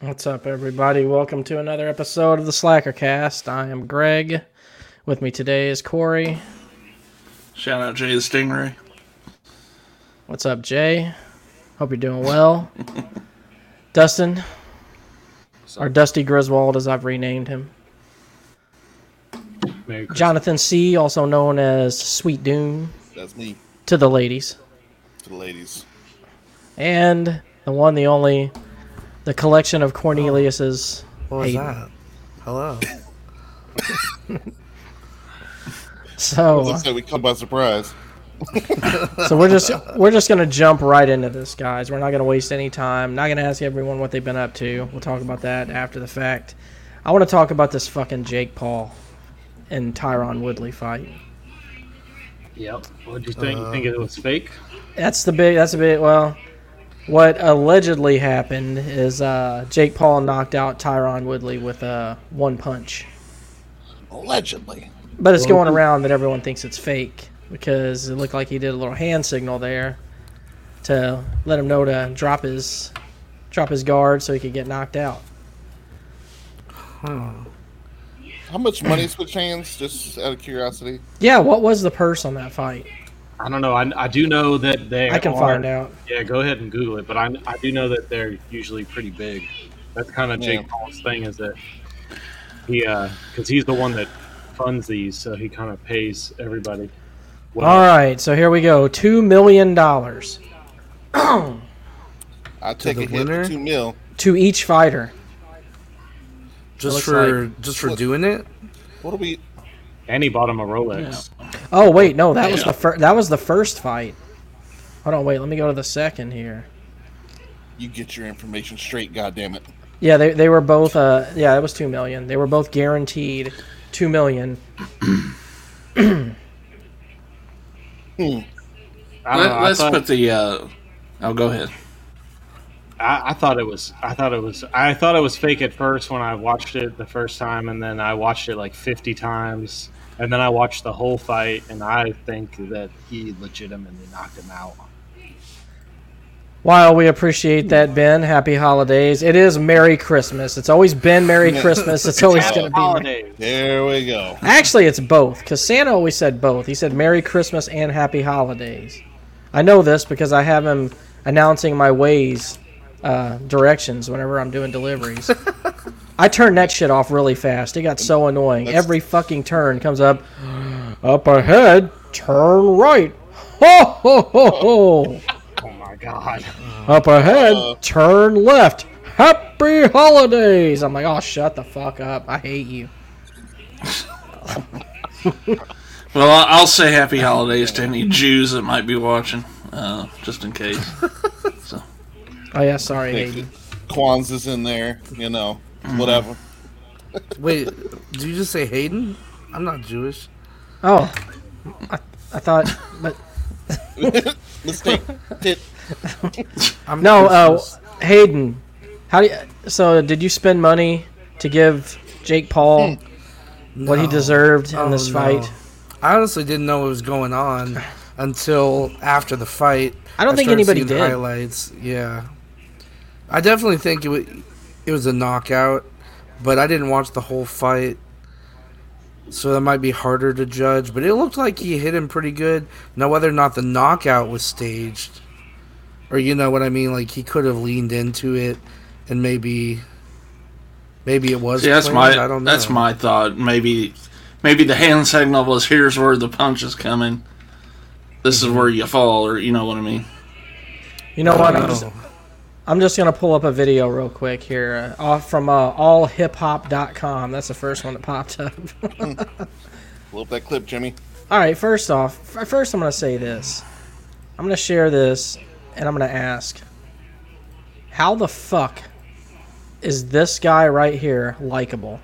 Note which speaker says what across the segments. Speaker 1: What's up, everybody? Welcome to another episode of the Slacker Cast. I am Greg. With me today is Corey.
Speaker 2: Shout out Jay the Stingray.
Speaker 1: What's up, Jay? Hope you're doing well. Dustin, or Dusty Griswold, as I've renamed him.
Speaker 3: Merry Christmas.
Speaker 1: Jonathan C., also known as Sweet Doom,
Speaker 4: That's me
Speaker 1: to the ladies.
Speaker 4: to the ladies.
Speaker 1: And the one, the only, the collection of Cornelius's.
Speaker 5: Oh. What was
Speaker 1: Hayden.
Speaker 5: that? Hello.
Speaker 1: So.
Speaker 4: Looks like we come by surprise.
Speaker 1: So we're just we're just gonna jump right into this, guys. We're not gonna waste any time. Not gonna ask everyone what they've been up to. We'll talk about that after the fact. I want to talk about this fucking Jake Paul and Tyron Woodley fight.
Speaker 3: Yep. What do you think? you think it was fake?
Speaker 1: That's the big. That's a bit. Well, what allegedly happened is uh, Jake Paul knocked out Tyron Woodley with uh, one punch.
Speaker 4: Allegedly.
Speaker 1: But it's going around that everyone thinks it's fake because it looked like he did a little hand signal there to let him know to drop his drop his guard so he could get knocked out.
Speaker 4: How much money switch hands? Just out of curiosity.
Speaker 1: Yeah, what was the purse on that fight?
Speaker 3: I don't know. I, I do know that they.
Speaker 1: I can
Speaker 3: are-
Speaker 1: find out.
Speaker 3: Yeah, go ahead and Google it. But I, I do know that they're usually pretty big. That's kind of Jake
Speaker 4: Yeah.
Speaker 3: Paul's thing is that he, because he's the one that funds these, so he kind of pays everybody. Well,
Speaker 1: All right, so here we go. Two million dollars
Speaker 4: I take
Speaker 5: the
Speaker 4: a hit
Speaker 5: winner?
Speaker 4: for two mil.
Speaker 1: to each fighter.
Speaker 5: Just
Speaker 1: looks
Speaker 5: for just for
Speaker 4: Look.
Speaker 5: doing it?
Speaker 4: What do we?
Speaker 3: and he bought him a Rolex.
Speaker 1: Oh wait, no, that was the first. That was the first fight. Hold on, wait. Let me go to the second here.
Speaker 4: You get your information straight. God damn it.
Speaker 1: Yeah, they, they were both. Uh, yeah, it was two million. They were both guaranteed two million.
Speaker 3: I don't
Speaker 2: Let,
Speaker 3: know, I
Speaker 2: us
Speaker 3: thought-
Speaker 2: put the. Uh, oh, go ahead.
Speaker 3: I, I thought it was. I thought it was. I thought it was fake at first when I watched it the first time, and then I watched it like fifty times, and then I watched the whole fight, and I think that he legitimately knocked him out.
Speaker 1: While we appreciate that, Ben, happy holidays. It is Merry Christmas. It's always been Merry Christmas. It's always going to be. Merry-
Speaker 3: Holidays.
Speaker 4: There we go.
Speaker 1: Actually, it's both, because Santa always said both. He said Merry Christmas and Happy Holidays. I know this because I have him announcing my ways uh, directions whenever I'm doing deliveries. I turn that shit off really fast. It got so annoying.
Speaker 4: Let's-
Speaker 1: Every fucking turn comes up. Up ahead, turn right. Ho ho ho ho.
Speaker 3: Oh my god!
Speaker 1: Up ahead, turn left. Happy holidays. I'm like, oh, shut the fuck up. I hate you.
Speaker 2: Well, I- I'll say happy holidays to any Jews that might be watching, uh, just in case.
Speaker 1: Oh yeah, sorry, Hayden.
Speaker 4: Kwanzaa's in there. You know,
Speaker 5: Mm-hmm.
Speaker 4: whatever.
Speaker 5: Wait, do you just say Hayden? I'm not Jewish.
Speaker 1: Oh, I, I thought, but
Speaker 4: Mistake. Hit.
Speaker 5: I'm
Speaker 1: no, uh,
Speaker 5: Christmas.
Speaker 1: Hayden. How do you, so? Did you spend money to give Jake Paul what he
Speaker 5: No.
Speaker 1: deserved in
Speaker 5: Oh,
Speaker 1: this
Speaker 5: no.
Speaker 1: fight?
Speaker 5: I honestly didn't know what was going on until after the fight.
Speaker 1: I don't think
Speaker 5: started
Speaker 1: anybody
Speaker 5: seeing the
Speaker 1: did.
Speaker 5: Highlights, yeah. I definitely think it was it was a knockout, but I didn't watch the whole fight, so that might be harder to judge. But it looked like he hit him pretty good. Now, whether or not the knockout was staged, or you know what I mean, like he could have leaned into it, and maybe, maybe it was.
Speaker 2: See, that's
Speaker 5: planned,
Speaker 2: my
Speaker 5: I don't know.
Speaker 2: that's my thought. Maybe maybe the hand signal was here's where the punch is coming. This is where you fall, or you know what I mean.
Speaker 1: You know what? I'm
Speaker 5: Oh.
Speaker 1: just, I'm just gonna pull up a video real quick here uh, off from uh, allhiphop.com. That's the first one that popped up.
Speaker 4: Blow up that clip, Jimmy.
Speaker 1: All right, first off, f- first I'm going to say this. I'm going to share this and I'm going to ask how the fuck is this guy right here likable?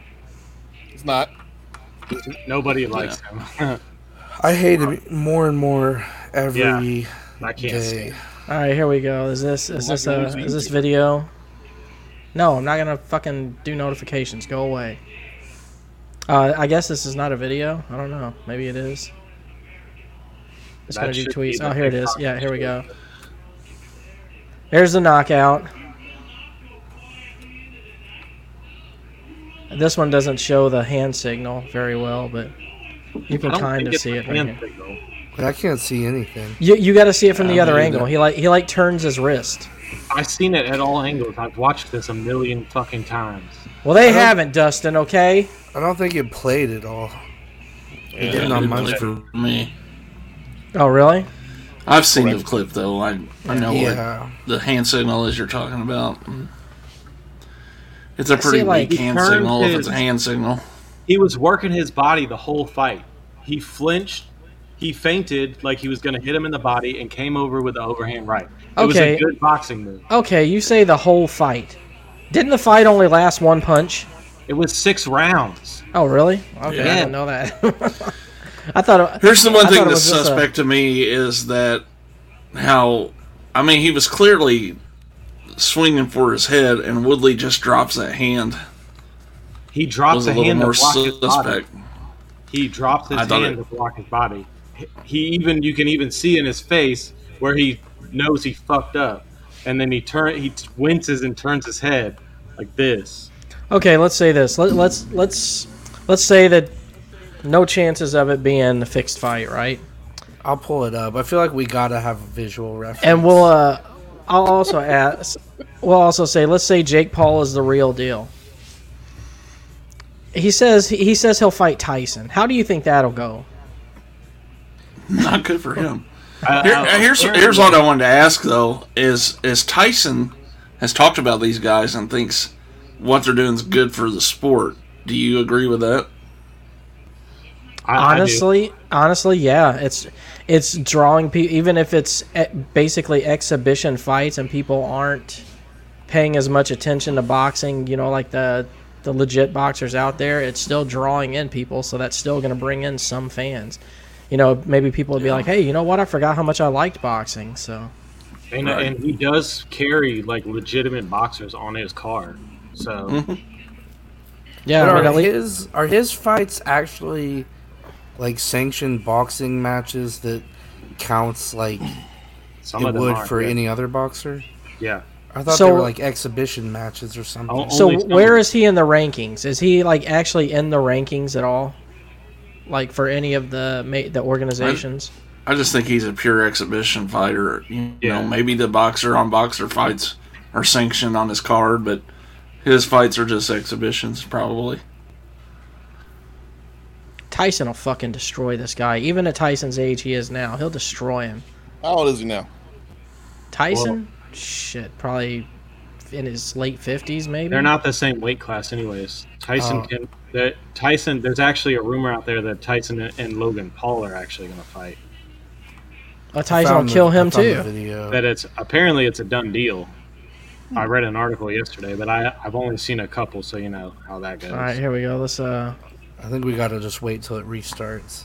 Speaker 4: It's not.
Speaker 3: Nobody likes him.
Speaker 5: I hate it more and more every
Speaker 3: Yeah.
Speaker 5: day.
Speaker 3: I can't. stand it.
Speaker 1: All right, here we go. Is this is this a is this video? No, I'm not going to fucking do notifications. Go away. Uh, I guess this is not a video. I don't know. Maybe it is. It's
Speaker 3: That
Speaker 1: going to do
Speaker 3: should be
Speaker 1: tweets.
Speaker 3: the
Speaker 1: Oh, here it is.
Speaker 3: TikTok
Speaker 1: Yeah, here we go.
Speaker 3: version.
Speaker 1: There's the knockout. This one doesn't show the hand signal very well, but you can
Speaker 3: I don't
Speaker 1: kind
Speaker 3: think
Speaker 1: of
Speaker 3: it's
Speaker 1: see
Speaker 3: a
Speaker 1: it. Right
Speaker 3: hand
Speaker 1: here.
Speaker 3: signal.
Speaker 5: I can't see anything.
Speaker 1: You you got to see it from the
Speaker 5: Yeah,
Speaker 1: other
Speaker 5: me either.
Speaker 1: angle. He like he like turns his wrist.
Speaker 3: I've seen it at all angles. I've watched this a million fucking times.
Speaker 1: Well, they
Speaker 5: don't-
Speaker 1: haven't, Dustin. Okay.
Speaker 5: I don't think it played at all.
Speaker 4: Yeah.
Speaker 5: did not
Speaker 2: it
Speaker 5: much
Speaker 2: played
Speaker 5: for-
Speaker 2: for me.
Speaker 1: Oh, really?
Speaker 2: I've seen the clip though. I I know what
Speaker 5: yeah.
Speaker 2: the hand signal is you're talking about. It's a
Speaker 1: see,
Speaker 2: pretty
Speaker 1: like,
Speaker 2: weak
Speaker 1: he
Speaker 2: hand
Speaker 3: turned
Speaker 2: signal if it's
Speaker 3: his-
Speaker 2: a hand signal.
Speaker 3: He was working his body the whole fight. He flinched. He fainted like he was going to hit him in the body and came over with the overhand right. It was
Speaker 1: Okay.
Speaker 3: a good boxing move.
Speaker 1: Okay, you say the whole fight. Didn't the fight only last one punch?
Speaker 3: It was six rounds.
Speaker 1: Oh, really? Okay, I
Speaker 2: Yeah.
Speaker 1: didn't know that. I thought. It,
Speaker 2: Here's the one
Speaker 1: I
Speaker 2: thing
Speaker 1: thought it
Speaker 2: that's
Speaker 1: was just a-
Speaker 2: suspect to me is that how I mean he was clearly swinging for his head, and Woodley just drops that hand.
Speaker 3: He dropped
Speaker 2: was a
Speaker 3: the
Speaker 2: little
Speaker 3: hand to
Speaker 2: more
Speaker 3: block his body.
Speaker 2: suspect.
Speaker 3: He dropped his
Speaker 2: I thought
Speaker 3: hand
Speaker 2: it-
Speaker 3: to block his body. He even you can even see in his face where he knows he fucked up, and then he turn he winces and turns his head like this.
Speaker 1: Okay, let's say this. Let, let's let's let's say that no chances of it being a fixed fight, right?
Speaker 5: I'll pull it up. I feel like we gotta have a visual reference.
Speaker 1: And we'll. Uh, I'll also ask. We'll also say. Let's say Jake Paul is the real deal. He says he he says he'll fight Tyson. How do you think that'll go?
Speaker 2: Not good for him.
Speaker 3: I-
Speaker 2: Here- uh,
Speaker 3: I-
Speaker 2: here's here's what I wanted to ask though is is Tyson has talked about these guys and thinks what they're doing is good for the sport. Do you agree with that?
Speaker 3: I- I do.
Speaker 1: honestly honestly yeah it's it's drawing people even if it's e- basically exhibition fights and people aren't paying as much attention to boxing you know like the the legit boxers out there it's still drawing in people so that's still going to bring in some fans you know maybe people would be like hey you know what i forgot how much i liked boxing so
Speaker 3: and,
Speaker 2: Right.
Speaker 3: and he does carry like legitimate boxers on his card. So
Speaker 5: Mm-hmm.
Speaker 1: yeah
Speaker 5: But
Speaker 1: I mean,
Speaker 5: are
Speaker 1: at lea-
Speaker 5: his are his fights actually like sanctioned boxing matches that counts like
Speaker 3: some
Speaker 5: it
Speaker 3: of them
Speaker 5: would
Speaker 3: are,
Speaker 5: for
Speaker 3: yeah.
Speaker 5: any other boxer?
Speaker 3: yeah.
Speaker 5: I thought
Speaker 1: So-
Speaker 5: they were like exhibition matches or something.
Speaker 3: Oh,
Speaker 1: so
Speaker 3: only some-
Speaker 1: where is he in the rankings is he like actually in the rankings at all like for any of the ma- the organizations
Speaker 2: I just think he's a pure exhibition fighter. You
Speaker 3: Yeah.
Speaker 2: know, maybe the boxer on boxer fights are sanctioned on his card, but his fights are just exhibitions, probably.
Speaker 1: Tyson will fucking destroy this guy. Even at Tyson's age he is now, he'll destroy him.
Speaker 4: How old is he now?
Speaker 1: Tyson? Shit, probably in his late fifties, maybe.
Speaker 3: They're not the same weight class, anyways. Tyson
Speaker 5: Oh.
Speaker 3: can. That Tyson. There's actually a rumor out there that Tyson and, and Logan Paul are actually going to fight.
Speaker 1: Uh, Tyson will kill him too.
Speaker 3: That it's apparently it's a done deal. I read an article yesterday, but I I've only seen a couple, so you know how that goes.
Speaker 1: All right, here we go. Let's uh,
Speaker 5: I think we gotta just wait till it restarts.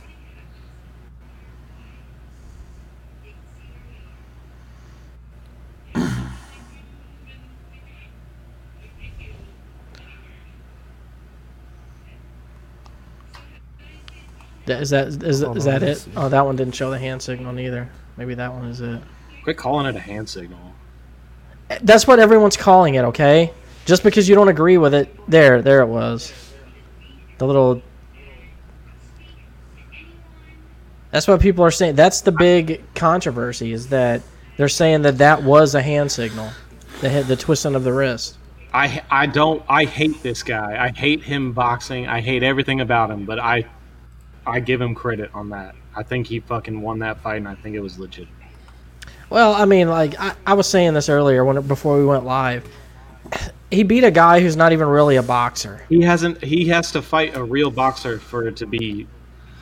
Speaker 1: that, is that is,
Speaker 5: Hold
Speaker 1: is
Speaker 5: on,
Speaker 1: that
Speaker 5: let's
Speaker 1: it?
Speaker 5: see.
Speaker 1: Oh, that one didn't show the hand signal either. Maybe that one is it.
Speaker 3: Quit calling it a hand signal.
Speaker 1: That's what everyone's calling it. Okay, just because you don't agree with it, there, there it was. The little. That's what people are saying. That's the big controversy is that they're saying that that was a hand signal, the hit, the twisting of the wrist.
Speaker 3: I I don't. I hate this guy. I hate him boxing. I hate everything about him. But I I give him credit on that. I think he fucking won that fight, and I think it was legit.
Speaker 1: Well, I mean, like I, I was saying this earlier when before we went live, he beat a guy who's not even really a boxer.
Speaker 3: He hasn't. He has to fight a real boxer for it to be,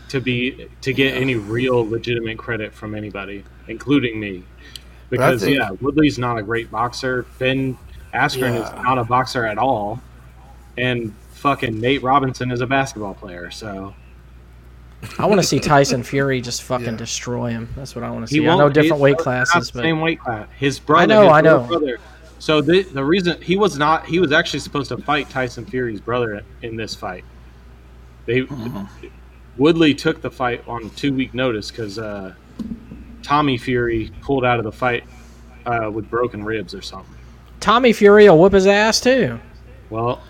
Speaker 3: to be to get any real legitimate credit from anybody, including me, because
Speaker 5: think-
Speaker 3: yeah, Woodley's not a great boxer. Ben Askren
Speaker 5: Yeah.
Speaker 3: is not a boxer at all, and fucking Nate Robinson is a basketball player. So
Speaker 1: I want to see Tyson Fury just fucking
Speaker 5: Yeah.
Speaker 1: destroy him. That's what I want to
Speaker 3: he
Speaker 1: see. I
Speaker 3: won't.
Speaker 1: know different
Speaker 3: he's
Speaker 1: weight
Speaker 3: not
Speaker 1: classes,
Speaker 3: the
Speaker 1: but
Speaker 3: same weight class. His brother.
Speaker 1: know,
Speaker 3: his
Speaker 1: I
Speaker 3: little
Speaker 1: know.
Speaker 3: Brother, so the the reason he was not he was actually supposed to fight Tyson Fury's brother in this fight. They
Speaker 1: Mm-hmm.
Speaker 3: Woodley took the fight on two week notice because uh, Tommy Fury pulled out of the fight uh, with broken ribs or something.
Speaker 1: Tommy Fury will whoop his ass too.
Speaker 3: Well,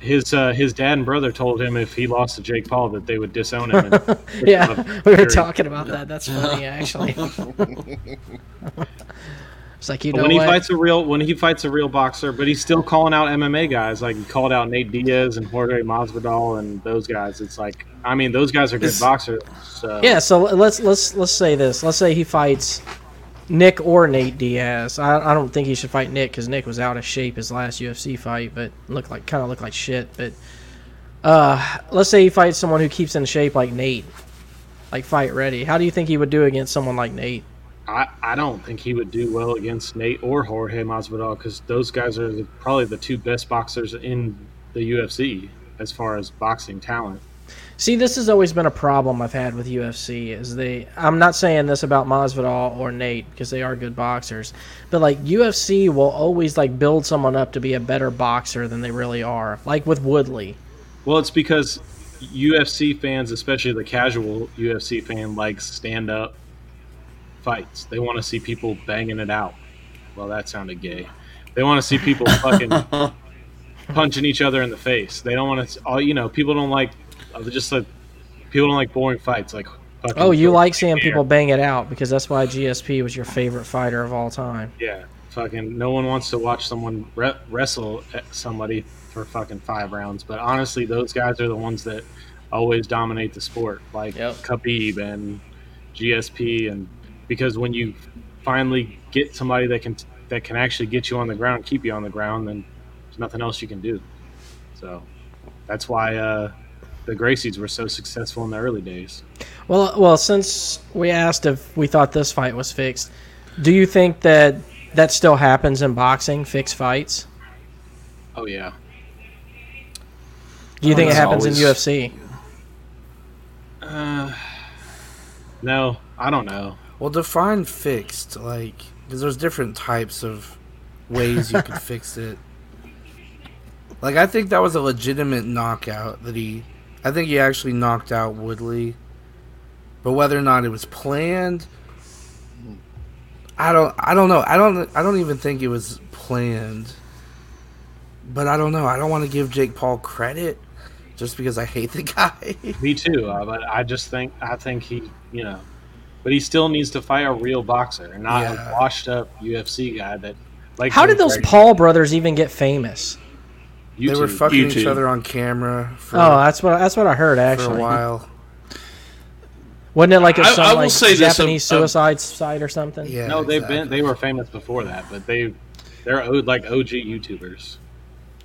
Speaker 3: his uh, his dad and brother told him if he lost to Jake Paul that they would disown him. And-
Speaker 1: yeah, we were
Speaker 3: Period.
Speaker 1: talking about that. That's funny, actually. it's like you
Speaker 3: but
Speaker 1: know
Speaker 3: when he
Speaker 1: what?
Speaker 3: fights a real when he fights a real boxer, but he's still calling out MMA guys like he called out Nate Diaz and Jorge Masvidal and those guys. It's like I mean those guys are good
Speaker 2: It's-
Speaker 3: boxers. So.
Speaker 1: yeah, so let's let's let's say this. Let's say he fights Nick or Nate Diaz. I, I don't think he should fight Nick because Nick was out of shape his last UFC fight, but looked like kind of looked like shit. But uh, let's say he fights someone who keeps in shape like Nate, like fight ready. How do you think he would do against someone like Nate?
Speaker 3: I, I don't think he would do well against Nate or Jorge Masvidal because those guys are the, probably the two best boxers in the UFC as far as boxing talent.
Speaker 1: See, this has always been a problem I've had with UFC is they I'm not saying this about Masvidal or Nate because they are good boxers, but like UFC will always like build someone up to be a better boxer than they really are. Like with Woodley.
Speaker 3: Well, it's because UFC fans, especially the casual UFC fan, like stand up fights. They want to see people banging it out. Well, that sounded gay. They want to see people fucking punching each other in the face. They don't want to. All you know, people don't like uh, just like people don't like boring fights. Like fucking
Speaker 1: Oh, you
Speaker 3: George
Speaker 1: like seeing
Speaker 3: St-Pierre.
Speaker 1: people bang it out because that's why GSP was your favorite fighter of all time.
Speaker 3: Yeah, fucking. No one wants to watch someone re- wrestle at somebody for fucking five rounds. But honestly, those guys are the ones that always dominate the sport, like
Speaker 1: Yep.
Speaker 3: Khabib and GSP, and because when you finally get somebody that can that can actually get you on the ground, keep you on the ground, then there's nothing else you can do. So that's why uh, the Gracies were so successful in the early days.
Speaker 1: Well, well, since we asked if we thought this fight was fixed, do you think that that still happens in boxing, fixed fights?
Speaker 3: Oh yeah.
Speaker 1: Do you think it
Speaker 2: Oh, It's
Speaker 1: happens
Speaker 2: always-
Speaker 1: in UFC?
Speaker 3: Uh, no, I don't know.
Speaker 5: Well, define fixed, like, because there's different types of ways you could fix it. Like, I think that was a legitimate knockout that he. I think he actually knocked out Woodley. But whether or not it was planned, I don't. I don't know. I don't. I don't even think it was planned. But I don't know. I don't want to give Jake Paul credit, just because I hate the guy.
Speaker 3: Me too, uh, but I just think I think he, you know, but he still needs to fight a real boxer and not
Speaker 5: Yeah.
Speaker 3: a washed up UFC guy that. Like
Speaker 1: How did those Paul brothers even get famous?
Speaker 3: YouTube,
Speaker 5: they were fucking each
Speaker 2: YouTube.
Speaker 5: other on camera for,
Speaker 1: Oh, that's what that's what I heard.
Speaker 5: for
Speaker 1: Actually,
Speaker 5: a while.
Speaker 1: wasn't it like
Speaker 2: I-
Speaker 1: a some
Speaker 2: I will
Speaker 1: like
Speaker 2: say this,
Speaker 1: Japanese
Speaker 2: um, um,
Speaker 1: suicide site or something?
Speaker 5: Yeah.
Speaker 3: No, they've
Speaker 5: exactly.
Speaker 3: been they were famous before that, but they they're o- like OG YouTubers.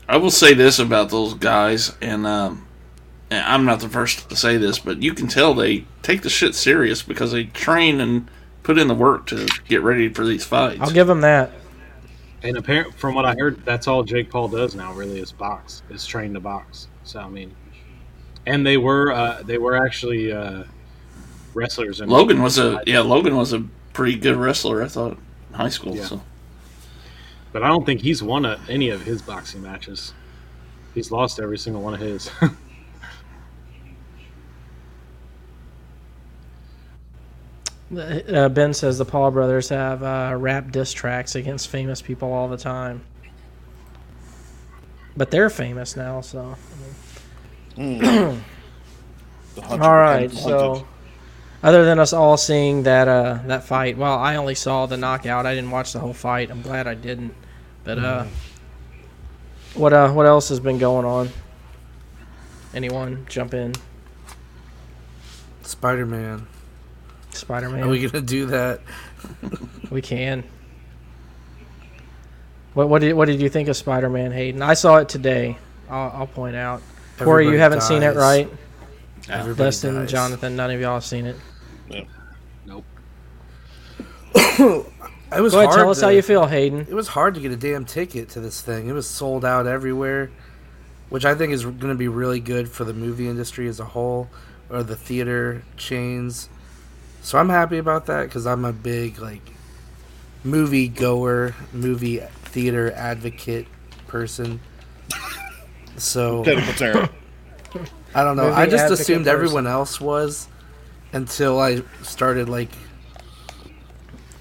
Speaker 2: I will say this about those guys, and um, and I'm not the first to say this, but you can tell they take the shit serious because they train and put in the work to get ready for these fights.
Speaker 1: I'll give them that.
Speaker 3: And apparent from what I heard, that's all Jake Paul does now. Really, is box, is train to box. So I mean, and they were uh, they were actually uh, wrestlers. And
Speaker 2: Logan was a yeah, Logan was a pretty good wrestler. I thought in high school.
Speaker 3: Yeah.
Speaker 2: So
Speaker 3: But I don't think he's won a, any of his boxing matches. He's lost every single one of his.
Speaker 1: Uh, ben says the Paul brothers have uh, rap diss tracks against famous people all the time, but they're famous now. So
Speaker 4: Hmm. The hunted-
Speaker 1: all right,
Speaker 4: hunted.
Speaker 1: so other than us all seeing that uh, that fight, well, I only saw the knockout. I didn't watch the whole fight. I'm glad I didn't. But uh,
Speaker 2: Mm-hmm.
Speaker 1: what uh, what else has been going on? Anyone jump in?
Speaker 5: Spider Man.
Speaker 1: Spider
Speaker 5: Are
Speaker 1: Man. We,
Speaker 5: we gonna do that?
Speaker 1: can. What what did what did you think of Spider Man, Hayden? I saw it today. I'll, I'll point out. Corey, you
Speaker 5: Everybody
Speaker 1: haven't seen it,
Speaker 5: dies.
Speaker 1: right?
Speaker 5: Everybody
Speaker 1: Dustin,
Speaker 5: dies.
Speaker 1: Jonathan, none of y'all have seen it.
Speaker 5: It was
Speaker 1: Go ahead,
Speaker 5: hard
Speaker 1: tell us
Speaker 5: to,
Speaker 1: how you feel, Hayden.
Speaker 5: It was hard to get a damn ticket to this thing. It was sold out everywhere, which I think is gonna be really good for the movie industry as a whole, or the theater chains. So I'm happy about that because I'm a big like movie goer, movie theater advocate person. So
Speaker 4: Technical term.
Speaker 5: I don't know.
Speaker 1: Movie
Speaker 5: I just
Speaker 1: advocate
Speaker 5: assumed
Speaker 1: person.
Speaker 5: everyone else was until I started like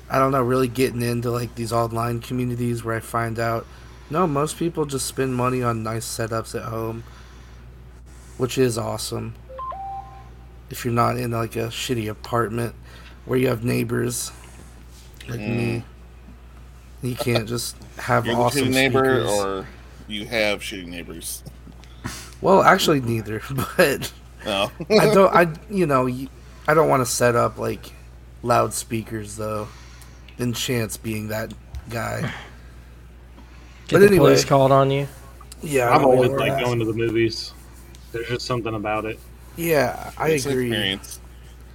Speaker 5: I don't know, really getting into like these online communities where I find out No, most people just spend money on nice setups at home, which is awesome. If you're not in like a shitty apartment where you have neighbors like me, you can't just have
Speaker 4: Mm. You're
Speaker 5: awesome
Speaker 4: a neighbor,
Speaker 5: speakers.
Speaker 4: or you have shitty neighbors.
Speaker 5: Well, actually, neither. But
Speaker 4: No.
Speaker 5: I don't. I you know you- I don't want to set up like loudspeakers though. And Chance being that guy.
Speaker 1: Get
Speaker 5: But
Speaker 1: the
Speaker 5: anyway-
Speaker 1: police called on you.
Speaker 5: Yeah, I
Speaker 3: I'm
Speaker 5: don't
Speaker 3: always
Speaker 5: wanna-
Speaker 3: like going to the movies. There's just something about it
Speaker 5: Yeah, I
Speaker 4: It's an
Speaker 5: agree.
Speaker 4: Experience.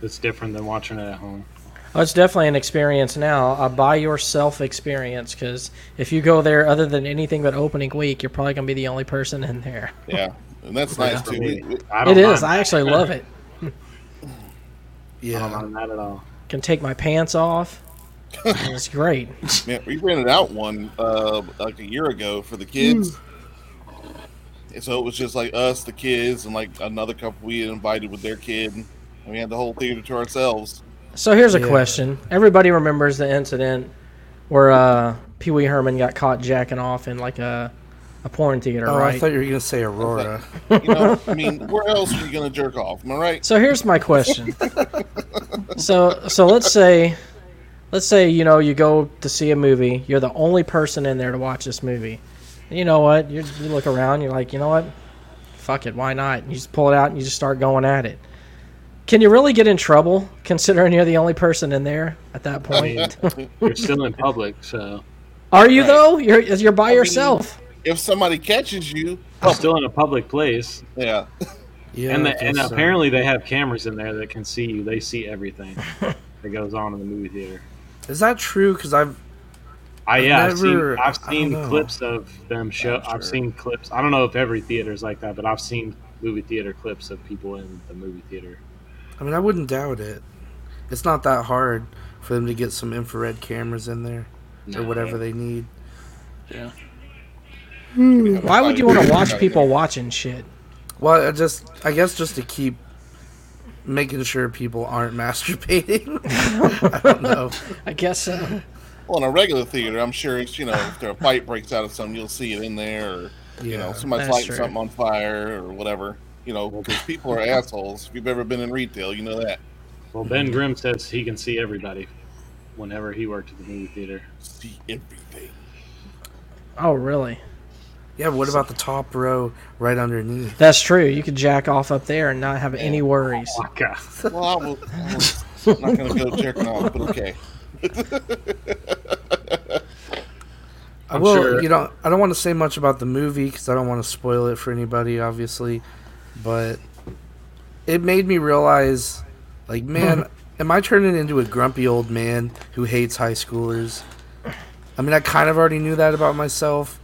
Speaker 3: that's different than watching it at home.
Speaker 1: Oh, it's definitely an experience now. A buy yourself experience because if you go there other than anything but opening week, you're probably gonna be the only person in there.
Speaker 4: Yeah, and that's nice too. We- we-
Speaker 3: I
Speaker 1: It
Speaker 3: don't
Speaker 1: is. I
Speaker 3: mind.
Speaker 1: actually love it.
Speaker 5: Yeah.
Speaker 3: I don't mind that at all.
Speaker 1: Can take my pants off. it's great.
Speaker 4: Man, we rented out one uh, like a year ago for
Speaker 1: Hmm.
Speaker 4: the kids. And so it was just like us, the kids, and like another couple we had invited with their kid. And we had the whole theater to ourselves.
Speaker 1: So here's a
Speaker 5: Yeah.
Speaker 1: question. Everybody remembers the incident where uh, Pee Wee Herman got caught jacking off in like a a porn theater,
Speaker 5: Oh,
Speaker 1: right?
Speaker 5: I thought you were gonna say Aurora.
Speaker 4: You know, I mean, where else are you going to jerk off? Am I right?
Speaker 1: So here's my question. so so let's say let's say you know you go to see a movie. You're the only person in there to watch this movie. And you know what? You're, you look around. You're like, you know what? Fuck it. Why not? And you just pull it out and you just start going at it. Can you really get in trouble considering you're the only person in there at that point?
Speaker 3: You're still in public, so
Speaker 1: Are you though? You're you're by yourself.
Speaker 4: If somebody catches you,
Speaker 3: you're still in a public place.
Speaker 4: yeah,
Speaker 5: Yeah, uh,
Speaker 3: and
Speaker 5: I
Speaker 3: the, and
Speaker 5: guess so.
Speaker 3: apparently they have cameras in there that can see you. They see everything that goes on in the movie theater.
Speaker 5: is that true? Because I've
Speaker 3: I yeah, I've seen,
Speaker 5: never-
Speaker 3: I've
Speaker 5: I
Speaker 3: seen
Speaker 5: don't know.
Speaker 3: clips of them show.
Speaker 4: I'm
Speaker 3: I've
Speaker 4: sure.
Speaker 3: seen clips. I don't know if every theater is like that, but I've seen movie theater clips of people in the movie theater.
Speaker 5: I mean I wouldn't doubt it. It's not that hard for them to get some infrared cameras in there or whatever they need.
Speaker 1: Why would you want to watch people watching shit?
Speaker 5: Well, I just I guess just to keep making sure people aren't masturbating. I don't know.
Speaker 1: I guess so.
Speaker 4: Well, in a regular theater, I'm sure it's you know if there a fight breaks out of something, you'll see it in there, or you know
Speaker 5: Yeah.
Speaker 4: somebody's
Speaker 1: That's
Speaker 4: lighting
Speaker 1: true.
Speaker 4: something on fire or whatever. You know, because people are assholes. If you've ever been in retail, you know that.
Speaker 3: Well, Ben
Speaker 5: Hmm.
Speaker 3: Grimm says he can see everybody whenever he worked at the movie theater.
Speaker 4: See everything.
Speaker 1: Oh, really?
Speaker 5: Yeah, what about the top row right underneath?
Speaker 1: That's true. You could jack off up there and not have any worries.
Speaker 3: Oh, God.
Speaker 4: Well, I will, I was not going to go jerking off, but okay.
Speaker 5: i well,
Speaker 3: sure-
Speaker 5: you know, I don't want to say much about the movie because I don't want to spoil it for anybody, obviously. But it made me realize, like, man, am I turning into a grumpy old man who hates high schoolers? I mean, I kind of already knew that about myself,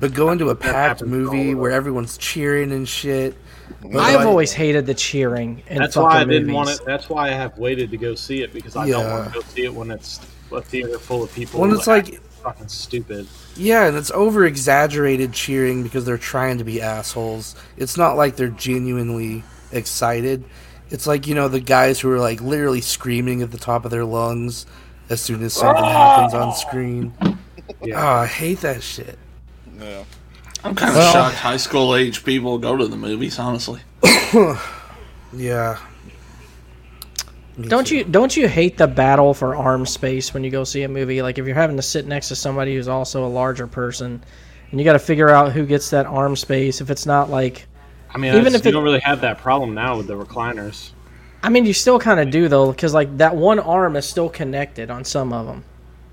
Speaker 5: but going to a packed
Speaker 3: happens to all
Speaker 5: movie
Speaker 3: of us.
Speaker 5: where everyone's cheering and shit. but,
Speaker 1: I've
Speaker 5: like,
Speaker 1: always hated the cheering in
Speaker 3: That's
Speaker 1: fucking
Speaker 3: why I didn't
Speaker 1: movies.
Speaker 3: want it. That's why I have waited to go see it because I don't
Speaker 5: Yeah.
Speaker 3: want to go see it when it's a theater full of people.
Speaker 5: When it's
Speaker 3: who
Speaker 5: like-
Speaker 3: act fucking stupid.
Speaker 5: Yeah, and it's over exaggerated cheering because they're trying to be assholes. It's not like they're genuinely excited. It's like, you know, the guys who are like literally screaming at the top of their lungs as soon as something happens on screen.
Speaker 3: Yeah.
Speaker 5: Oh, I hate that shit.
Speaker 4: Yeah.
Speaker 2: I'm kind of
Speaker 1: Well-
Speaker 2: shocked high school age people go to the movies, honestly.
Speaker 5: Yeah. Me
Speaker 1: Don't
Speaker 5: too.
Speaker 1: you don't you hate the battle for arm space when you go see a movie? Like if you're having to sit next to somebody who's also a larger person, and you got to figure out who gets that arm space. If it's not like,
Speaker 3: I mean,
Speaker 1: Even
Speaker 3: even
Speaker 1: if
Speaker 3: if you
Speaker 1: it-
Speaker 3: don't really have that problem now with the recliners.
Speaker 1: I mean, you still kind of do though, because like that one arm is still connected on some of them.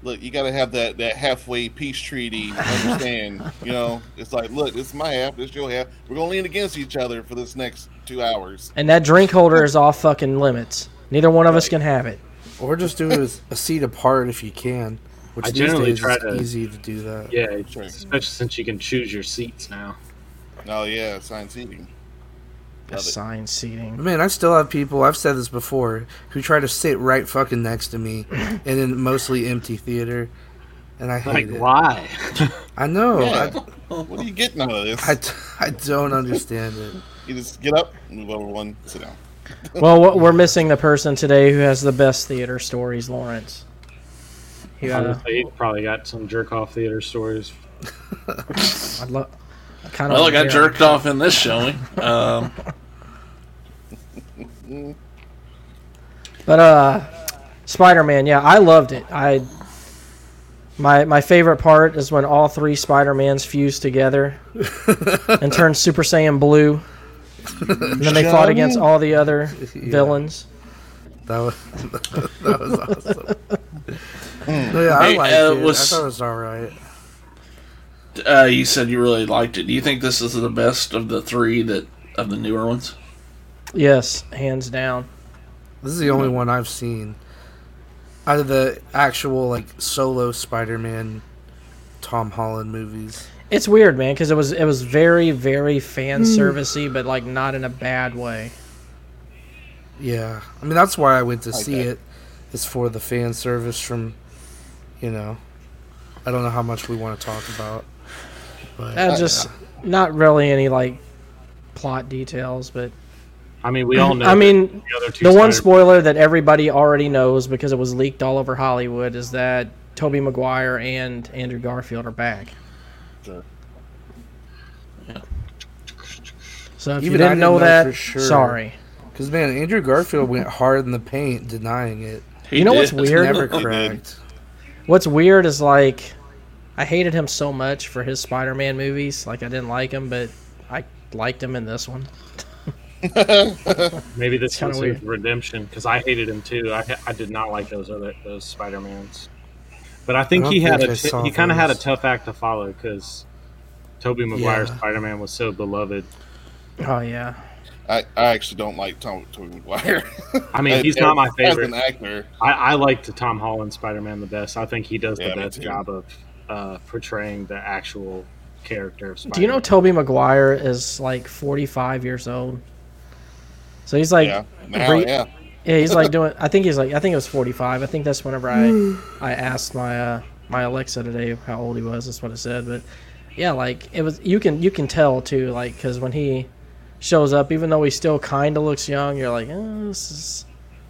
Speaker 4: Look, you got to have that, that halfway peace treaty. Understand? you know, it's like, look, this is my half, this is your half. We're going to lean against each other for this next two hours.
Speaker 1: And that drink holder is off fucking limits. Neither one of us can have it.
Speaker 5: Or just do it as a seat apart if you can, which
Speaker 3: I
Speaker 5: these
Speaker 3: generally
Speaker 5: days
Speaker 3: try
Speaker 5: it's
Speaker 3: to-
Speaker 5: easy to do that.
Speaker 3: Yeah, it's-
Speaker 4: Sure.
Speaker 3: especially since you can choose your seats now.
Speaker 4: Oh, yeah, science eating. Love it.
Speaker 1: Assigned seating.
Speaker 5: Man, I still have people, I've said this before, who try to sit right fucking next to me in a mostly empty theater. And I hate
Speaker 3: Like,
Speaker 5: it.
Speaker 3: why?
Speaker 5: I know.
Speaker 4: Yeah.
Speaker 5: I
Speaker 4: What are you getting out of this?
Speaker 5: I, d- I don't understand it.
Speaker 4: You just get up, move over one, sit down.
Speaker 1: Well, we're- we're missing the person today who has the best theater stories, Lawrence. uh, You gotta-
Speaker 3: Honestly, you probably got some jerk off theater stories
Speaker 1: I love. I kind of
Speaker 2: Well, I got jerked off in this showing. Um,
Speaker 1: But uh, Spider Man, yeah, I loved it. I my my favorite part is when all three Spider Mans fuse together and turn Super Saiyan blue. And then they fought against all the other villains.
Speaker 5: That was that was awesome. No, yeah, I
Speaker 2: Hey,
Speaker 5: liked
Speaker 2: uh,
Speaker 5: it.
Speaker 2: was-
Speaker 5: I thought it was all right.
Speaker 2: uh, you said you really liked it. Do you think this is the best of the three that of the newer ones?
Speaker 1: Yes, hands down.
Speaker 5: This is the only one I've seen out of the actual like solo Spider-Man Tom Holland movies.
Speaker 1: It's weird, man, because it was it was very very
Speaker 5: Hmm.
Speaker 1: fan servicey, but like not in a bad way.
Speaker 5: Yeah, I mean that's why I went to see
Speaker 4: Okay.
Speaker 5: it. It's for the fan service from, you know, I don't know how much we want to talk about, but
Speaker 1: Uh, just not really any like plot details, but
Speaker 3: I mean, we all know.
Speaker 1: I
Speaker 3: that
Speaker 1: mean,
Speaker 3: the, other two
Speaker 1: The one
Speaker 3: Spider-
Speaker 1: spoiler that everybody already knows because it was leaked all over Hollywood is that Toby Maguire and Andrew Garfield are back.
Speaker 4: Sure.
Speaker 1: So if you
Speaker 5: Even I
Speaker 1: didn't
Speaker 5: didn't
Speaker 1: know
Speaker 5: know
Speaker 1: that,
Speaker 5: for sure.
Speaker 1: sorry.
Speaker 5: because man, Andrew Garfield went hard in the paint denying it.
Speaker 2: He
Speaker 1: You know what's
Speaker 2: did.
Speaker 1: weird?
Speaker 5: Never
Speaker 4: did.
Speaker 5: cracked.
Speaker 1: What's weird is like I hated him so much for his Spider-Man movies. Like I didn't like him, but I liked him in this one.
Speaker 3: Maybe this
Speaker 1: kinda
Speaker 3: is
Speaker 1: weird.
Speaker 3: his redemption because I hated him too. I, I did not like those other those Spider Mans, but I think
Speaker 5: I don't
Speaker 3: he had
Speaker 5: think
Speaker 3: a
Speaker 5: I
Speaker 3: t-
Speaker 5: saw
Speaker 3: he kind of had a
Speaker 5: those.
Speaker 3: tough act to follow because Toby Maguire's
Speaker 5: Yeah.
Speaker 3: Spider Man was so beloved.
Speaker 1: Oh yeah,
Speaker 4: I, I actually don't like Tom Tobey Maguire.
Speaker 3: I mean, he's
Speaker 4: As-
Speaker 3: not my
Speaker 4: As an
Speaker 3: favorite.
Speaker 4: actor,
Speaker 3: I, I liked the Tom Holland Spider Man the best. I think he does
Speaker 4: Yeah,
Speaker 3: the
Speaker 4: me
Speaker 3: best
Speaker 4: too.
Speaker 3: job of uh, portraying the actual character of Spider.
Speaker 1: Do you know Toby Maguire is like 45 years old? So he's like
Speaker 4: yeah, now,
Speaker 1: re-
Speaker 4: yeah.
Speaker 1: Yeah, he's like doing. I think he's like. I think it was forty-five. I think that's whenever I I asked my uh, my Alexa today how old he was. That's what it said. But yeah, like it was. You can you can tell too, like because when he shows up, even though he still kind of looks young, you're like, oh, this is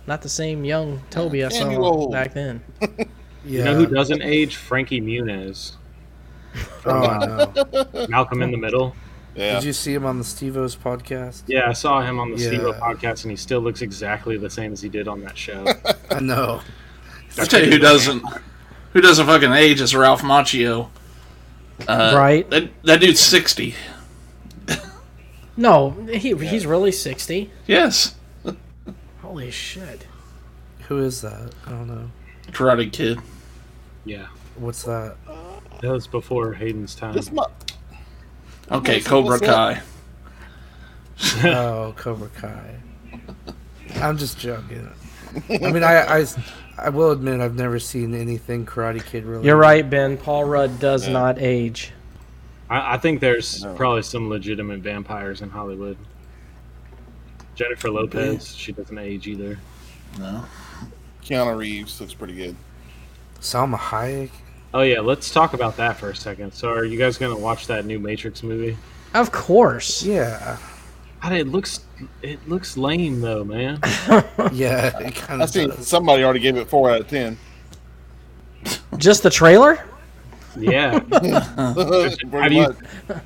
Speaker 1: not the same young Toby I
Speaker 4: Damn you
Speaker 1: saw
Speaker 4: old.
Speaker 1: back then.
Speaker 5: Yeah.
Speaker 3: You know who doesn't age? Frankie Muniz,
Speaker 5: oh, no.
Speaker 3: Malcolm in the Middle.
Speaker 4: yeah.
Speaker 5: Did you see him on the Stevos podcast?
Speaker 3: Yeah, I saw him on the
Speaker 5: Yeah.
Speaker 3: Steve podcast, and he still looks exactly the same as he did on that show.
Speaker 5: I know.
Speaker 2: I tell you who doesn't. Who doesn't fucking age is Ralph Macchio. Uh,
Speaker 1: Right.
Speaker 2: That that dude's sixty.
Speaker 1: No, he he's really sixty.
Speaker 2: Yes.
Speaker 1: Holy shit!
Speaker 5: Who is that? I don't know.
Speaker 2: Karate Kid.
Speaker 3: yeah,
Speaker 5: What's that?
Speaker 3: that was before Hayden's time.
Speaker 4: This mu-
Speaker 2: Okay,
Speaker 4: What's-
Speaker 2: Cobra
Speaker 4: what's
Speaker 2: Kai.
Speaker 5: Oh, Cobra Kai. I'm just joking. I mean, I, I, I will admit I've never seen anything Karate Kid related.
Speaker 1: You're right, Ben. Paul Rudd does
Speaker 4: Yeah.
Speaker 1: not age.
Speaker 3: I, I think there's
Speaker 4: No.
Speaker 3: probably some legitimate vampires in Hollywood. Jennifer Lopez, she doesn't age either.
Speaker 2: No.
Speaker 4: Keanu Reeves looks pretty good.
Speaker 5: Salma Hayek.
Speaker 3: Oh yeah, let's talk about that for a second. So, are you guys gonna watch that new Matrix movie?
Speaker 1: Of course.
Speaker 5: Yeah,
Speaker 3: God, it looks it looks lame though, man.
Speaker 5: yeah. It kind
Speaker 4: I
Speaker 5: of
Speaker 4: see
Speaker 5: does.
Speaker 4: somebody already gave it four out of ten.
Speaker 1: Just the trailer.
Speaker 3: Yeah,
Speaker 4: pretty
Speaker 3: you-
Speaker 4: much.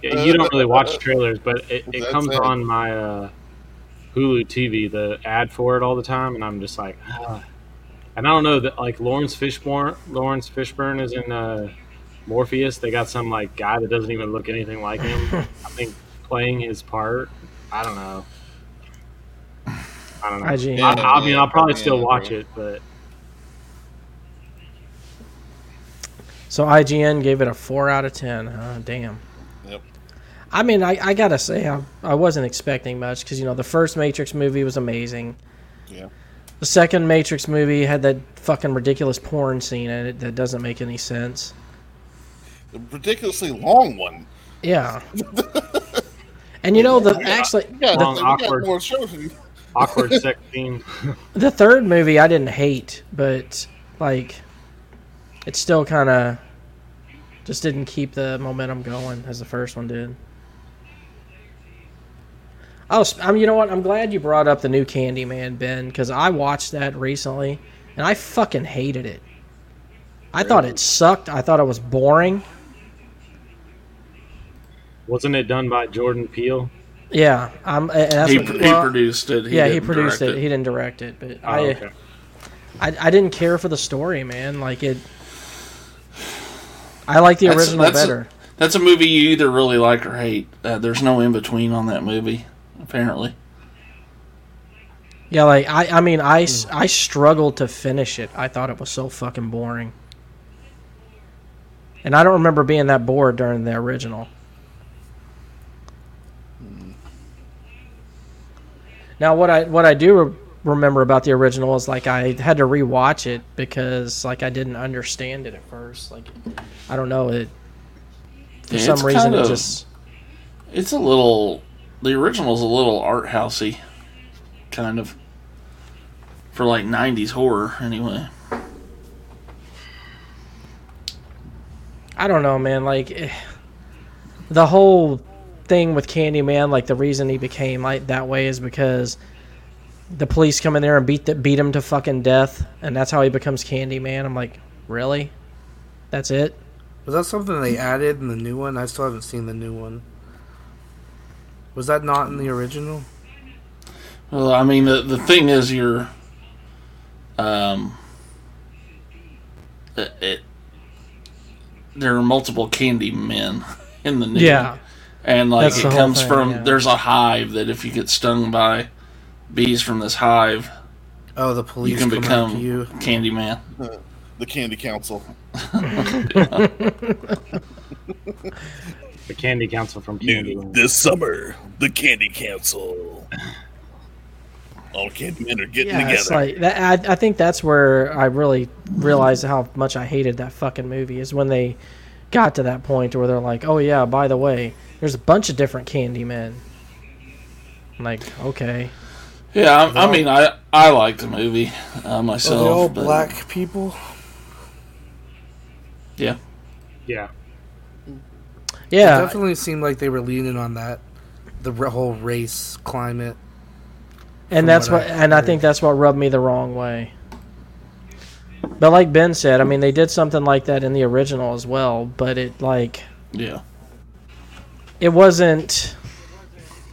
Speaker 3: you don't really watch trailers, but it, it
Speaker 4: Uh, That's
Speaker 3: comes
Speaker 4: it.
Speaker 3: on my uh, Hulu TV, the ad for it all the time, and I'm just like, ah. and I don't know that like Lawrence Fishburne, Lawrence Fishburne is in uh, Morpheus. They got some like guy that doesn't even look anything like him. I think playing his part. I don't know. I don't know. I,
Speaker 1: IG.
Speaker 4: Yeah.
Speaker 3: I mean, I'll probably
Speaker 4: Yeah,
Speaker 3: still
Speaker 4: yeah,
Speaker 3: watch
Speaker 4: bro.
Speaker 3: it, but
Speaker 1: So IGN gave it a four out of ten. Huh? Damn.
Speaker 4: Yep.
Speaker 1: I mean, I, I gotta say, I, I wasn't expecting much because you know the first Matrix movie was amazing.
Speaker 4: Yeah.
Speaker 1: The second Matrix movie had that fucking ridiculous porn scene in it that doesn't make any sense.
Speaker 4: A ridiculously long one.
Speaker 1: Yeah. and you know the actually
Speaker 4: We got,
Speaker 3: Long,
Speaker 4: we
Speaker 3: awkward.
Speaker 4: got more shows. than-
Speaker 3: awkward sex scene.
Speaker 1: the third movie I didn't hate, but like it still kind of just didn't keep the momentum going as the first one did. Oh, sp- I'm, you know what? I'm glad you brought up the new Candyman, Ben, because I watched that recently and I fucking hated it. I thought it sucked. I thought it was boring.
Speaker 3: Wasn't it done by Jordan Peele?
Speaker 1: Yeah, I'm. And that's
Speaker 2: He,
Speaker 1: what-
Speaker 2: he
Speaker 1: well,
Speaker 2: produced it.
Speaker 1: yeah, he
Speaker 2: didn't
Speaker 1: produced it.
Speaker 2: direct
Speaker 1: He didn't direct it, but I,
Speaker 3: Oh, okay.
Speaker 1: I, I didn't care for the story, man. Like it. I like the
Speaker 2: That's-
Speaker 1: original
Speaker 2: that's-
Speaker 1: better.
Speaker 2: That's a movie you either really like or hate. Uh, there's no in between on that movie, apparently.
Speaker 1: Yeah, like I, I mean, I, s- I struggled to finish it. I thought it was so fucking boring. And I don't remember being that bored during the original. Now, what I what I do re- remember about the original is like I had to rewatch it because like I didn't understand it at first. Like I don't know it. For
Speaker 2: Yeah,
Speaker 1: some
Speaker 2: it's
Speaker 1: reason,
Speaker 2: kind
Speaker 1: it
Speaker 2: of-
Speaker 1: just
Speaker 2: It's a little. The original's a little art housey, kind of. For like 90s horror, anyway.
Speaker 1: I don't know, man. Like eh, the whole thing with Candyman, like the reason he became like that way is because the police come in there and beat the, beat him to fucking death, and that's how he becomes Candyman. I'm like, really? That's it?
Speaker 5: Was that something they added in the new one? I still haven't seen the new one. Was that not in the original?
Speaker 2: Well, I mean, the, the thing is, you're. Um. It, it- there are multiple candy men in the new
Speaker 1: Yeah,
Speaker 2: And like
Speaker 1: That's
Speaker 2: it
Speaker 1: the whole
Speaker 2: comes
Speaker 1: thing,
Speaker 2: from
Speaker 1: yeah.
Speaker 2: there's a hive that if you get stung by bees from this hive,
Speaker 5: Oh, the
Speaker 2: you
Speaker 5: police
Speaker 2: can
Speaker 5: come
Speaker 2: become
Speaker 5: after you.
Speaker 2: Candyman.
Speaker 4: The Candy Council.
Speaker 3: The Candy Council from Candy.
Speaker 4: this summer, the Candy Council. All candy men are getting
Speaker 1: yeah. It's like that. I, I think that's where I really realized how much I hated that fucking movie is when they got to that point where they're like, oh yeah, by the way, there's a bunch of different Candymen. I'm Like, okay.
Speaker 2: Yeah, I, I mean, I I like the movie uh, myself.
Speaker 5: they all
Speaker 2: but-
Speaker 5: black people?
Speaker 2: Yeah,
Speaker 3: Yeah.
Speaker 5: It
Speaker 1: Yeah,
Speaker 5: definitely seemed like they were leaning on that, the r- whole race climate.
Speaker 1: and
Speaker 5: from
Speaker 1: that's
Speaker 5: what
Speaker 1: what,
Speaker 5: I
Speaker 1: and I
Speaker 5: heard.
Speaker 1: think that's what rubbed me the wrong way. But like Ben said, I mean, they did something like that in the original as well, but it like
Speaker 2: yeah,
Speaker 1: it wasn't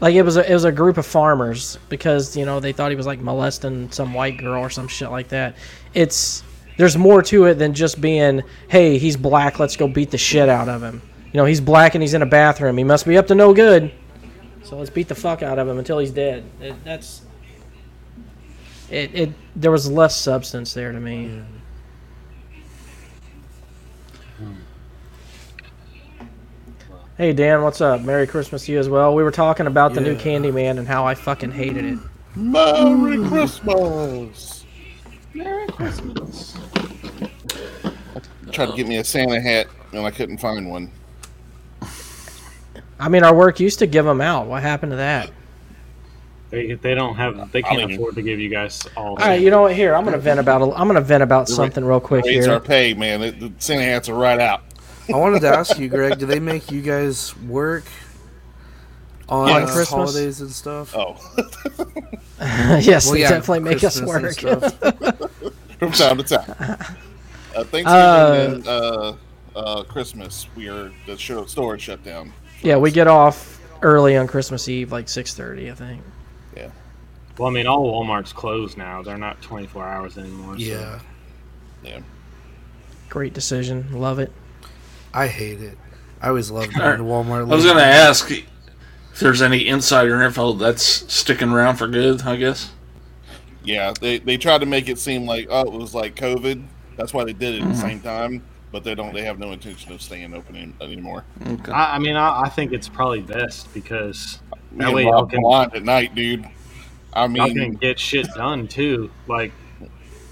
Speaker 1: like it was a, it was a group of farmers because you know they thought he was like molesting some white girl or some shit like that. It's there's more to it than just being hey he's black let's go beat the shit out of him. You know he's black and he's in a bathroom he must be up to no good. So let's beat the fuck out of him until he's dead. It, that's it, it. There was less substance there to me. Hey Dan, what's up? Merry Christmas to you as well. We were talking about the new
Speaker 5: Yeah.
Speaker 1: Candyman and how I fucking hated it.
Speaker 4: Merry Christmas. Tried to get me a Santa hat and I couldn't find one.
Speaker 1: I mean, our work used to give them out. What happened to that?
Speaker 3: They, they don't have. They
Speaker 4: I
Speaker 3: can't
Speaker 4: mean-
Speaker 3: afford to give you guys all.
Speaker 1: All right, you know what? Here, I'm gonna vent about. A, I'm gonna vent about something real quick
Speaker 4: Rates our
Speaker 1: here.
Speaker 4: pay, man. It- the Santa hats are right out.
Speaker 5: I wanted to ask you, Greg, do they make you guys work on
Speaker 4: Yeah,
Speaker 5: uh,
Speaker 1: Christmas.
Speaker 5: holidays and
Speaker 2: Uh,
Speaker 5: stuff?
Speaker 4: Oh,
Speaker 1: yes,
Speaker 5: Well,
Speaker 1: they
Speaker 5: yeah,
Speaker 1: definitely make us work.
Speaker 5: Christmas and stuff.
Speaker 4: from time to time. Uh, Thanksgiving
Speaker 1: Uh,
Speaker 4: and uh, uh, Christmas, we are the show, store is shut down.
Speaker 1: yeah, we get off early on Christmas Eve, like 6:30, I think.
Speaker 3: Well, I mean, all Walmart's closed now. They're not 24 hours anymore. so-
Speaker 5: yeah,
Speaker 1: Great decision. Love it.
Speaker 5: I hate it. I always loved going to Walmart.
Speaker 2: I was gonna ask if there's any insider info that's sticking around for good. I guess.
Speaker 4: Yeah, they, they tried to make it seem like oh it was like COVID. That's why they did it at the same time. But they don't. They have no intention of staying open any- anymore.
Speaker 2: Okay.
Speaker 3: I, I mean, I, I think it's probably best because
Speaker 4: Me
Speaker 3: that
Speaker 4: and
Speaker 3: way y'all
Speaker 4: Rob
Speaker 3: can,
Speaker 4: blind at night, dude. I
Speaker 3: y'all can
Speaker 4: mean,
Speaker 3: get shit done too. Like,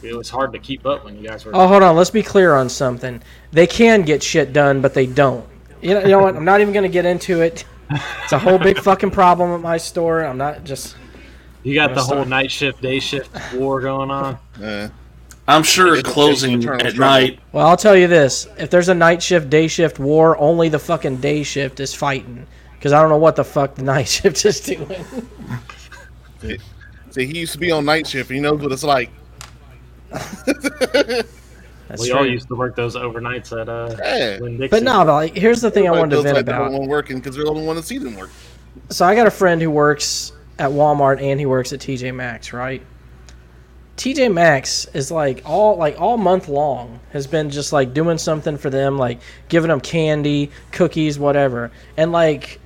Speaker 3: it was hard to keep up when you guys were.
Speaker 1: Oh, hold on. Let's be clear on something. They can get shit done, but they don't. You know, you know what? I'm not even gonna get into it. It's a whole big fucking problem at my store. I'm not just.
Speaker 3: you got the
Speaker 1: gonna
Speaker 3: whole
Speaker 1: start-
Speaker 3: night shift, day shift war going on.
Speaker 4: eh.
Speaker 2: I'm sure
Speaker 4: It's a-
Speaker 2: closing
Speaker 4: it's an
Speaker 2: at
Speaker 4: eternal
Speaker 2: night.
Speaker 1: Well, I'll tell you this: if there's a night shift, day shift war, only the fucking day shift is fighting. Because I don't know what the fuck the night shift is doing.
Speaker 4: see, he used to be on night shift. He knows what it's like.
Speaker 1: That's
Speaker 3: we
Speaker 1: true.
Speaker 3: all used to work those overnights at uh.
Speaker 4: Yeah.
Speaker 3: Winn-Dixie.
Speaker 1: but no, but like, here's the thing I wanted to
Speaker 4: Those
Speaker 1: vent
Speaker 4: like they're the
Speaker 1: about.
Speaker 4: only one working because they're the only one that see them work.
Speaker 1: so I got a friend who works at Walmart and he works at TJ Maxx, right? TJ Maxx is like all like all month long has been just like doing something for them, like giving them candy, cookies, whatever. And like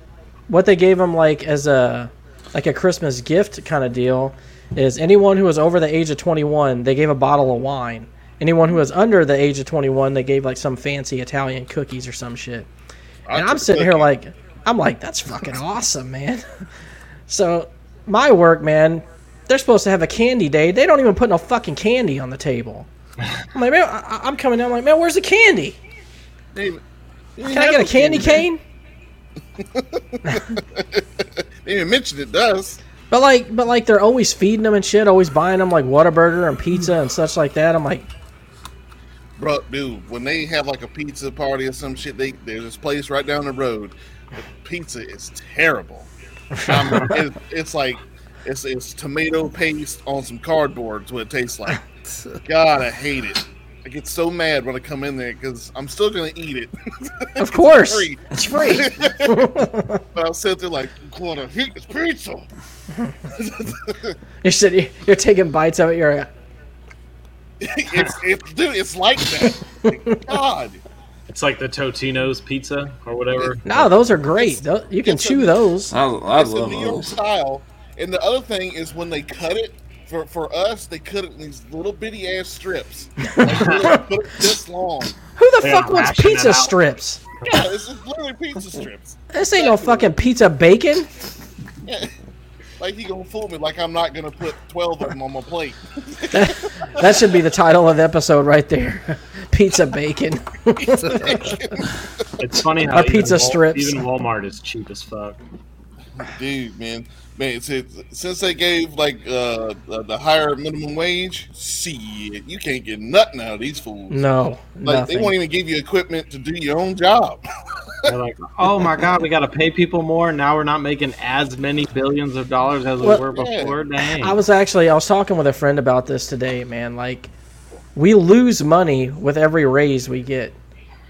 Speaker 1: what they gave them like as a like a Christmas gift kind of deal is anyone who was over the age of 21, they gave a bottle of wine. Anyone who was under the age of 21, they gave like some fancy Italian cookies or some shit and I'm sitting here like, I'm like, that's fucking awesome, man. so my work, man, they're supposed to have a candy day. They don't even put no fucking candy on the table. I'm like, man, I, I'm coming down. I'm like, man, where's the candy?
Speaker 4: They- they
Speaker 1: Can I get a candy cane?
Speaker 4: They didn't mention it does.
Speaker 1: But like, but like, they're always feeding them and shit. Always buying them like Whataburger and pizza and such like that. I'm like,
Speaker 4: Bro, dude, when they have like a pizza party or some shit, they there's this place right down the road. The pizza is terrible. Um, it, it's like it's it's tomato paste on some cardboard. Is what it tastes like. God, I hate it. I get so mad when I come in there because I'm still gonna eat it.
Speaker 1: of course,
Speaker 4: free.
Speaker 1: it's free.
Speaker 4: but I'll sit there like, what a heat is pizza.
Speaker 1: You're sitting, you're taking bites of it. You're like,
Speaker 4: it's it's dude, it's like that. God,
Speaker 3: it's like the Totino's pizza or whatever.
Speaker 1: no, those are great. Tho- You can
Speaker 4: it's a-
Speaker 1: chew those.
Speaker 2: I, I
Speaker 4: it's a
Speaker 2: love
Speaker 4: New York
Speaker 2: those.
Speaker 4: style. And the other thing is when they cut it for for us, they cut it in these little bitty ass strips, like, little- but it's this long.
Speaker 1: Who the
Speaker 3: They
Speaker 1: fuck
Speaker 3: are
Speaker 1: wants
Speaker 3: rationing
Speaker 1: pizza
Speaker 3: out.
Speaker 1: strips?
Speaker 4: Yeah, it's just literally pizza strips.
Speaker 1: This ain't no fucking pizza bacon.
Speaker 4: Yeah. Like he gonna fool me? Like I'm not gonna put twelve of them on my plate?
Speaker 1: That should be the title of the episode right there. Pizza bacon.
Speaker 3: It's funny how
Speaker 1: Our
Speaker 3: even
Speaker 1: pizza
Speaker 3: Wal-
Speaker 1: strips.
Speaker 3: even Walmart is cheap as fuck.
Speaker 4: Dude, man, man. Since, since they gave like uh, the, the higher minimum wage, see, you can't get nothing out of these fools.
Speaker 1: No,
Speaker 4: Like they won't
Speaker 1: nothing.
Speaker 4: even give you equipment to do your own job.
Speaker 3: They're like, oh my god, we got to pay people more. Now we're not making as many billions of dollars as
Speaker 1: Well,
Speaker 3: we were
Speaker 4: yeah.
Speaker 3: before. Dang.
Speaker 1: I was actually I was talking with a friend about this today, man. Like we lose money with every raise we get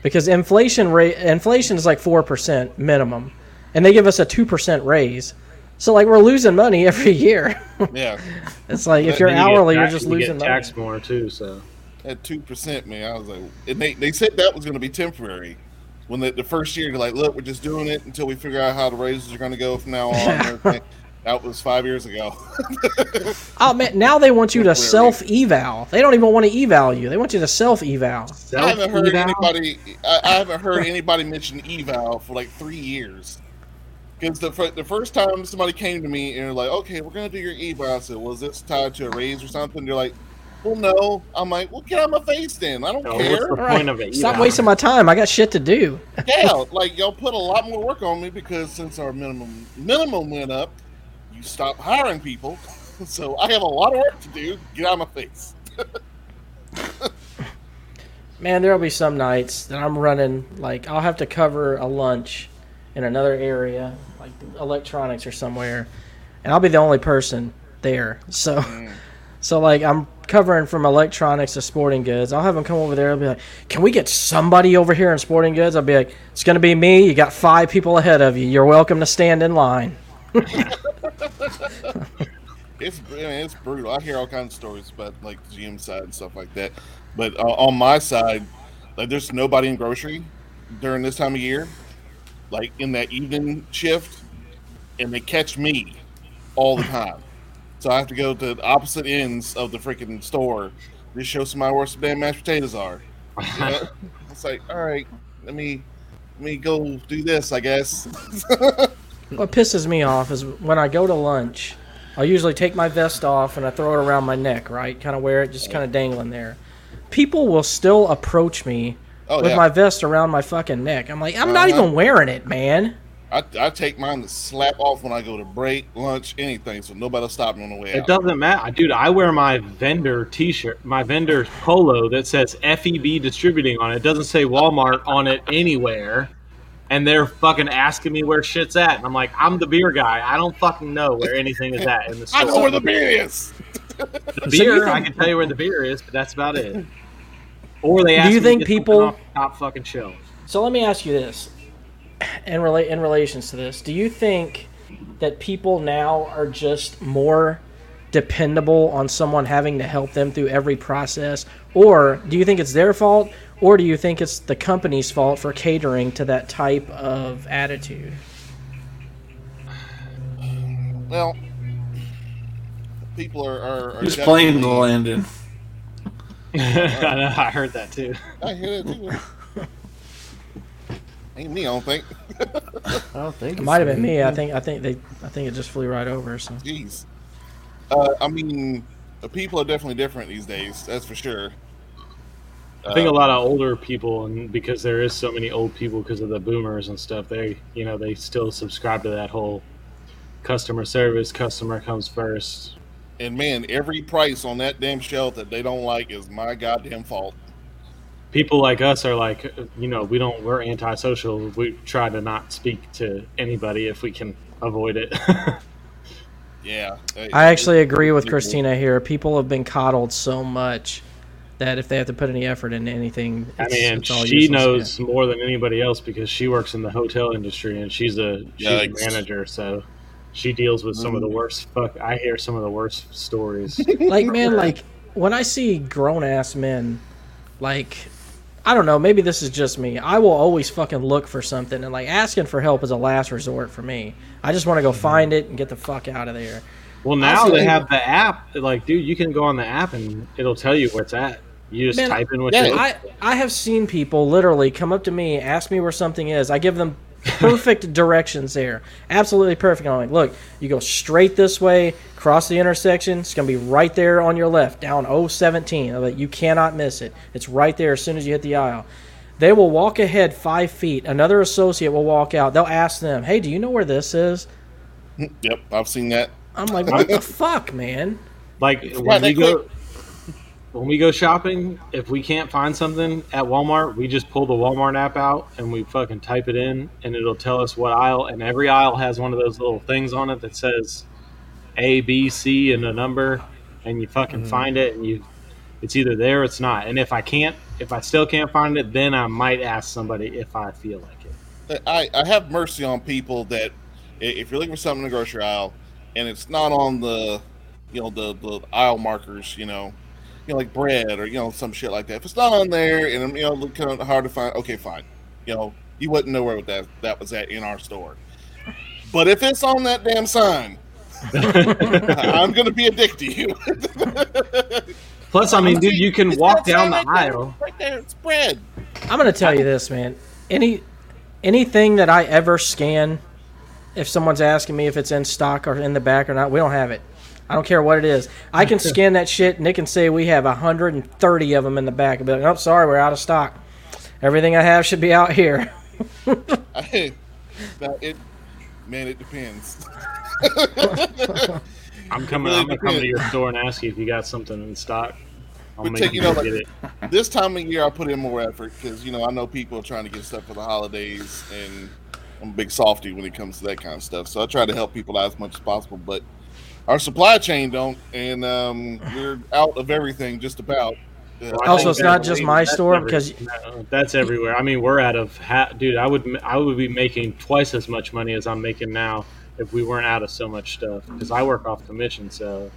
Speaker 1: because inflation rate inflation is like 4% minimum and they give us a 2% raise. So like we're losing money every year.
Speaker 4: yeah,
Speaker 1: It's like if
Speaker 4: But
Speaker 1: you're
Speaker 3: And you get
Speaker 1: hourly, you're
Speaker 3: tax-
Speaker 1: just
Speaker 3: you get
Speaker 1: losing money.
Speaker 3: taxed more too. So
Speaker 4: at two percent, man. I was like, and they, they said that was going to be temporary. When the, the first year, they're like, look, we're just doing it until we figure out how the raises are going to go from now on. and everything. that was five years ago.
Speaker 1: Oh man, now they want you to
Speaker 4: Temporary.
Speaker 1: self eval. They don't even want to eval you. They want you to self eval.
Speaker 4: I haven't heard
Speaker 3: Self-eval?
Speaker 4: anybody. I, I haven't heard anybody mention eval for like three years. Because the fir- the first time somebody came to me and they're like, okay, we're going to do your eval. I said, was this tied to a raise or something? They're like, well, no. I'm like, well, get out of my face then. I don't
Speaker 3: No,
Speaker 4: care.
Speaker 3: what's the
Speaker 1: All right,
Speaker 3: point of it?
Speaker 1: Stop
Speaker 3: eval?
Speaker 1: wasting my time. I got shit to do.
Speaker 4: yeah, like y'all put a lot more work on me because since our minimum minimum went up, you stopped hiring people. So I have a lot of work to do. Get out of my face.
Speaker 1: Man, there'll be some nights that I'm running like I'll have to cover a lunch in another area, like electronics or somewhere, and I'll be the only person there. So, so like I'm covering from electronics to sporting goods. I'll have them come over there. I'll be like, "Can we get somebody over here in sporting goods?" I'll be like, "It's gonna be me. You got five people ahead of you. You're welcome to stand in line."
Speaker 4: It's I mean, it's brutal. I hear all kinds of stories about like the GM side and stuff like that. But uh, on my side, like there's nobody in grocery during this time of year, like in that evening shift, and they catch me all the time. So I have to go to the opposite ends of the freaking store to show somebody where some damn mashed potatoes are. You know? it's like, all right, let me let me go do this, I guess.
Speaker 1: What pisses me off is when I go to lunch, I usually take my vest off and I throw it around my neck, right? Kind of wear it, just kind of dangling there. People will still approach me
Speaker 4: Oh
Speaker 1: with
Speaker 4: yeah,
Speaker 1: my vest around my fucking neck. I'm like, I'm not
Speaker 4: Uh-huh.
Speaker 1: even wearing it, man.
Speaker 4: I, I take mine to slap off when I go to break, lunch, anything, so nobody'll stop me on the way
Speaker 3: It
Speaker 4: out.
Speaker 3: doesn't matter, dude. I wear my vendor T-shirt, my vendor polo that says FEB Distributing on it. It doesn't say Walmart on it anywhere, and they're fucking asking me where shit's at, and I'm like, I'm the beer guy. I don't fucking know where anything is at in the store.
Speaker 4: I know where the beer is.
Speaker 3: The
Speaker 1: So you
Speaker 3: beer,
Speaker 1: can-
Speaker 3: I can tell you where the beer is, but that's about it. Or they ask
Speaker 1: you
Speaker 3: me to
Speaker 1: think
Speaker 3: get something
Speaker 1: people-
Speaker 3: off the top fucking shelf.
Speaker 1: So let me ask you this, in relate in relations to this, do you think that people now are just more dependable on someone having to help them through every process, or do you think it's their fault, or do you think it's the company's fault for catering to that type of attitude?
Speaker 4: Well, people are. are, are
Speaker 2: Just
Speaker 4: definitely-
Speaker 2: playing the Landon.
Speaker 3: I know, I heard that too.
Speaker 4: I hear that too. Ain't me, I don't think.
Speaker 5: I don't think
Speaker 1: It might have been me.
Speaker 5: Mm-hmm.
Speaker 1: I think I think they I think it just flew right over. So
Speaker 4: Jeez. Uh, I mean, the people are definitely different these days. That's for sure.
Speaker 3: I think a lot of older people, and because there is so many old people because of the boomers and stuff, they you know they still subscribe to that whole customer service, customer comes first.
Speaker 4: Uh, And man, every price on that damn shelf that they don't like is my goddamn fault.
Speaker 3: People like us are like, you know, we don't we're antisocial. We try to not speak to anybody if we can avoid it.
Speaker 4: Yeah. Hey,
Speaker 1: I actually agree with
Speaker 4: people-
Speaker 1: Christina here. People have been coddled so much that if they have to put any effort into anything,
Speaker 3: I
Speaker 1: it's,
Speaker 3: mean,
Speaker 1: it's all
Speaker 3: she
Speaker 1: useless.
Speaker 3: knows more than anybody else because she works in the hotel industry and she's a she's a
Speaker 4: Yikes.
Speaker 3: manager, so she deals with some of
Speaker 1: Mm.
Speaker 3: the worst fuck. I hear some of the worst stories.
Speaker 1: like man like when i see grown-ass men like i don't know maybe this is just me i will always fucking look for something and like asking for help is a last resort for me i just want to go find it and get the fuck out of there
Speaker 3: Well, now
Speaker 1: Also-
Speaker 3: they have the app. Like, dude, you can go on the app and it'll tell you where it's at. You just
Speaker 1: Man,
Speaker 3: type in what
Speaker 4: yeah,
Speaker 3: you
Speaker 1: i i have seen people literally come up to me ask me where something is i give them perfect directions there absolutely perfect and i'm like look you go straight this way cross the intersection it's going to be right there on your left down 017 I'm like, you cannot miss it it's right there as soon as you hit the aisle They will walk ahead five feet. Another associate will walk out. They'll ask them, "Hey, do you know where this is?"
Speaker 4: Yep, I've seen that.
Speaker 1: I'm like, "What the fuck, man?"
Speaker 3: like.
Speaker 4: Right,
Speaker 3: When we
Speaker 4: they
Speaker 3: go, when we go shopping, if we can't find something at Walmart, we just pull the Walmart app out and we fucking type it in, and it'll tell us what aisle. And every aisle has one of those little things on it that says A, B, C, and a number, and you fucking find it, and you. It's either there or it's not. And if I can't, if I still can't find it, then I might ask somebody if I feel like it.
Speaker 4: I, I have mercy on people that i- if you're looking for something in the grocery aisle and it's not on the you know the, the aisle markers, you know, you know like bread or you know some shit like that. If it's not on there and um, you know look kind of hard to find, okay, fine. You know, you wouldn't know where that that was at in our store. But if it's on that damn sign, I'm gonna be a dick to you.
Speaker 3: Plus, I mean, dude, you can
Speaker 4: It's
Speaker 3: walk
Speaker 4: that
Speaker 3: down the
Speaker 4: sign right there,
Speaker 3: aisle.
Speaker 4: Right there, it's bread.
Speaker 1: I'm gonna tell you this, man. Any anything that I ever scan, if someone's asking me if it's in stock or in the back or not, we don't have it. I don't care what it is. I can scan that shit, and it can say we have 130 of them in the back. But nope, sorry, we're out of stock. Everything I have should be out here.
Speaker 4: I, now it, man, it depends.
Speaker 3: I'm coming.
Speaker 4: really
Speaker 3: I'm gonna come to
Speaker 4: depends.
Speaker 3: your store and ask you if you got something in stock. I'll
Speaker 4: We're
Speaker 3: make
Speaker 4: taking
Speaker 3: you
Speaker 4: over.
Speaker 3: get it.
Speaker 4: this time of year, I put in more effort because you know I know people are trying to get stuff for the holidays, and I'm a big softy when it comes to that kind of stuff. So I try to help people out as much as possible, but our supply chain don't, and um, we're out of everything just about. Uh,
Speaker 3: Well, I
Speaker 1: Also,
Speaker 3: think
Speaker 1: it's not
Speaker 3: that-
Speaker 1: just my
Speaker 3: that's
Speaker 1: store,
Speaker 3: every-
Speaker 1: because-
Speaker 3: no, that's everywhere. I mean, we're out of ha- dude. I would I would be making twice as much money as I'm making now if we weren't out of so much stuff. Because I work off commission, so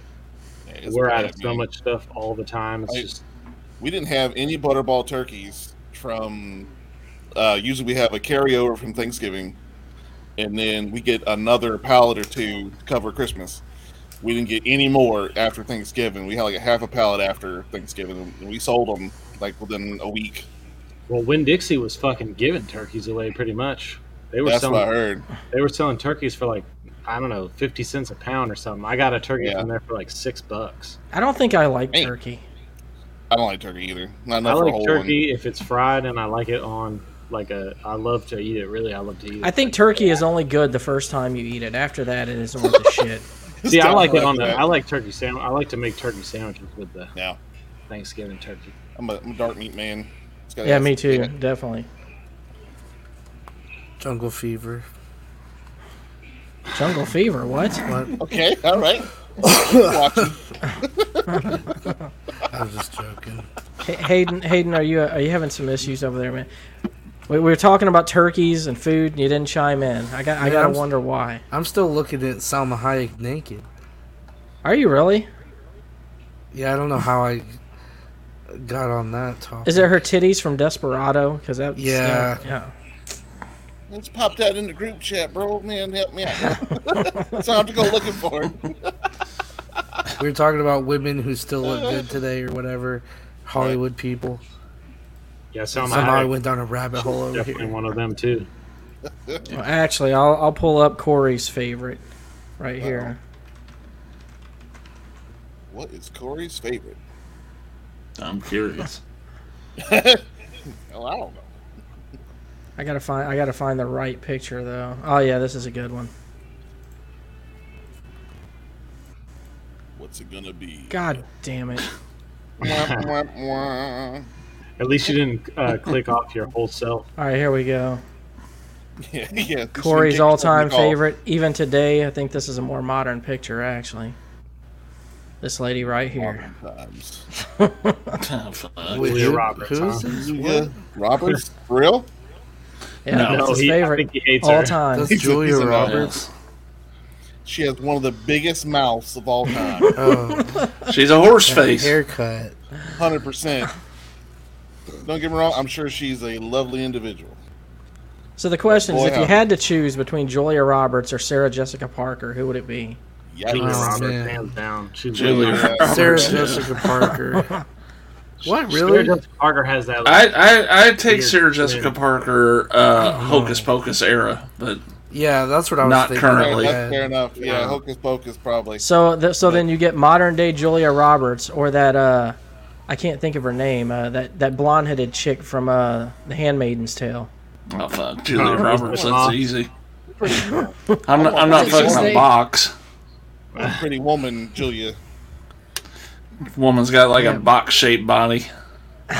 Speaker 4: it's
Speaker 3: we're
Speaker 4: bad,
Speaker 3: out of so
Speaker 4: man.
Speaker 3: much stuff all the time. It's
Speaker 4: I-
Speaker 3: just
Speaker 4: We didn't have any butterball turkeys from. Uh, usually, we have a carryover from Thanksgiving, and then we get another pallet or two to cover Christmas. We didn't get any more after Thanksgiving. We had like a half a pallet after Thanksgiving, and we sold them like within a week.
Speaker 3: well, Winn Dixie was fucking giving turkeys away pretty much. They were
Speaker 4: That's
Speaker 3: selling
Speaker 4: what I heard.
Speaker 3: they were selling turkeys for like I don't know, fifty cents a pound or something. I got a turkey
Speaker 4: Yeah.
Speaker 3: from there for like six bucks.
Speaker 1: I don't think I like
Speaker 4: Hey.
Speaker 1: turkey.
Speaker 4: I don't like turkey either. Not enough
Speaker 3: I
Speaker 4: for a
Speaker 3: like
Speaker 4: whole
Speaker 3: turkey if it's fried and I like it on like a. I love to eat it. Really, I love to eat it.
Speaker 1: I think turkey is only good the first time you eat it. After that, it isn't worth the shit.
Speaker 4: one.
Speaker 3: See, I like it on the.
Speaker 4: the.
Speaker 3: I like turkey sandwich. I like to make turkey sandwiches with the
Speaker 4: Yeah,
Speaker 3: Thanksgiving turkey.
Speaker 4: I'm a, I'm a dark meat man. It's gotta
Speaker 1: Yeah,
Speaker 4: have
Speaker 1: me
Speaker 4: some
Speaker 1: too.
Speaker 4: fat.
Speaker 1: Definitely.
Speaker 5: Jungle Fever.
Speaker 1: Jungle fever. What?
Speaker 4: Okay, all right. Watch it.
Speaker 5: I was just joking.
Speaker 1: Hayden, Hayden, are you are you having some issues over there, man? We, we were talking about turkeys and food, and you didn't chime in. I got I
Speaker 5: Man,
Speaker 1: gotta
Speaker 5: I'm s-
Speaker 1: wonder why.
Speaker 5: I'm still looking at Salma Hayek naked.
Speaker 1: Are you really?
Speaker 5: Yeah, I don't know how I got on that topic.
Speaker 1: Is it her titties from Desperado? Because that
Speaker 5: Yeah.
Speaker 1: yeah.
Speaker 4: Let's pop that in the group chat, bro. Man, help me out. so I have to go looking for it.
Speaker 5: We were talking about women who still look good today or whatever. Hollywood people.
Speaker 3: Yeah, Salma
Speaker 5: Somehow I
Speaker 3: Hayek
Speaker 5: went down a rabbit hole over
Speaker 3: definitely
Speaker 5: here.
Speaker 3: one of them too.
Speaker 1: Well, actually, I'll I'll pull up Corey's favorite right here.
Speaker 4: What is Corey's favorite?
Speaker 2: I'm curious.
Speaker 4: Oh, I don't know.
Speaker 1: I gotta find I gotta find the right picture though. Oh yeah, this is a good one.
Speaker 4: What's it gonna be?
Speaker 1: God damn it!
Speaker 4: Mwah, mwah, mwah.
Speaker 3: At least you didn't uh, click off your whole self.
Speaker 1: All right, here we go.
Speaker 4: yeah, yeah, this
Speaker 1: Corey's
Speaker 4: one takes
Speaker 1: all-time
Speaker 4: the call.
Speaker 1: favorite, even today. I think this is a more modern picture actually. This lady right here.
Speaker 4: Times.
Speaker 2: Oh, Fuck.
Speaker 5: Wait,
Speaker 3: Julia
Speaker 5: who-
Speaker 3: Roberts,
Speaker 5: who
Speaker 3: huh?
Speaker 5: is this?
Speaker 4: Yeah, Roberts, for real?
Speaker 1: Yeah,
Speaker 2: No.
Speaker 1: that's
Speaker 3: No,
Speaker 1: his
Speaker 3: he, I
Speaker 1: favorite
Speaker 3: think he hates
Speaker 1: all
Speaker 3: her.
Speaker 1: time.
Speaker 5: That's Julia
Speaker 4: He's a-
Speaker 5: Roberts.
Speaker 4: She has one of the biggest mouths of all time.
Speaker 5: Oh,
Speaker 2: She's a horse face.
Speaker 5: haircut.
Speaker 4: Hundred percent. Don't get me wrong. I'm sure she's a lovely individual.
Speaker 1: So the question is,
Speaker 4: Boy,
Speaker 1: if you
Speaker 4: howdy.
Speaker 1: had to choose between Julia Roberts or Sarah Jessica Parker, who would it be?
Speaker 3: Julia
Speaker 4: Yikes.
Speaker 3: Roberts,
Speaker 5: Oh, man.
Speaker 3: hands down. She's
Speaker 2: Julia
Speaker 3: really-
Speaker 2: Roberts.
Speaker 5: Sarah
Speaker 2: yeah.
Speaker 5: Jessica Parker.
Speaker 3: Sarah
Speaker 5: What really?
Speaker 3: Jessica Parker has that.
Speaker 2: I I I take
Speaker 3: Weird.
Speaker 2: Sarah Jessica
Speaker 3: Weird.
Speaker 2: Parker uh, Hocus Pocus era, but
Speaker 5: Yeah, that's what I was
Speaker 2: Not
Speaker 5: thinking.
Speaker 4: Fair,
Speaker 2: currently.
Speaker 4: that's
Speaker 5: Yeah.
Speaker 4: fair enough. Yeah, hocus pocus probably.
Speaker 1: So, th- so then you get modern day Julia Roberts or that uh, I can't think of her name. Uh, that that blonde headed chick from uh, The Handmaiden's Tale.
Speaker 2: oh fuck, Julia
Speaker 3: Oh,
Speaker 2: Roberts.
Speaker 3: yeah.
Speaker 2: That's easy. I'm not, I'm
Speaker 4: What's
Speaker 2: not
Speaker 4: it
Speaker 2: fucking
Speaker 1: say?
Speaker 2: a box.
Speaker 4: Pretty woman, Julia.
Speaker 2: Woman's got like
Speaker 1: Yeah.
Speaker 2: a box shaped body.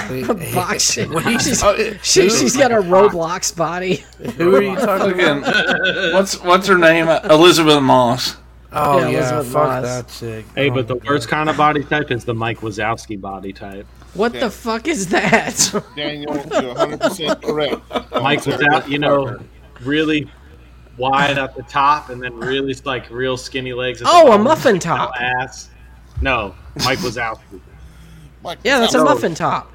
Speaker 5: Wait,
Speaker 1: Boxing.
Speaker 5: what are you
Speaker 1: she's,
Speaker 5: talking-
Speaker 1: she, has got a Roblox body.
Speaker 5: Who are you talking about?
Speaker 2: Fucking what's what's her name? Elizabeth Moss.
Speaker 5: Oh
Speaker 1: Yeah,
Speaker 5: yeah,
Speaker 1: Elizabeth
Speaker 5: fuck
Speaker 1: Moss.
Speaker 5: that chick.
Speaker 3: Hey,
Speaker 5: Oh
Speaker 3: but the
Speaker 5: my
Speaker 3: worst
Speaker 5: God.
Speaker 3: kind of body type is the Mike Wazowski body type.
Speaker 1: What
Speaker 4: Yeah.
Speaker 1: the fuck is that?
Speaker 4: Daniel, you're 100 percent correct.
Speaker 3: Mike
Speaker 4: Sarah
Speaker 3: Wazowski, you know,
Speaker 4: Parker.
Speaker 3: really wide at the top and then really like real skinny legs. at the
Speaker 1: oh, a
Speaker 3: bottom.
Speaker 1: muffin
Speaker 3: No
Speaker 1: top.
Speaker 3: ass. No, Mike Wazowski.
Speaker 4: Mike,
Speaker 1: Yeah, that's a
Speaker 3: No.
Speaker 1: muffin top.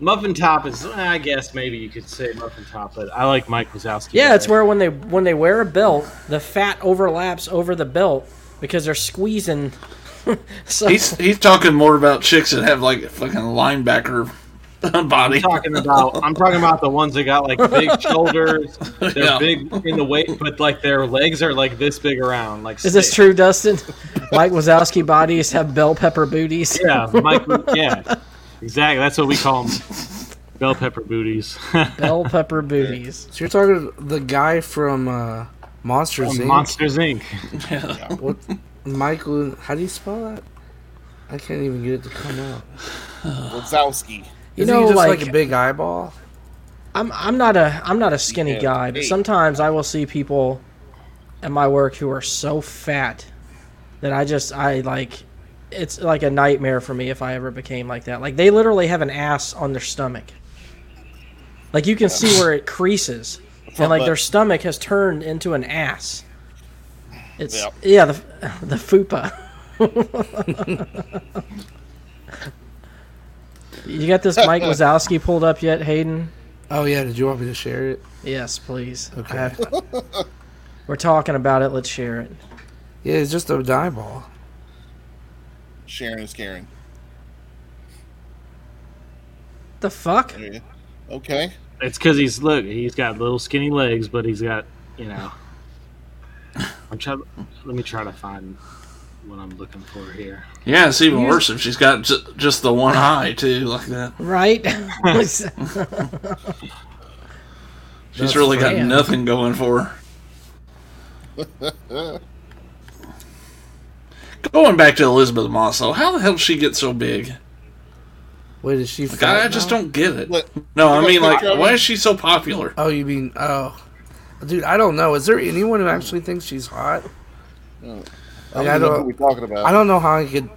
Speaker 3: Muffin top is, eh, I guess, maybe you could say muffin top, but I like Mike Wazowski.
Speaker 1: Yeah,
Speaker 3: better.
Speaker 1: it's where when they when they wear a belt, the fat overlaps over the belt because they're squeezing. so,
Speaker 2: He's he's talking more about chicks that have like a fucking linebacker body.
Speaker 3: I'm talking about. I'm talking about the ones that got like big shoulders. They're
Speaker 2: Yeah.
Speaker 3: big in the waist, but like their legs are like this big around. Like
Speaker 1: is this
Speaker 3: stick.
Speaker 1: true, Dustin? Mike Wazowski bodies have bell pepper booties.
Speaker 3: Yeah, Mike. yeah, exactly. That's what we call them. Bell pepper booties.
Speaker 1: Bell pepper booties.
Speaker 5: So you're talking the guy from uh, Monsters Inc.
Speaker 3: Monsters Inc.
Speaker 5: What, Michael? How do you spell that? I can't even get it to come out.
Speaker 4: Wazowski.
Speaker 1: You
Speaker 5: Isn't
Speaker 1: know,
Speaker 5: he just
Speaker 1: like,
Speaker 5: like, a big eyeball?
Speaker 1: I'm I'm not a I'm not a skinny
Speaker 4: Yeah,
Speaker 1: guy, but
Speaker 4: hey.
Speaker 1: sometimes I will see people at my work who are so fat that I just I like it's like a nightmare for me if I ever became like that. Like they literally have an ass on their stomach. Like you can see where it creases, and like their
Speaker 4: butt.
Speaker 1: stomach has turned into an ass. It's
Speaker 4: Yep.
Speaker 1: yeah, the the fupa. you got this Mike Wazowski pulled up yet, Hayden?
Speaker 5: Oh yeah, did you want me to share it?
Speaker 1: Yes, please. I
Speaker 5: Okay.
Speaker 1: have- we're talking about it. Let's share it.
Speaker 5: Yeah, it's just a eyeball.
Speaker 4: Sharon is Karen.
Speaker 1: The fuck?
Speaker 4: Yeah. Okay.
Speaker 3: It's because he's look. He's got little skinny legs, but he's got you know. I'm trying. Let me try to find what I'm looking for here.
Speaker 2: Yeah, it's even worse if she's got j- just the one eye too, like that.
Speaker 1: Right?
Speaker 2: She's really got
Speaker 1: right.
Speaker 2: nothing going for her. Going back to Elizabeth Moss, though, how the hell did she get so big?
Speaker 5: Wait, is she?
Speaker 2: God,
Speaker 5: fat
Speaker 2: I just
Speaker 5: now?
Speaker 2: don't get it.
Speaker 4: Look,
Speaker 2: No, I
Speaker 4: look,
Speaker 2: mean, like,
Speaker 4: look,
Speaker 2: why is she so popular?
Speaker 5: Oh, you mean oh, dude? I don't know. Is there anyone who actually thinks she's hot?
Speaker 4: No.
Speaker 5: Like,
Speaker 4: I
Speaker 5: I
Speaker 4: don't know what
Speaker 5: don't.
Speaker 4: we're talking about.
Speaker 5: I don't know how I could,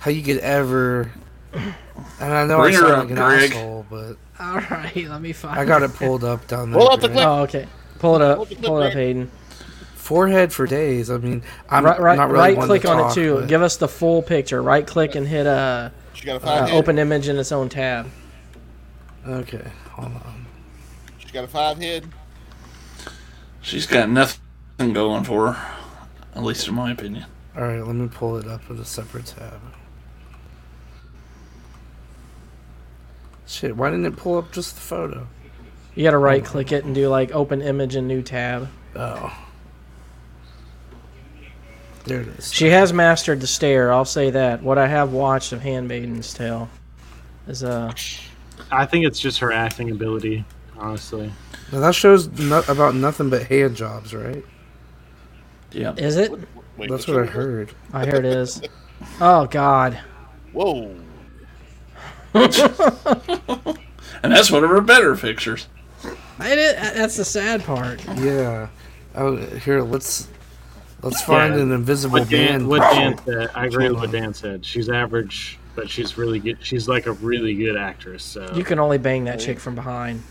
Speaker 5: how you could ever And I know
Speaker 2: Bring
Speaker 5: I
Speaker 2: her
Speaker 5: sound
Speaker 2: up,
Speaker 5: like an
Speaker 2: Greg.
Speaker 5: asshole, but
Speaker 1: All right, let me find.
Speaker 5: I got it pulled up down there.
Speaker 4: Roll up the
Speaker 5: Greg.
Speaker 4: clip.
Speaker 1: Oh, okay. Pull it up.
Speaker 4: Hold the clip
Speaker 1: Pull it up,
Speaker 4: right-
Speaker 1: Hayden.
Speaker 5: Forehead for days. I mean, I'm
Speaker 1: Right, right,
Speaker 5: not really
Speaker 1: right
Speaker 5: one
Speaker 1: click
Speaker 5: to
Speaker 1: on
Speaker 5: talk,
Speaker 1: it too.
Speaker 5: but-
Speaker 1: Give us the full picture. Right click and hit a
Speaker 4: She got a
Speaker 1: uh,
Speaker 4: five. head.
Speaker 1: open image in its own tab.
Speaker 5: Okay, hold on.
Speaker 4: She got a five head.
Speaker 2: She's got nothing going for her, at least in my opinion.
Speaker 5: All right, let me pull it up in a separate tab. Shit, why didn't it pull up just the photo?
Speaker 1: You got to right click it and do like open image in new tab.
Speaker 5: Oh. There it is.
Speaker 1: She has mastered the stare. I'll say that. What I have watched of Handmaiden's Tale is uh
Speaker 3: I think it's just her acting ability, honestly.
Speaker 5: Now that shows no- about nothing but hand jobs, right?
Speaker 2: Yeah.
Speaker 1: is it?
Speaker 4: Wait,
Speaker 5: That's
Speaker 4: which
Speaker 5: what I
Speaker 4: one was-
Speaker 5: heard.
Speaker 1: Oh, here it is. Oh God.
Speaker 4: Whoa.
Speaker 2: And that's one of her better pictures.
Speaker 1: I did- that's the sad part.
Speaker 5: Yeah. Oh, here, let's let's find
Speaker 3: Yeah.
Speaker 5: an invisible
Speaker 3: What Dan,
Speaker 5: band.
Speaker 3: what Dan said, I agree with what Dan said. She's average, but she's really good. She's like a really good actress. So
Speaker 1: You can only bang that chick from behind.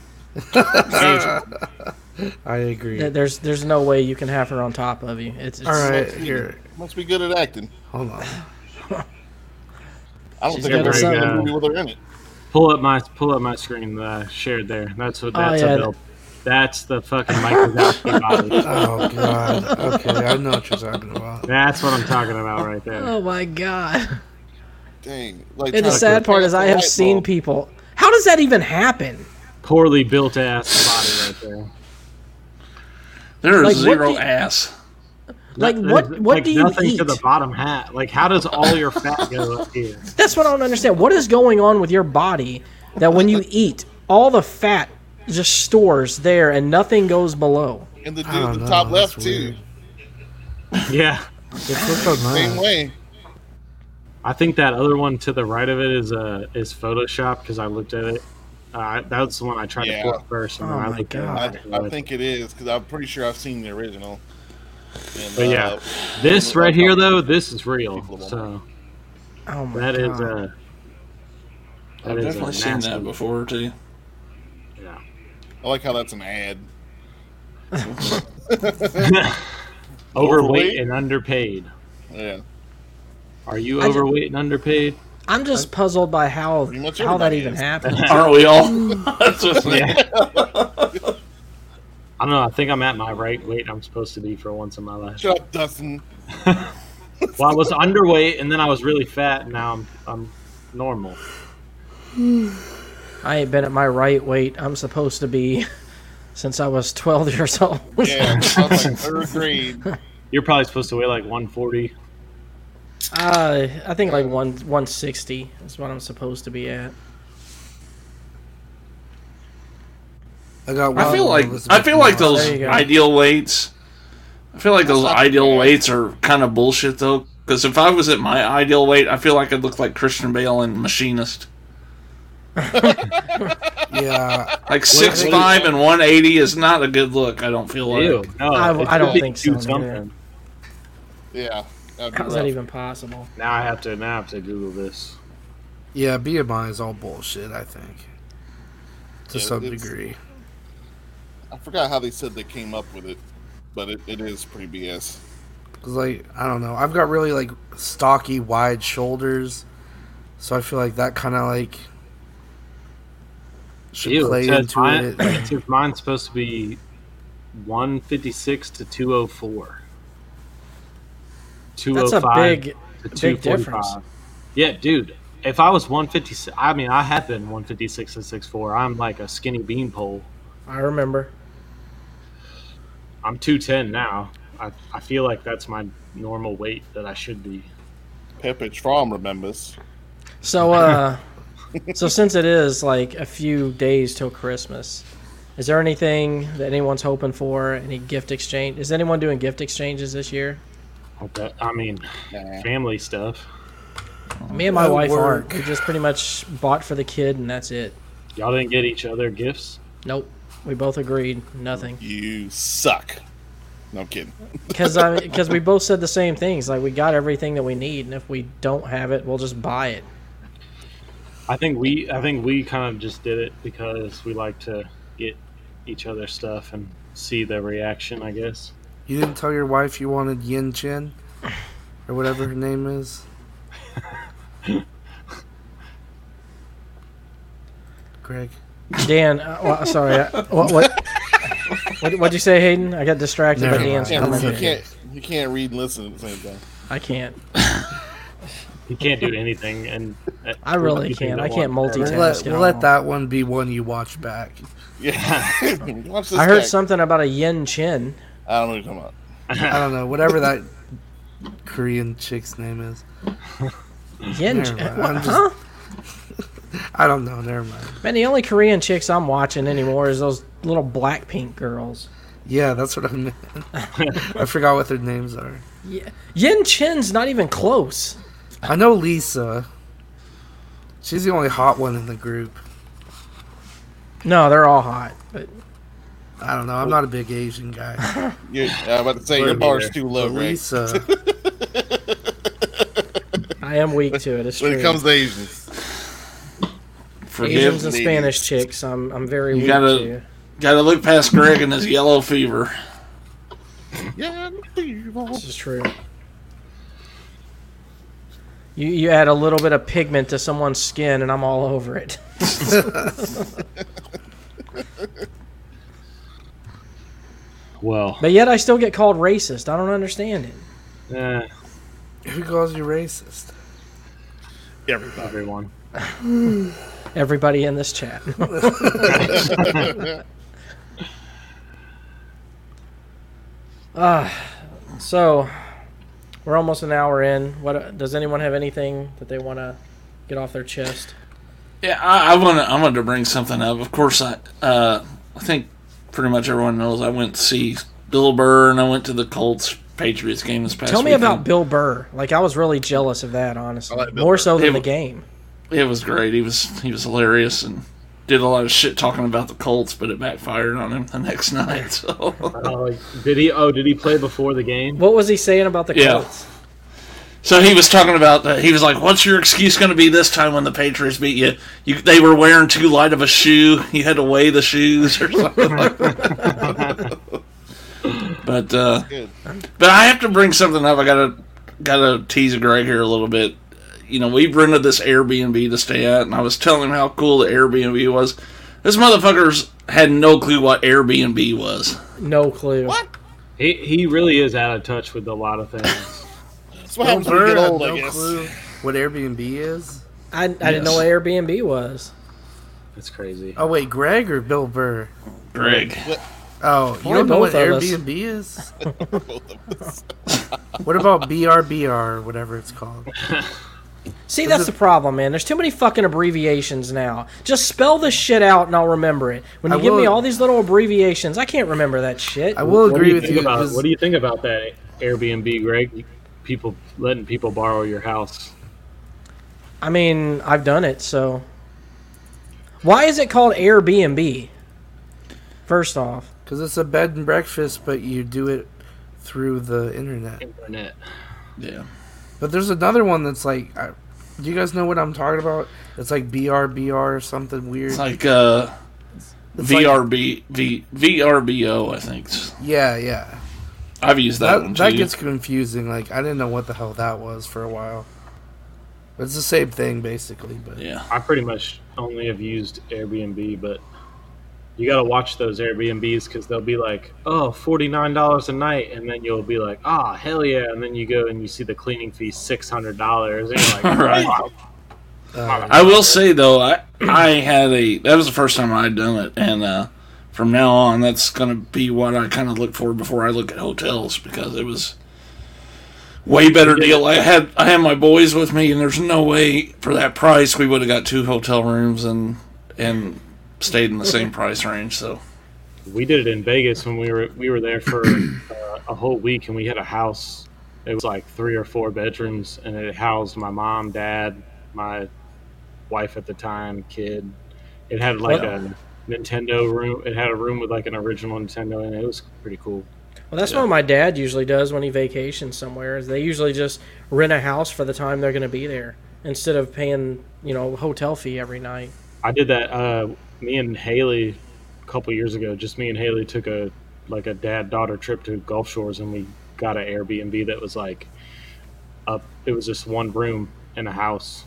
Speaker 5: I agree.
Speaker 1: There- There's there's no way you can have her on top of you. It's, it's
Speaker 5: All right, here,
Speaker 4: Must be good at acting.
Speaker 5: hold on.
Speaker 4: I don't
Speaker 1: She's
Speaker 4: think
Speaker 1: good
Speaker 4: I've ever
Speaker 1: at
Speaker 4: seen a
Speaker 3: something.
Speaker 4: movie with her in it.
Speaker 3: pull up my pull up my screen that I shared there. That's what
Speaker 1: Oh,
Speaker 3: that's
Speaker 1: yeah.
Speaker 3: about. That's the fucking Mike Wazowski body.
Speaker 5: Oh god. Okay, I know what you're talking about.
Speaker 3: That's what I'm talking about right there.
Speaker 1: Oh my God.
Speaker 4: Dang. Like,
Speaker 1: And the
Speaker 4: trying to
Speaker 1: sad
Speaker 4: put
Speaker 1: part
Speaker 4: a
Speaker 1: is I
Speaker 4: light
Speaker 1: have
Speaker 4: bulb.
Speaker 1: seen people. How does that even happen?
Speaker 3: Poorly built ass body right there.
Speaker 2: There is
Speaker 1: Like, what
Speaker 2: zero
Speaker 1: do-
Speaker 2: ass.
Speaker 1: Like,
Speaker 3: There's,
Speaker 1: what- what
Speaker 3: like,
Speaker 1: do you
Speaker 3: nothing to
Speaker 1: eat?
Speaker 3: the bottom hat? Like how does all your fat go up here?
Speaker 1: That's what I don't understand. What is going on with your body that when you eat, all the fat just stores there and nothing goes below?
Speaker 4: And the dude
Speaker 5: I
Speaker 4: at
Speaker 5: don't
Speaker 4: the
Speaker 5: know,
Speaker 4: top
Speaker 5: that's
Speaker 4: left, too.
Speaker 5: weird.
Speaker 3: Yeah.
Speaker 5: Just look on
Speaker 4: Same
Speaker 5: that.
Speaker 4: way.
Speaker 3: I think that other one to the right of it is uh is Photoshop because I looked at it. Uh, that was the one I tried to pull
Speaker 4: Yeah.
Speaker 3: up first, and
Speaker 1: Oh
Speaker 3: then I
Speaker 1: my
Speaker 3: looked
Speaker 4: I,
Speaker 3: at it.
Speaker 4: I think it is, because I'm pretty sure I've seen the original. And,
Speaker 3: But yeah,
Speaker 4: uh,
Speaker 3: this
Speaker 4: I'm-
Speaker 3: right
Speaker 4: I'm-
Speaker 3: here though, this is real.
Speaker 4: People don't
Speaker 3: So
Speaker 1: Oh my
Speaker 3: that
Speaker 1: god.
Speaker 3: is uh, that
Speaker 2: I've
Speaker 3: is a
Speaker 2: definitely seen
Speaker 3: nasty-
Speaker 2: that before, too.
Speaker 3: Yeah.
Speaker 4: I like how that's an ad.
Speaker 3: overweight
Speaker 4: Overweight?
Speaker 3: and underpaid.
Speaker 4: Yeah.
Speaker 3: Are you
Speaker 1: I ju-
Speaker 3: overweight and underpaid?
Speaker 1: I'm just puzzled by how
Speaker 4: Pretty much
Speaker 1: how that
Speaker 4: everybody
Speaker 1: even
Speaker 4: is.
Speaker 1: happened.
Speaker 2: Aren't we all? that's what
Speaker 3: Yeah. I don't know. I think I'm at my right weight I'm supposed to be for once in my life.
Speaker 4: Shut up, Dustin.
Speaker 3: Well, I was underweight and then I was really fat, and now I'm I'm normal.
Speaker 1: I ain't been at my right weight. I'm supposed to be since I was 12 years old.
Speaker 4: Yeah, I was like third grade.
Speaker 3: You're probably supposed to weigh like 140.
Speaker 1: Uh, I think like one 160 is what I'm supposed to be at.
Speaker 5: I got one.
Speaker 2: I feel like
Speaker 5: Elizabeth
Speaker 2: I feel like
Speaker 5: Moss.
Speaker 2: those
Speaker 1: There you go.
Speaker 2: ideal weights. I feel like those
Speaker 4: not
Speaker 2: ideal
Speaker 4: fair.
Speaker 2: weights are kind of bullshit though. Because if I was at my ideal weight, I feel like I'd look like Christian Bale in Machinist.
Speaker 5: Yeah,
Speaker 2: Like six five and one eighty is not a good look. I don't feel like.
Speaker 3: Ew. No,
Speaker 1: I-
Speaker 3: it's
Speaker 1: I don't
Speaker 3: gotta
Speaker 1: think
Speaker 3: do
Speaker 1: so, neither.
Speaker 4: Yeah. that'd be
Speaker 1: How's that
Speaker 4: rough.
Speaker 1: even possible?
Speaker 3: Now I have to now I have to Google this.
Speaker 5: yeah. BMI is all bullshit. I think to
Speaker 4: Yeah,
Speaker 5: some
Speaker 4: it's-
Speaker 5: degree.
Speaker 4: I forgot how they said they came up with it, but it, it is pretty BS.
Speaker 5: 'Cause, like I don't know. I've got really like stocky, wide shoulders, so I feel like that kind of like should
Speaker 3: Ew,
Speaker 5: play
Speaker 3: it says
Speaker 5: into
Speaker 3: mine-
Speaker 5: it.
Speaker 3: it says mine's supposed to be 156 to 204.
Speaker 1: That's
Speaker 5: oh
Speaker 1: a
Speaker 3: 205
Speaker 1: big.
Speaker 3: to
Speaker 1: big
Speaker 3: 245.
Speaker 1: difference.
Speaker 3: Yeah, dude. If I was 156, I mean, I have been 156 and 64. I'm like a skinny beanpole.
Speaker 1: I remember.
Speaker 3: I'm 210 now. I, I feel like that's my normal weight that I should be.
Speaker 4: Pepe Trom remembers.
Speaker 1: So, uh, so since it is like a few days till Christmas, is there anything that anyone's hoping for? Any gift exchange? Is anyone doing gift exchanges this year?
Speaker 3: I bet- I mean,
Speaker 4: Nah.
Speaker 3: family stuff.
Speaker 1: Me and my
Speaker 5: At
Speaker 1: wife
Speaker 5: work.
Speaker 1: aren't. We just pretty much bought for the kid, and that's it.
Speaker 3: Y'all didn't get each other gifts?
Speaker 1: Nope. We both agreed nothing
Speaker 4: You suck. No, I'm kidding.
Speaker 1: because because we both said the same things. Like we got everything that we need, and if we don't have it, we'll just buy it.
Speaker 3: I think we I think we kind of just did it because we like to get each other stuff and see the reaction. I guess.
Speaker 5: You didn't tell your wife you wanted Yin Chin or whatever her name is. Greg,
Speaker 1: Dan, uh, well, sorry. uh, What, what, what, what'd you say, Hayden? I got distracted by
Speaker 5: Never
Speaker 1: Dan's
Speaker 5: mind.
Speaker 4: Yeah,
Speaker 1: comment.
Speaker 4: you can't you can't read and listen at the same time.
Speaker 1: I can't.
Speaker 3: You can't do anything, and uh,
Speaker 1: I really can't. I can't
Speaker 5: we'll
Speaker 1: multitask.
Speaker 5: let,
Speaker 1: at
Speaker 5: we'll let
Speaker 1: all.
Speaker 5: that one be one you watch back.
Speaker 4: Yeah, watch this.
Speaker 1: I heard
Speaker 4: guy.
Speaker 1: something about a yin chin.
Speaker 4: I don't know what you're talking about.
Speaker 5: I don't know, whatever that Korean chick's name is.
Speaker 1: Yin
Speaker 5: Never
Speaker 1: chin.
Speaker 5: mind,
Speaker 1: What,
Speaker 5: I'm just-
Speaker 1: huh?
Speaker 5: I don't know. Never mind.
Speaker 1: Man, the only Korean chicks I'm watching anymore is those little Blackpink girls.
Speaker 5: Yeah, that's what I meant. I forgot what their names are.
Speaker 1: Yin Chin's not even close.
Speaker 5: I know Lisa. She's the only hot one in the group.
Speaker 1: No, they're all hot. But
Speaker 5: I don't know. I'm not a big Asian guy.
Speaker 4: You're, I'm about to say
Speaker 3: We're
Speaker 4: your bar's
Speaker 3: here.
Speaker 4: too low, Ray.
Speaker 5: Lisa.
Speaker 1: I am weak to it. It's
Speaker 4: When
Speaker 1: true.
Speaker 4: it comes to Asians,
Speaker 1: Asians
Speaker 2: Forgive me.
Speaker 1: and
Speaker 4: ladies.
Speaker 1: Spanish chicks, I'm I'm very
Speaker 2: You
Speaker 1: weak
Speaker 2: gotta-
Speaker 1: to.
Speaker 2: Gotta look past Greg and his yellow fever.
Speaker 4: yeah,
Speaker 1: This is true. You you add a little bit of pigment to someone's skin, and I'm all over it.
Speaker 3: Well,
Speaker 1: But yet I still get called racist. I don't understand it.
Speaker 3: eh,
Speaker 5: Who calls you racist?
Speaker 4: everybody.
Speaker 3: everyone.
Speaker 1: Everybody in this chat. Ah, so we're almost an hour in. What does anyone have anything that they want to get off their chest?
Speaker 2: Yeah, I, I want to. I wanted to bring something up. Of course, I. Uh, I think pretty much everyone knows I went to see Bill Burr and I went to the Colts Patriots game this past.
Speaker 1: Tell me
Speaker 2: weekend.
Speaker 1: about Bill Burr. Like I was really jealous of that, honestly.
Speaker 4: I like Bill
Speaker 1: More
Speaker 4: Burr.
Speaker 1: so than
Speaker 2: Hey,
Speaker 1: the game.
Speaker 2: It was great. He was he was hilarious and did a lot of shit talking about the Colts, but it backfired on him the next night. So,
Speaker 3: Oh, did he? Oh, did he play before the game?
Speaker 1: What was he saying about the
Speaker 2: Yeah.
Speaker 1: Colts?
Speaker 2: so he was talking about that. He was like, "What's your excuse going to be this time when the Patriots beat you? You they were wearing too light of a shoe. You had to weigh the shoes or something." like that. but uh,
Speaker 4: Good.
Speaker 2: But I have to bring something up. I gotta gotta tease Greg here a little bit. You know, we rented this Airbnb to stay at, and I was telling him how cool the Airbnb was. This motherfucker's had no clue what Airbnb was.
Speaker 1: No clue.
Speaker 4: What?
Speaker 3: He he really is out of touch with a lot of things.
Speaker 4: That's what happens when you
Speaker 5: Burr
Speaker 4: get
Speaker 5: had
Speaker 4: old, I
Speaker 5: no
Speaker 4: guess.
Speaker 5: clue what Airbnb is.
Speaker 1: I, I didn't know what Airbnb was.
Speaker 3: It's crazy.
Speaker 5: Oh wait, Greg or Bill Burr?
Speaker 2: Greg,
Speaker 5: Oh, you
Speaker 1: Probably
Speaker 5: don't know what
Speaker 1: both of us.
Speaker 5: Airbnb is? What about BRBR, or whatever it's called?
Speaker 1: See, that's the problem, man. There's too many fucking abbreviations now. Just spell this shit out and I'll remember it. When you
Speaker 5: I
Speaker 1: give me
Speaker 5: will-
Speaker 1: all these little abbreviations, I can't remember that shit.
Speaker 5: I will
Speaker 3: What
Speaker 5: agree
Speaker 3: do you
Speaker 5: with
Speaker 3: think
Speaker 5: you.
Speaker 3: about
Speaker 5: 'cause
Speaker 3: what do you think about that Airbnb, Greg? People letting people borrow your house.
Speaker 1: I mean, I've done it, so. Why is it called Airbnb? First off,
Speaker 5: Because it's a bed and breakfast, but you do it through the internet.
Speaker 3: Internet.
Speaker 2: yeah,
Speaker 5: But there's another one that's like, I, do you guys know what I'm talking about? It's like BRBR or something weird.
Speaker 2: it's like uh,
Speaker 5: It's like-
Speaker 2: VRB v, VRBO. I think
Speaker 5: yeah, yeah.
Speaker 2: I've used that, one
Speaker 5: That,
Speaker 2: too.
Speaker 5: that gets confusing. Like, I didn't know what the hell that was for a while. But it's the same thing, basically. But
Speaker 2: yeah,
Speaker 3: I pretty much only have used Airbnb, but you got to watch those Airbnbs because they'll be like, oh, $49 a night. And then you'll be like, ah, hell yeah. And then you go and you see the cleaning fee, $600. And you're like,
Speaker 2: Right.
Speaker 3: "Wow."
Speaker 5: uh,
Speaker 2: I will say though, I I had a that was the first time I'd done it, and uh, from now on, that's gonna be what I kind of look for before I look at hotels because it was way better deal. I had I had my boys with me, and there's no way for that price we would have got two hotel rooms and and stayed in the same price range. So
Speaker 3: we did it in Vegas when we were we were there for uh, a whole week, and we had a house. It was like three or four bedrooms, and it housed my mom, dad, my wife at the time, kid. It had like a Nintendo room. It had a room with like an original Nintendo, in it It was pretty cool.
Speaker 1: well, that's what my dad usually does when he vacations somewhere. Is they usually just rent a house for the time they're going to be there. instead of paying you know hotel fee every night.
Speaker 3: I did that. Uh, me and Haley, a couple years ago, just me and Haley took a like a dad daughter trip to Gulf Shores, and we got an Airbnb that was like up. It was just one room in a house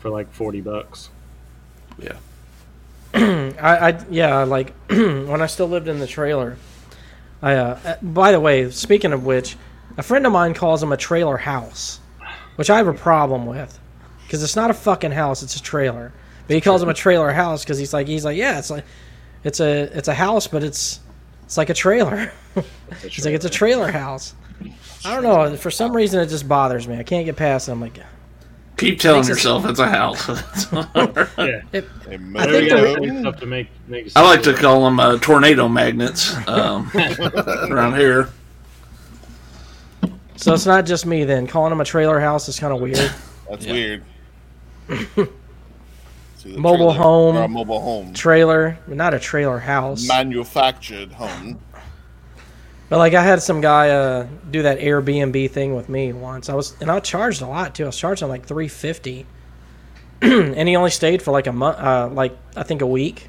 Speaker 3: for like forty bucks.
Speaker 2: Yeah.
Speaker 1: I, I yeah, like when I still lived in the trailer. I uh, uh, by the way, speaking of which, a friend of mine calls them a trailer house, which I have a problem with because it's not a fucking house; it's a trailer. But he calls them a trailer house because he's like he's like yeah, it's like it's a it's a house, but it's it's like a trailer. He's like it's a trailer house. I don't know. For some reason, it just bothers me. I can't get past it. I'm like,
Speaker 2: Keep telling yourself it's a house.
Speaker 3: Yeah,
Speaker 1: I
Speaker 4: They
Speaker 3: there we
Speaker 1: think
Speaker 4: mowed
Speaker 3: go.
Speaker 1: the-
Speaker 4: it
Speaker 3: It's
Speaker 4: up.
Speaker 3: tough to make. make
Speaker 2: I like to call them uh, tornado magnets um, around here.
Speaker 1: so it's not just me then. Calling them a trailer house is kind of weird.
Speaker 4: That's
Speaker 2: Yeah.
Speaker 4: weird. See, the
Speaker 1: Mobile home.
Speaker 4: or a mobile home,
Speaker 1: Trailer, not a trailer house.
Speaker 4: manufactured home.
Speaker 1: But like I had some guy uh, do that Airbnb thing with me once. I was and I charged a lot too. I was charging like three fifty, and he only stayed for like a month, uh, like I think a week.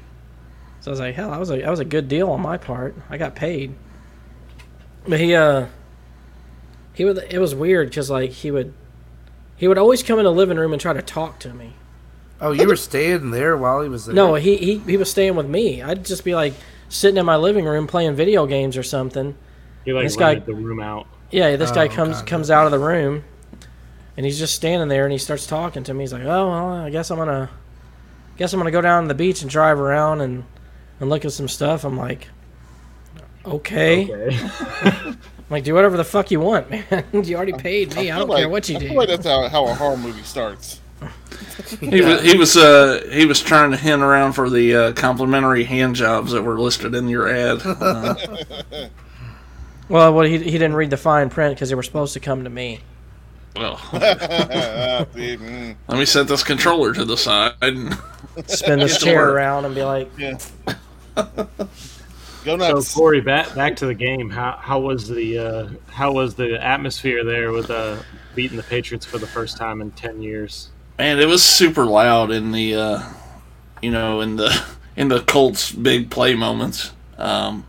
Speaker 1: So I was like, hell, that was a that was a good deal on my part. I got paid. But he uh, he would it was weird because like he would, he would always come in the living room and try to talk to me.
Speaker 5: Oh, you were staying there while he was there.
Speaker 1: No, he, he he was staying with me. I'd just be like sitting in my living room playing video games or something.
Speaker 3: You like
Speaker 1: This guy-
Speaker 3: rented the room out.
Speaker 1: Yeah, this
Speaker 5: Oh,
Speaker 1: guy comes
Speaker 5: God.
Speaker 1: comes out of the room, and he's just standing there, and he starts talking to me. He's like, "Oh, well, I guess I'm gonna, guess I'm gonna go down to the beach and drive around and and look at some stuff." I'm like, "Okay,
Speaker 3: Okay.
Speaker 1: I'm like do whatever the fuck you want, man. you already paid me. I,
Speaker 4: feel
Speaker 1: don't care
Speaker 4: like-
Speaker 1: what you
Speaker 4: I
Speaker 1: do."
Speaker 4: feel like that's how, how a horror movie starts.
Speaker 2: He was he was uh, he was trying to hint around for the uh, complimentary hand jobs that were listed in your ad. Uh,
Speaker 1: well, well, he he didn't read the fine print because they were supposed to come to me.
Speaker 2: well,
Speaker 4: See, mm,
Speaker 2: let me set this controller to the side. and-
Speaker 1: Spin this
Speaker 2: Just
Speaker 1: chair
Speaker 2: work.
Speaker 1: around and be like,
Speaker 4: yeah. Go
Speaker 3: So
Speaker 4: nuts.
Speaker 3: Corey, back back to the game. How how was the uh, how was the atmosphere there with uh, beating the Patriots for the first time in ten years?
Speaker 2: Man, it was super loud in the, uh, you know, in the in the Colts' big play moments. Um,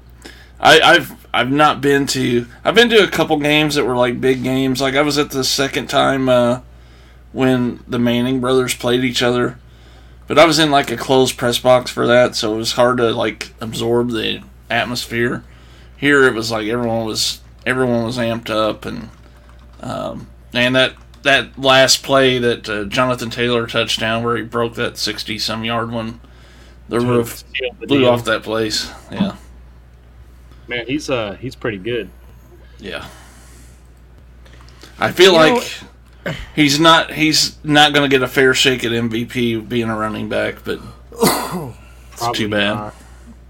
Speaker 2: I, I've I've not been to I've been to a couple games that were like big games. Like I was at the second time uh, when the Manning brothers played each other, but I was in like a closed press box for that, so it was hard to like absorb the atmosphere. Here it was like everyone was everyone was amped up and um, and that that last play that uh, Jonathan Taylor touchdown where he broke that sixty some yard one, the roof
Speaker 3: Sealed the
Speaker 2: blew
Speaker 3: deal.
Speaker 2: off that place. Yeah,
Speaker 3: Man, he's uh he's pretty good.
Speaker 2: yeah. I feel
Speaker 1: You know-
Speaker 2: like he's not he's not going to get a fair shake at MVP being a running back, but
Speaker 3: Probably
Speaker 2: too bad.
Speaker 3: not.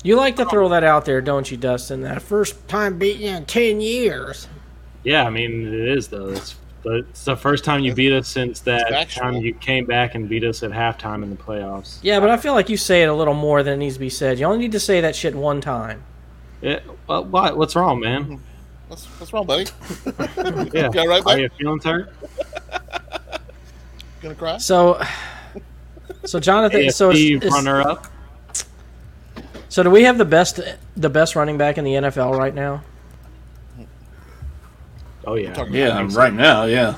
Speaker 1: "You like to throw that out there, don't you, Dustin? That first time beating you in ten years."
Speaker 3: Yeah, I mean it is though. It's the, it's the first time you beat us since that
Speaker 4: factual.
Speaker 3: time you came back and beat us at halftime in the playoffs.
Speaker 1: Yeah, but I feel like you say it a little more than it needs to be said. You only need to say that shit one time.
Speaker 3: Yeah, what, what what's wrong, man?
Speaker 4: What's, what's wrong, buddy?
Speaker 3: Yeah,
Speaker 4: You all right,
Speaker 3: are
Speaker 4: bud?
Speaker 3: your feelings hurt?
Speaker 4: Gonna cry?
Speaker 1: So, so Jonathan, so
Speaker 3: AFC
Speaker 1: is, is-
Speaker 3: runner up.
Speaker 1: so do we have the best the best running back in the NFL right now?
Speaker 3: Oh yeah,
Speaker 4: Talking about-
Speaker 2: yeah, right now, yeah,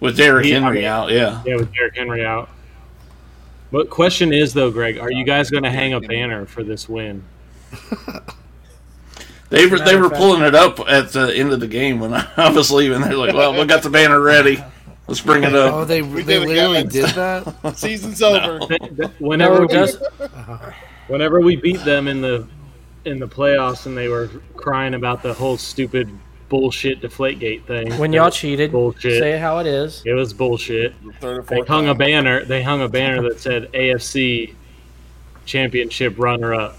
Speaker 2: with Derrick
Speaker 3: Yeah, I
Speaker 2: Henry
Speaker 3: mean-
Speaker 2: out, yeah.
Speaker 3: Yeah, with Derrick Henry out. But question is though, Greg, are you guys going to hang a banner for this win?
Speaker 2: They were they
Speaker 1: matter
Speaker 2: were
Speaker 1: of fact-
Speaker 2: pulling it up at the end of the game when I was leaving. They're like, "Well, we got the banner ready. Let's bring it
Speaker 5: Oh,
Speaker 2: up."
Speaker 5: they they
Speaker 4: did it,
Speaker 5: literally
Speaker 4: guys.
Speaker 5: did that.
Speaker 4: Season's over.
Speaker 3: Whenever
Speaker 1: No,
Speaker 3: we,
Speaker 1: just-
Speaker 3: whenever we beat them in the in the playoffs and they were crying about the whole stupid bullshit deflategate thing.
Speaker 1: When y'all cheated,
Speaker 3: Bullshit.
Speaker 1: say it how it is.
Speaker 3: it was bullshit.
Speaker 4: The third or
Speaker 3: They
Speaker 4: fourth
Speaker 3: hung a
Speaker 4: time.
Speaker 3: banner. They hung a banner that said AFC Championship runner up.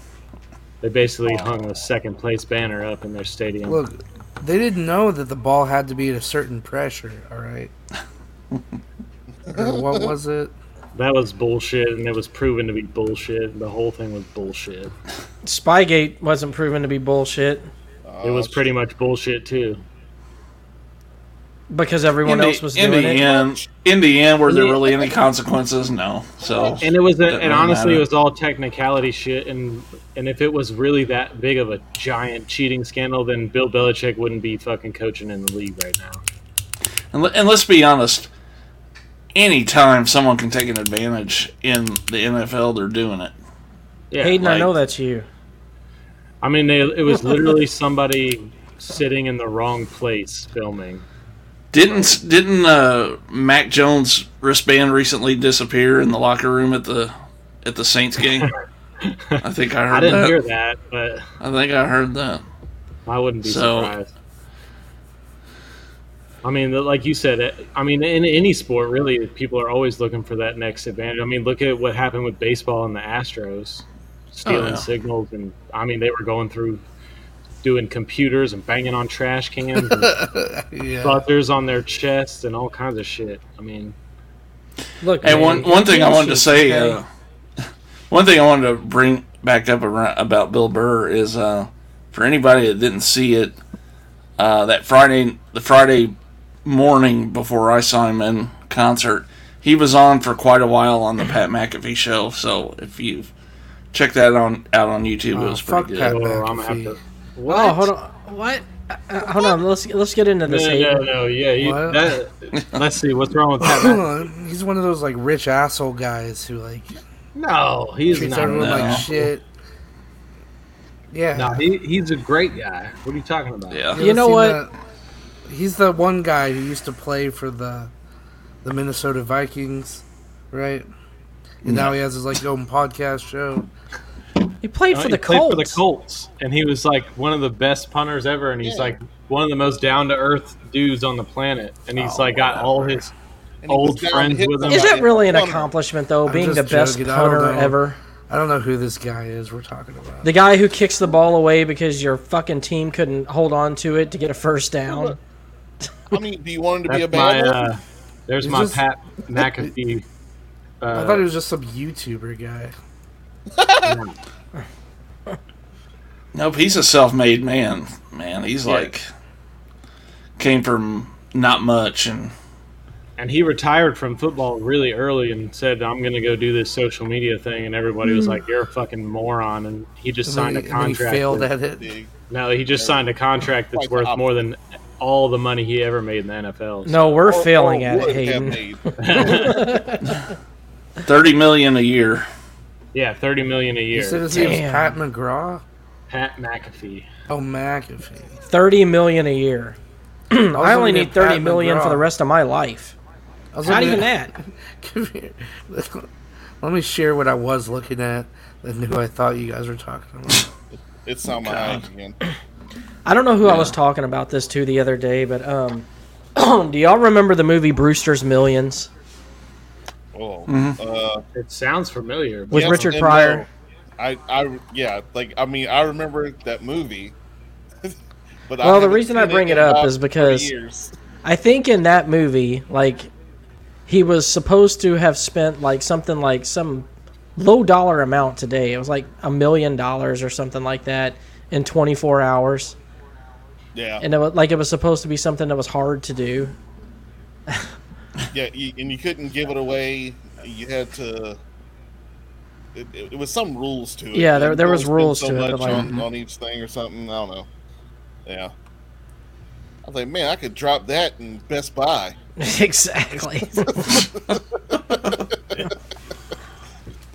Speaker 3: They basically
Speaker 1: Oh.
Speaker 3: hung a second place banner up in their stadium.
Speaker 5: Look, they didn't know that the ball had to be at a certain pressure. All right. Or what was it?
Speaker 3: That was bullshit, and it was proven to be bullshit. The whole thing was bullshit.
Speaker 1: Spygate wasn't proven to be bullshit.
Speaker 4: Oh,
Speaker 3: It was pretty much bullshit too.
Speaker 1: because everyone
Speaker 2: in the,
Speaker 1: else was
Speaker 2: in
Speaker 1: doing
Speaker 2: the
Speaker 1: it.
Speaker 2: end, in the end, were there really any consequences? No. So
Speaker 3: And it was, a,
Speaker 2: Doesn't
Speaker 3: and
Speaker 2: really
Speaker 3: honestly,
Speaker 2: matter.
Speaker 3: it was all technicality shit. And and if it was really that big of a giant cheating scandal, then Bill Belichick wouldn't be fucking coaching in the league right now.
Speaker 2: And, let, and let's be honest, anytime someone can take an advantage in the NFL, they're doing it.
Speaker 3: Yeah,
Speaker 1: Hayden, I
Speaker 2: like-
Speaker 1: know that's you.
Speaker 3: I mean, they, it was literally somebody sitting in the wrong place filming.
Speaker 2: Didn't didn't uh, Mac Jones wristband recently disappear in the locker room at the at the Saints game? I think I heard
Speaker 3: I didn't
Speaker 2: that.
Speaker 3: hear that, but
Speaker 2: I think I heard that.
Speaker 3: I wouldn't be
Speaker 2: So-
Speaker 3: surprised. I mean, the- like you said, it- I mean, in any sport, really, people are always looking for that next advantage. I mean, look at what happened with baseball and the Astros stealing
Speaker 2: Oh, yeah.
Speaker 3: signals, and I mean, they were going through doing computers and banging on trash cans, and
Speaker 5: yeah.
Speaker 3: buzzers on their chests, and all kinds of shit. I mean,
Speaker 1: Look,
Speaker 2: And
Speaker 1: man,
Speaker 2: one
Speaker 1: you
Speaker 2: one thing I
Speaker 1: can't
Speaker 2: wanted to
Speaker 1: cheat,
Speaker 2: say,
Speaker 1: okay?
Speaker 2: uh, one thing I wanted to bring back up around, about Bill Burr is uh, for anybody that didn't see it, uh, that Friday, the Friday morning before I saw him in concert, he was on for quite a while on the Pat McAfee show. So if you check that on out on YouTube, it
Speaker 5: Oh,
Speaker 2: was
Speaker 5: fuck
Speaker 2: pretty
Speaker 5: Pat
Speaker 2: good.
Speaker 3: oh, I'm gonna have
Speaker 5: McAfee.
Speaker 3: to.
Speaker 1: Oh, hold on. What? Uh, uh, hold on. Let's let's get into
Speaker 3: No,
Speaker 1: this.
Speaker 3: no,
Speaker 1: Hayden.
Speaker 3: no, yeah. You,
Speaker 5: What?
Speaker 3: that, let's see what's wrong with that.
Speaker 5: He's one of those like rich asshole guys who like
Speaker 3: No, he's
Speaker 5: treats
Speaker 3: not.
Speaker 5: everyone
Speaker 2: no.
Speaker 5: like shit. Yeah.
Speaker 3: No, he, he's a great guy. What are you talking about?
Speaker 2: Yeah,
Speaker 5: ever
Speaker 1: You know
Speaker 5: seen
Speaker 1: what?
Speaker 5: that- He's the one guy who used to play for the the Minnesota Vikings, right? And now he has his like own podcast show.
Speaker 1: He played
Speaker 3: No,
Speaker 1: for
Speaker 3: he
Speaker 1: the
Speaker 3: played
Speaker 1: Colts.
Speaker 3: for the Colts, and he was like one of the best punters ever, and he's
Speaker 4: Yeah.
Speaker 3: like one of the most down to earth dudes on the planet, and he's
Speaker 5: Oh,
Speaker 3: like got all his
Speaker 4: And he
Speaker 3: old
Speaker 4: was down
Speaker 3: friends
Speaker 4: hit
Speaker 3: with him.
Speaker 4: by
Speaker 1: Is that
Speaker 4: a
Speaker 1: really an
Speaker 4: plumber.
Speaker 1: accomplishment though?
Speaker 5: I'm
Speaker 1: being the
Speaker 5: just
Speaker 1: best
Speaker 5: joking, I don't
Speaker 1: punter
Speaker 5: know.
Speaker 1: ever,
Speaker 5: I don't know who this guy is we're talking about.
Speaker 1: the guy who kicks the ball away because your fucking team couldn't hold on to it to get a first down.
Speaker 4: I mean, do you want him to be a
Speaker 3: That's
Speaker 4: bad
Speaker 3: my
Speaker 4: one?
Speaker 3: uh, there's
Speaker 5: He's
Speaker 3: my
Speaker 5: just-
Speaker 3: Pat McAfee.
Speaker 5: I thought he
Speaker 3: Uh,
Speaker 5: was just some YouTuber guy.
Speaker 2: Nope, he's a self-made man. Man, he's
Speaker 3: Yeah.
Speaker 2: like came from not much and
Speaker 3: and he retired from football really early and said, "I'm going to go do this social media thing," and everybody was like, "You're a fucking moron," and he just signed a
Speaker 5: And then he- and then
Speaker 3: contract.
Speaker 5: He failed
Speaker 3: that-
Speaker 5: at it.
Speaker 4: Big.
Speaker 3: No, he just signed a contract that's
Speaker 4: Quite the
Speaker 3: worth
Speaker 4: opposite.
Speaker 3: more than all the money he ever made in the NFL.
Speaker 1: No, we're
Speaker 4: Or-
Speaker 1: failing
Speaker 4: or
Speaker 1: at it,
Speaker 4: would have
Speaker 1: Hayden.
Speaker 4: made.
Speaker 2: thirty million a year.
Speaker 3: Yeah, thirty million a
Speaker 5: You said
Speaker 3: year.
Speaker 5: his name was
Speaker 1: Damn.
Speaker 5: Pat McGraw.
Speaker 3: Pat McAfee.
Speaker 5: Oh, McAfee.
Speaker 1: Thirty million a year. I only need thirty million for the rest of my life. Not even that.
Speaker 5: Come here. Let me share what I was looking at and who I thought you guys were talking about.
Speaker 4: It's on my eyes again.
Speaker 1: I don't know who I was talking about this to the other day, but um, do y'all remember the movie Brewster's Millions
Speaker 4: Oh, uh,
Speaker 3: It sounds familiar. but
Speaker 1: with
Speaker 4: yes
Speaker 1: Richard
Speaker 4: and
Speaker 1: Pryor?
Speaker 4: no. I, I, yeah, like I mean, I remember that movie. but I
Speaker 1: Well, the
Speaker 4: haven't
Speaker 1: reason I
Speaker 4: seen
Speaker 1: bring
Speaker 4: in
Speaker 1: it up
Speaker 4: about
Speaker 1: is because-
Speaker 4: 30 years.
Speaker 1: I think in that movie, like he was supposed to have spent like something like some low dollar amount today. It was like a million dollars or something like that in 24 hours,
Speaker 4: yeah,
Speaker 1: and it was, like it was supposed to be something that was hard to do.
Speaker 4: yeah, you, and you couldn't give it away. You had to. It, it, it was some rules to it.
Speaker 1: Yeah, there-
Speaker 4: You
Speaker 1: there
Speaker 4: could
Speaker 1: was
Speaker 4: only spend
Speaker 1: rules
Speaker 4: so
Speaker 1: to it, but
Speaker 4: much
Speaker 1: like- mm-hmm.
Speaker 4: on, on each thing or something. I don't know. Yeah, I was like, man, I could drop that in Best Buy.
Speaker 1: exactly.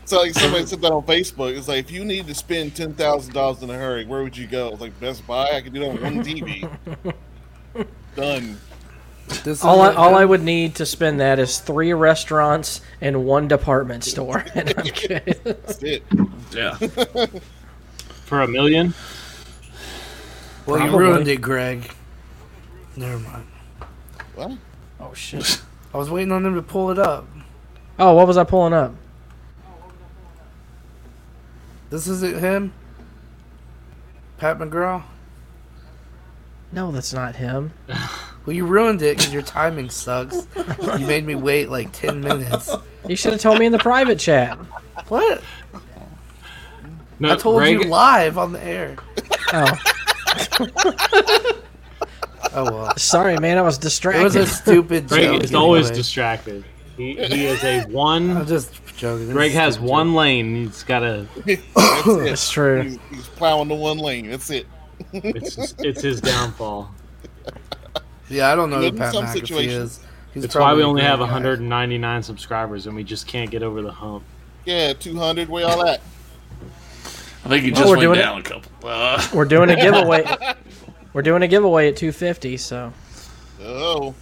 Speaker 4: So like somebody said that on Facebook. It's like if you need to spend ten thousand dollars in a hurry, where would you go? It's like Best Buy. I could do that on one TV. Done.
Speaker 5: This
Speaker 1: all I,
Speaker 5: isn't
Speaker 1: all I
Speaker 5: him.
Speaker 1: would need to spend that is three restaurants and one department store, and I'm good.
Speaker 4: That's it.
Speaker 2: Yeah.
Speaker 3: For a million?
Speaker 5: Well, you
Speaker 1: Probably.
Speaker 5: ruined it, Greg. Never mind.
Speaker 4: Well,
Speaker 1: oh shit.
Speaker 5: I was waiting on him to pull it up.
Speaker 1: Oh, what was I pulling up?
Speaker 5: This isn't him. Pat McGraw.
Speaker 1: No, that's not him.
Speaker 5: Well, you ruined it because your timing sucks. you made me wait like ten minutes.
Speaker 1: You should have told me in the private chat.
Speaker 5: What?
Speaker 3: No,
Speaker 5: I told
Speaker 3: Greg,
Speaker 5: you live on the air.
Speaker 1: Oh.
Speaker 5: Oh well,
Speaker 1: Sorry, man, I was
Speaker 5: it
Speaker 1: distracted.
Speaker 5: was a stupid joke.
Speaker 3: Greg is always
Speaker 5: anyway.
Speaker 3: distracted. He, he is a
Speaker 5: I'm
Speaker 3: one.
Speaker 5: just joking.
Speaker 3: Greg has one lane. He's got a.
Speaker 4: That's it.
Speaker 1: it's true.
Speaker 4: He's, he's plowing the one lane. That's it.
Speaker 3: It's his, it's his downfall.
Speaker 5: Yeah, I don't know who
Speaker 4: In
Speaker 5: Pat
Speaker 4: some
Speaker 5: McAfee
Speaker 4: situations.
Speaker 5: is. He's
Speaker 3: That's why we
Speaker 5: probably a
Speaker 3: only have
Speaker 5: great guy.
Speaker 3: 199 subscribers and we just can't get over the hump.
Speaker 4: Yeah, two hundred. Where y'all at?
Speaker 2: I think you
Speaker 1: Well,
Speaker 2: just
Speaker 1: we're
Speaker 2: went
Speaker 1: doing it.
Speaker 2: down a couple. Uh,
Speaker 1: We're doing a giveaway. We're doing a giveaway at 250, so.
Speaker 4: Oh,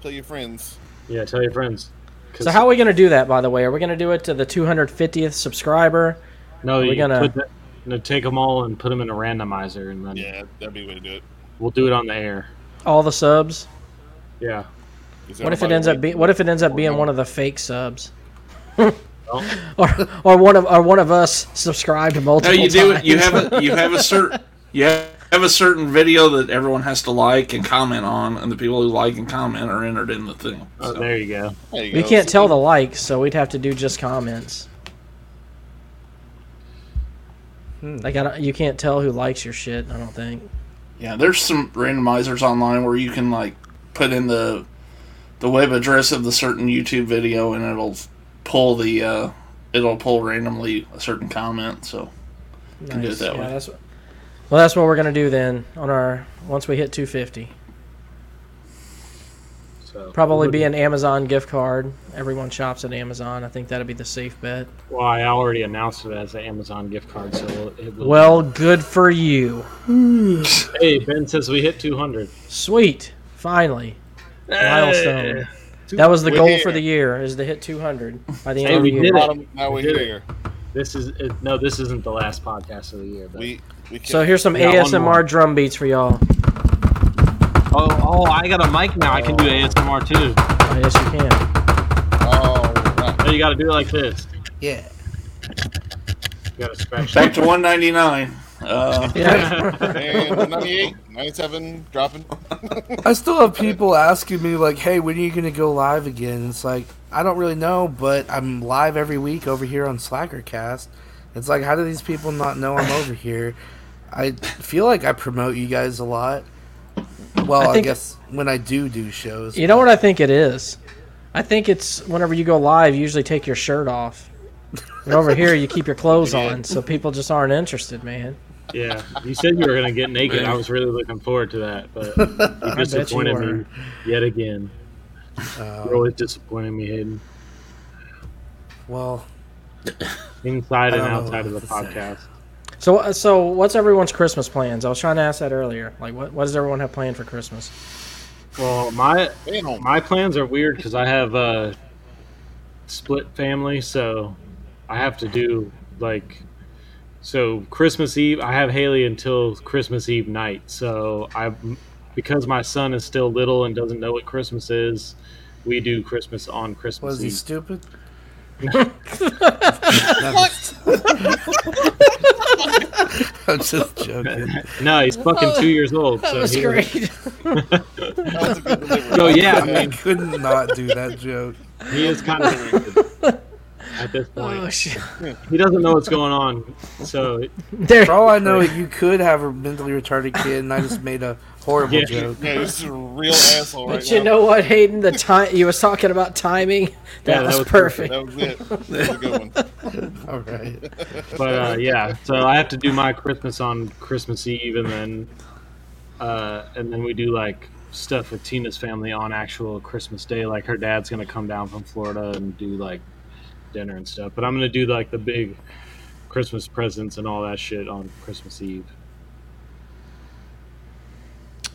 Speaker 4: tell your friends.
Speaker 3: Yeah, tell your friends. 'Cause-
Speaker 1: So how are we going to do that by the way? Are we going to do it to the 250th subscriber?
Speaker 3: No,
Speaker 1: we
Speaker 3: you
Speaker 1: gonna-
Speaker 3: put that, no, take them all and put them in a randomizer, and then
Speaker 4: Yeah, that'd be a way to do it.
Speaker 3: we'll do it on the air.
Speaker 1: All the subs?
Speaker 3: Yeah.
Speaker 4: Is
Speaker 1: What if it
Speaker 4: everybody
Speaker 1: ends up be
Speaker 4: waiting?
Speaker 1: what if it ends up
Speaker 4: Or
Speaker 1: being
Speaker 4: no?
Speaker 1: one of the fake subs?
Speaker 3: Well,
Speaker 1: Or or one of or one of us subscribed
Speaker 2: no,
Speaker 1: multiple
Speaker 2: you do it. You
Speaker 1: times.
Speaker 2: have a you have a certain you have a certain video that everyone has to like and comment on, and the people who like and comment are entered in the thing.
Speaker 3: oh,
Speaker 2: So,
Speaker 3: there you go.
Speaker 4: There you
Speaker 1: We
Speaker 4: go.
Speaker 1: can't
Speaker 4: See,
Speaker 1: tell the likes, so we'd have to do just comments.
Speaker 2: Hmm.
Speaker 1: Like I don't, you can't tell who likes your shit. I don't think.
Speaker 2: yeah, there's some randomizers online where you can like put in the the web address of the certain YouTube video, and it'll pull the uh, it'll pull randomly a certain comment. So Can do it that
Speaker 1: yeah,
Speaker 2: way.
Speaker 1: That's, what- well, that's what we're gonna do then. On our once we hit 250,
Speaker 3: So
Speaker 1: probably be an Amazon gift card. Everyone shops at Amazon. I think that'd be the safe bet.
Speaker 3: Well, I already announced it as an Amazon gift card, so it will.
Speaker 1: Well, good for you.
Speaker 3: hey, Ben says we hit 200.
Speaker 1: Sweet, finally
Speaker 3: Eh,
Speaker 1: milestone.
Speaker 3: Hey,
Speaker 1: That was the
Speaker 4: We're
Speaker 1: goal
Speaker 4: here.
Speaker 1: for the year is to hit 200 by the end
Speaker 3: Hey,
Speaker 1: of the
Speaker 3: we
Speaker 1: year.
Speaker 3: did it.
Speaker 4: bottom- Now we're
Speaker 3: We did it.
Speaker 4: here.
Speaker 3: This is it, no, this isn't the last podcast of the year. But,
Speaker 4: We we
Speaker 1: So
Speaker 4: can
Speaker 1: here's some
Speaker 3: We got one
Speaker 1: ASMR
Speaker 3: more.
Speaker 1: drum beats for y'all.
Speaker 3: oh, oh, I got a mic now. I can do ASMR too.
Speaker 1: Oh, yes, you can.
Speaker 4: All right.
Speaker 3: No, Oh, you got to do it like this.
Speaker 5: Yeah.
Speaker 3: You got to scratch.
Speaker 2: back to 199. Uh,
Speaker 1: Yeah.
Speaker 4: And 98, 97, dropping.
Speaker 5: I still have people asking me like, "Hey, when are you gonna go live again?" It's like I don't really know, but I'm live every week over here on Slackercast. It's like, how do these people not know I'm over here? I feel like I promote you guys a lot. Well,
Speaker 1: I
Speaker 5: I,
Speaker 1: think-
Speaker 5: guess when I do do shows,
Speaker 1: you know what I think it is? I think it's whenever you go live, you usually take your shirt off. And over here, you keep your clothes
Speaker 4: Yeah.
Speaker 1: on, so people just aren't interested, man.
Speaker 3: Yeah, you said you were gonna get naked. I was really looking forward to that, but you disappointed
Speaker 1: were.
Speaker 3: me yet again.
Speaker 5: Uh,
Speaker 3: You're always disappointing me, Hayden,
Speaker 5: well,
Speaker 3: inside and
Speaker 5: I don't know
Speaker 3: outside of the
Speaker 5: what to say.
Speaker 3: podcast.
Speaker 1: So, uh, so what's everyone's Christmas plans? I was trying to ask that earlier. Like, what, what does everyone have planned for Christmas?
Speaker 3: Well, my
Speaker 4: Stay at home.
Speaker 3: my plans are weird because I have a split family, so I have to do like so Christmas Eve. I have Haley until Christmas Eve night, so I because my son is still little and doesn't know what Christmas is. We do Christmas on Christmas
Speaker 5: was he
Speaker 3: Eve.
Speaker 5: stupid? I'm just joking.
Speaker 3: No, he's fucking two years old. so he-
Speaker 4: That was a good delivery.
Speaker 3: So yeah, I
Speaker 5: I
Speaker 3: mean,
Speaker 5: couldn't not do that joke.
Speaker 3: he is kind of at this
Speaker 1: Oh
Speaker 3: point.
Speaker 1: shit!
Speaker 3: He doesn't know what's going on, so
Speaker 5: For
Speaker 1: There,
Speaker 5: all I know, you could have a mentally retarded kid, and I just made a horrible
Speaker 3: Yeah.
Speaker 5: joke.
Speaker 4: Yeah, this is a real asshole right
Speaker 1: but you
Speaker 4: now.
Speaker 1: know what, Hayden? The time you was talking about timing, that,
Speaker 3: that
Speaker 1: was,
Speaker 3: was
Speaker 1: perfect.
Speaker 4: That was it. That was a good one.
Speaker 5: All right.
Speaker 3: but uh, yeah, so I have to do my Christmas on Christmas Eve, and then uh, and then we do like stuff with Tina's family on actual Christmas Day. Like her dad's gonna come down from Florida and do like dinner and stuff. But I'm gonna do like the big Christmas presents and all that shit on Christmas Eve.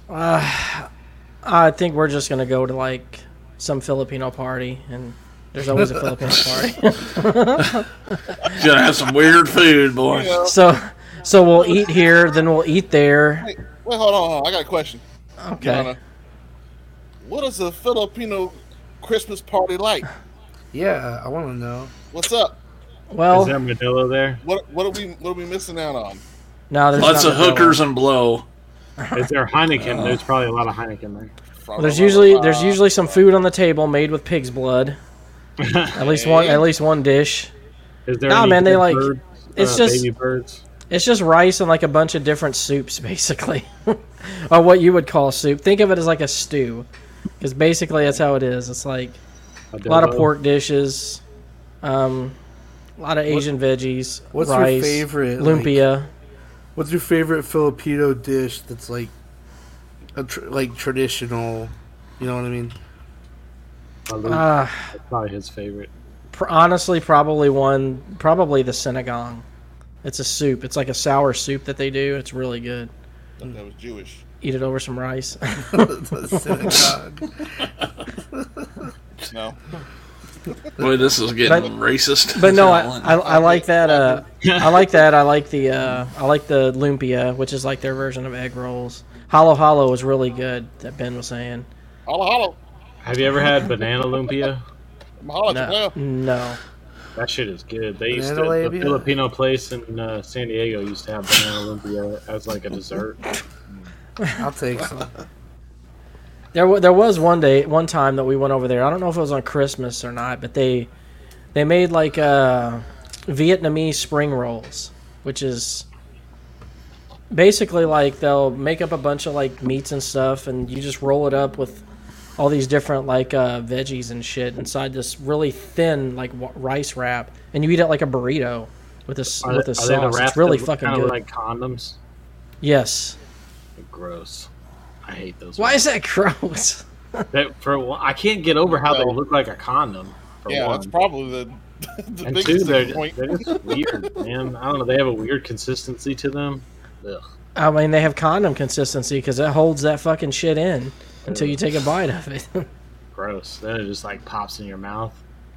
Speaker 1: Uh, I think we're just gonna go to like some Filipino party, and there's always a Filipino party.
Speaker 2: gonna have some weird food, boy.
Speaker 4: Yeah.
Speaker 1: so, so we'll eat here, then we'll eat there.
Speaker 4: Wait, wait, hold on, hold on. I got a question.
Speaker 1: Okay.
Speaker 4: Yana. What is a Filipino Christmas party like?
Speaker 5: Yeah, I want to know.
Speaker 4: What's up?
Speaker 3: Is there
Speaker 1: Well,
Speaker 3: Manila there?
Speaker 4: What what are we what are we missing out on?
Speaker 1: no, there's
Speaker 2: Lots
Speaker 1: not
Speaker 2: of
Speaker 1: Modelo.
Speaker 2: hookers and blow.
Speaker 3: Is there Heineken? There's probably a lot of Heineken
Speaker 1: Well, There's usually there's usually some food on the table made with pig's blood.
Speaker 3: there.
Speaker 1: At least one at least one dish.
Speaker 3: Is there?
Speaker 1: Nah,
Speaker 3: any
Speaker 1: man, they
Speaker 3: good
Speaker 1: like-
Speaker 3: birds,
Speaker 1: it's
Speaker 3: uh,
Speaker 1: just-
Speaker 3: baby birds.
Speaker 1: It's just rice and like a bunch of different soups, basically, or what you would call soup. Think of it as like a stew, because basically that's how it is. It's like a lot of
Speaker 3: Adobo.
Speaker 1: pork dishes, um, a lot of Asian veggies,
Speaker 5: what's your
Speaker 1: rice,
Speaker 5: favorite, like-
Speaker 1: lumpia.
Speaker 5: What's your favorite Filipino dish that's like, a tr- like traditional? You know what I mean?
Speaker 3: Alu-
Speaker 1: Uh,
Speaker 3: probably his favorite.
Speaker 1: pr- honestly, probably one, probably the sinigang. It's a soup. It's like a sour soup that they do. It's really good.
Speaker 4: Thought that was Jewish.
Speaker 1: Eat it over some rice.
Speaker 5: The synagogue.
Speaker 4: No.
Speaker 2: Boy, this is getting
Speaker 1: But-
Speaker 2: racist.
Speaker 1: But no, I,
Speaker 2: Alan.
Speaker 1: I, I like that. Uh, I like that. I like the uh, I like the lumpia, which is like their version of egg rolls. Hollow hollow is really good. That Ben was saying.
Speaker 4: Holla, holla.
Speaker 3: Have you ever had banana lumpia?
Speaker 4: Holla,
Speaker 1: No, no.
Speaker 3: That shit is good. They used to,
Speaker 5: Banana
Speaker 3: the
Speaker 5: labia?
Speaker 3: Filipino place in uh, San Diego used to have banana lumpia as like a dessert.
Speaker 5: I'll take some.
Speaker 1: There, wa- there was one day, one time that we went over there. I don't know if it was on Christmas or not, but they, they made like uh, Vietnamese spring rolls, which is basically like they'll make up a bunch of like meats and stuff, and you just roll it up with all these different like uh, veggies and shit inside this really thin like w- rice wrap, and you eat it like a burrito with this
Speaker 3: Are
Speaker 1: with
Speaker 3: they-
Speaker 1: a
Speaker 3: are they the
Speaker 1: sauce. It's
Speaker 3: wrapped
Speaker 1: really
Speaker 3: in-
Speaker 1: fucking
Speaker 3: kinda
Speaker 1: good.
Speaker 3: like condoms.
Speaker 1: yes.
Speaker 3: They're gross. I hate those.
Speaker 1: Why
Speaker 3: ones.
Speaker 1: is that gross?
Speaker 3: That, for one, I can't get over how they look like a condom. For
Speaker 4: Yeah,
Speaker 3: one.
Speaker 4: that's probably the, the
Speaker 3: and two,
Speaker 4: biggest
Speaker 3: they're,
Speaker 4: thing point.
Speaker 3: they're just weird, man. I don't know. They have a weird consistency to them. Ugh.
Speaker 1: I mean, they have condom consistency because it holds that fucking shit in until you take a bite of it. but
Speaker 3: gross. Then it just like pops in your mouth.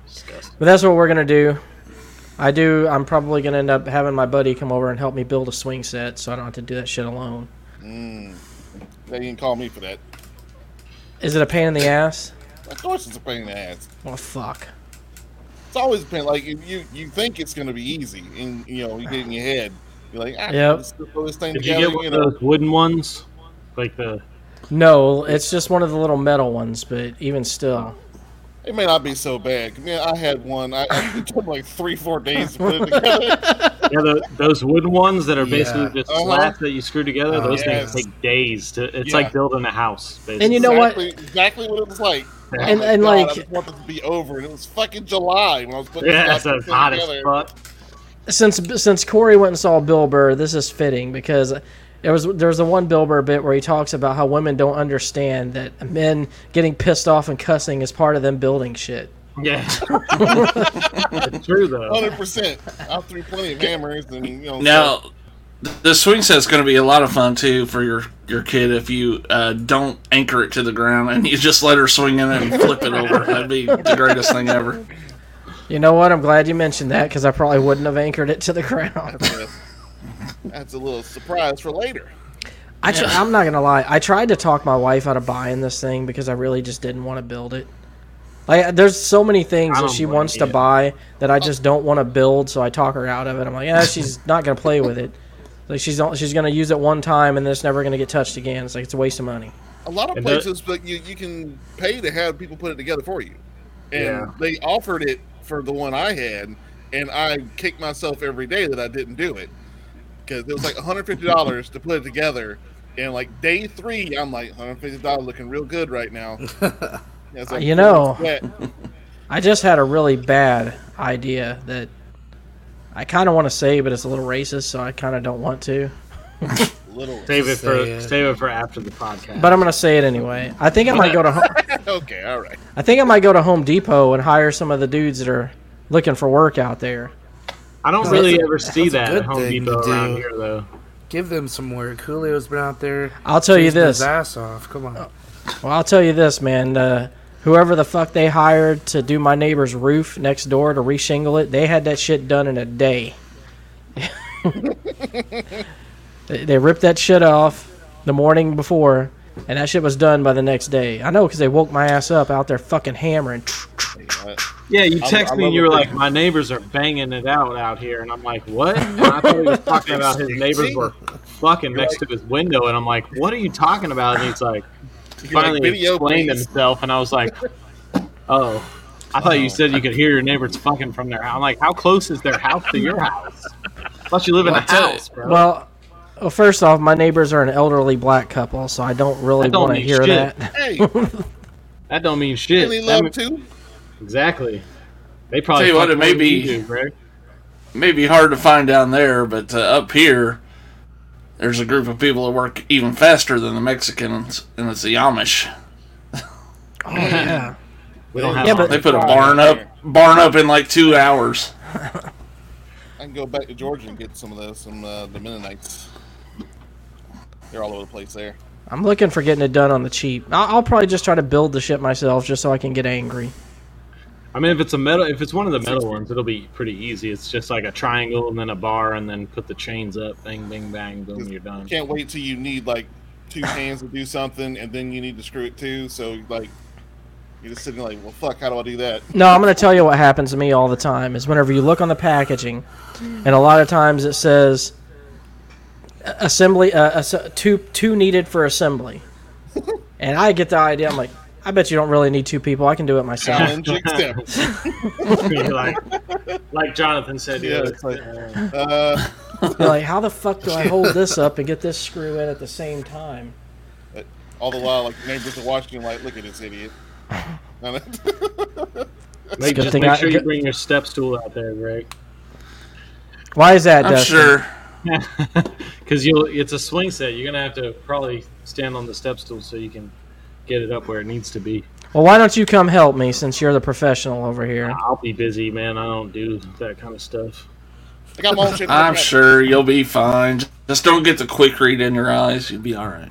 Speaker 3: Disgusting.
Speaker 1: that's what we're gonna do. I do. I'm probably gonna end up having my buddy come over and help me build a swing set, so I don't have to do that shit alone.
Speaker 4: They didn't call me for that.
Speaker 1: Is it a pain in the ass?
Speaker 4: Of course, it's a pain in the ass.
Speaker 1: Well, fuck.
Speaker 4: It's always been like if you you think it's going to be easy, and you know you get in your head. You're like, ah,
Speaker 1: Yep.
Speaker 4: let's just throw this thing
Speaker 3: Did you
Speaker 4: together.
Speaker 3: get one
Speaker 4: you
Speaker 3: of
Speaker 4: know,
Speaker 3: those wooden ones? Like the
Speaker 1: No, it's just one of the little metal ones, but even still,
Speaker 4: it may not be so bad. Man, I had one. I, I it took like three, four days to put it together.
Speaker 3: yeah, the, those wooden ones that are basically
Speaker 5: Yeah.
Speaker 3: just
Speaker 4: Uh-huh. Oh,
Speaker 3: slats that you screw together.
Speaker 5: Uh,
Speaker 3: those
Speaker 4: yes.
Speaker 3: things take days to. It's
Speaker 4: Yeah.
Speaker 3: like building a house. Basically.
Speaker 1: And you know what?
Speaker 4: exactly, Exactly what it was like. Oh
Speaker 1: And-
Speaker 4: my
Speaker 1: and,
Speaker 4: God,
Speaker 1: like-
Speaker 4: I just wanted to be over, and it was fucking July when I was putting
Speaker 3: Yeah,
Speaker 4: this
Speaker 3: it's
Speaker 4: goddamn
Speaker 3: as hot
Speaker 4: thing
Speaker 3: as
Speaker 4: together.
Speaker 3: fuck.
Speaker 1: since since Corey went and saw Bill Burr, this is fitting because it was there's the one Bill Burr bit where he talks about how women don't understand that men getting pissed off and cussing is part of them building shit.
Speaker 3: Yeah, it's true though.
Speaker 4: Hundred percent. I threw plenty of hammers, and you know.
Speaker 2: Now, th- the swing set's going to be a lot of fun too for your your kid if you uh, don't anchor it to the ground and you just let her swing in it and flip it over. That'd be the greatest thing ever.
Speaker 1: You know what? I'm glad you mentioned that because I probably wouldn't have anchored it to the ground.
Speaker 4: so that's a little surprise for later.
Speaker 1: I tr- I'm not gonna lie. I tried to talk my wife out of buying this thing because I really just didn't want to build it. Like, there's so many things
Speaker 3: I
Speaker 1: that
Speaker 3: don't
Speaker 1: she
Speaker 3: blame
Speaker 1: wants to
Speaker 3: you.
Speaker 1: buy that I just don't want to build. So I talk her out of it. I'm like, yeah, she's not gonna play with it. Like she's on- she's gonna use it one time and then it's never gonna get touched again. It's like it's a waste of money.
Speaker 4: A lot of
Speaker 3: And the-
Speaker 4: places, but you you can pay to have people put it together for you, and
Speaker 3: Yeah.
Speaker 4: they offered it for the one I had, and I kicked myself every day that I didn't do it because it was like 150 dollars to put it together, and like day three, I'm like 150 dollars looking real good right now. Yeah, it's like,
Speaker 1: Uh, You know.
Speaker 4: yeah,
Speaker 1: I just had a really bad idea that I kind of want to say, but it's a little racist, so I kind of don't want to.
Speaker 4: little
Speaker 3: Save it for
Speaker 5: Say it.
Speaker 3: save it for after the podcast.
Speaker 1: But I'm gonna say it anyway. I think I might go to. Ho-
Speaker 4: okay, all right.
Speaker 1: I think I might go to Home Depot and hire some of the dudes that are looking for work out there.
Speaker 3: I don't
Speaker 5: No,
Speaker 3: really
Speaker 5: that's a-
Speaker 3: ever see
Speaker 5: that's
Speaker 3: that
Speaker 5: a good
Speaker 3: at Home
Speaker 5: thing
Speaker 3: Depot
Speaker 5: to
Speaker 3: around
Speaker 5: do.
Speaker 3: here though.
Speaker 5: Give them some work. Julio's been out there.
Speaker 1: I'll tell you
Speaker 5: chasing
Speaker 1: this.
Speaker 5: His ass off. Come on.
Speaker 1: Well, I'll tell you this, man. Uh, whoever the fuck they hired to do my neighbor's roof next door to reshingle it, they had that shit done in a day. they, they ripped that shit off the morning before, and that shit was done by the next day. I know because they woke my ass up out there fucking hammering.
Speaker 4: uh,
Speaker 3: Yeah, you
Speaker 4: I-
Speaker 3: text
Speaker 4: I
Speaker 3: me
Speaker 4: love
Speaker 3: and you were
Speaker 4: it.
Speaker 3: like, "My neighbors are banging it out out here," and I'm like, "What?" And I thought he was talking about his neighbors were fucking next to his window, and I'm like, "What are you talking about?" And he's like,
Speaker 4: You're like,
Speaker 3: finally
Speaker 4: video,
Speaker 3: explained
Speaker 4: please."
Speaker 3: himself, and I was like, "Oh, I thought you said you could hear your neighbors fucking from their house." I'm like, "How close is their house to your house?" Unless you live in a
Speaker 6: I'll tell you.
Speaker 3: house, bro.
Speaker 1: Well, well, first off, my neighbors are an elderly black couple, so I don't really
Speaker 3: That don't
Speaker 1: want to
Speaker 3: mean
Speaker 1: hear
Speaker 3: shit.
Speaker 1: that.
Speaker 4: Hey,
Speaker 3: that don't mean shit.
Speaker 4: really love
Speaker 3: That mean-
Speaker 4: too.
Speaker 3: exactly. They probably
Speaker 2: Tell you what,
Speaker 3: fuck
Speaker 2: it may
Speaker 3: more than
Speaker 2: be-
Speaker 3: you do, bro.
Speaker 2: may be hard to find down there, but uh, up here, there's a group of people that work even faster than the Mexicans, and it's the Amish.
Speaker 1: Oh, yeah.
Speaker 3: We don't have
Speaker 1: Yeah,
Speaker 3: a-
Speaker 1: but-
Speaker 2: They put a
Speaker 4: Wow.
Speaker 2: barn up, barn up in like two hours.
Speaker 4: I can go back to Georgia and get some of those, some uh, the Mennonites. They're all over the place there.
Speaker 1: I'm looking for getting it done on the cheap. I'll, I'll probably just try to build the shit myself just so I can get angry.
Speaker 3: I mean, if it's a metal, if it's one of the metal ones, it'll be pretty easy. It's just like a triangle and then a bar, and then put the chains up. Bang, bing, bang, boom, you're done.
Speaker 4: Can't wait till you need like two hands to do something, and then you need to screw it too. So like, you're just sitting like, well, fuck, how do I do that?
Speaker 1: No, I'm going to tell you what happens to me all the time is whenever you look on the packaging, and a lot of times it says assembly uh, ass- two two needed for assembly, and I get the idea. I'm like, I bet you don't really need two people. I can do it myself.
Speaker 4: Challenge accepted.
Speaker 3: You're like, like Jonathan said,
Speaker 4: Yeah,
Speaker 3: yeah,
Speaker 4: it's like, uh,
Speaker 1: You're like, how the fuck do I hold this up and get this screw in at the same time?
Speaker 4: all the while, like neighbors are watching, like, look at this idiot.
Speaker 3: make,
Speaker 1: good
Speaker 3: just
Speaker 1: thing
Speaker 3: make
Speaker 1: I-
Speaker 3: sure you
Speaker 1: good-
Speaker 3: bring your step stool out there, Greg,
Speaker 1: Why is that?
Speaker 2: I'm
Speaker 1: Dustin?
Speaker 2: sure.
Speaker 3: because you'll. It's a swing set. You're gonna have to probably stand on the step stool so you can get it up where it needs to be.
Speaker 1: Well, why don't you come help me since you're the professional over here?
Speaker 3: I'll be busy, man. I don't do that kind of stuff.
Speaker 4: I got my own shit.
Speaker 2: I'm sure you'll be fine. Just don't get the quick read in your eyes. You'll be all right.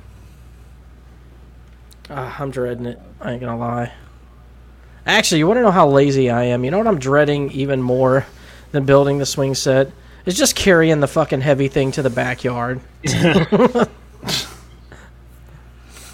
Speaker 1: Ah, I'm dreading it. I ain't gonna lie. Actually, you want to know how lazy I am? You know what I'm dreading even more than building the swing set is just carrying the fucking heavy thing to the backyard.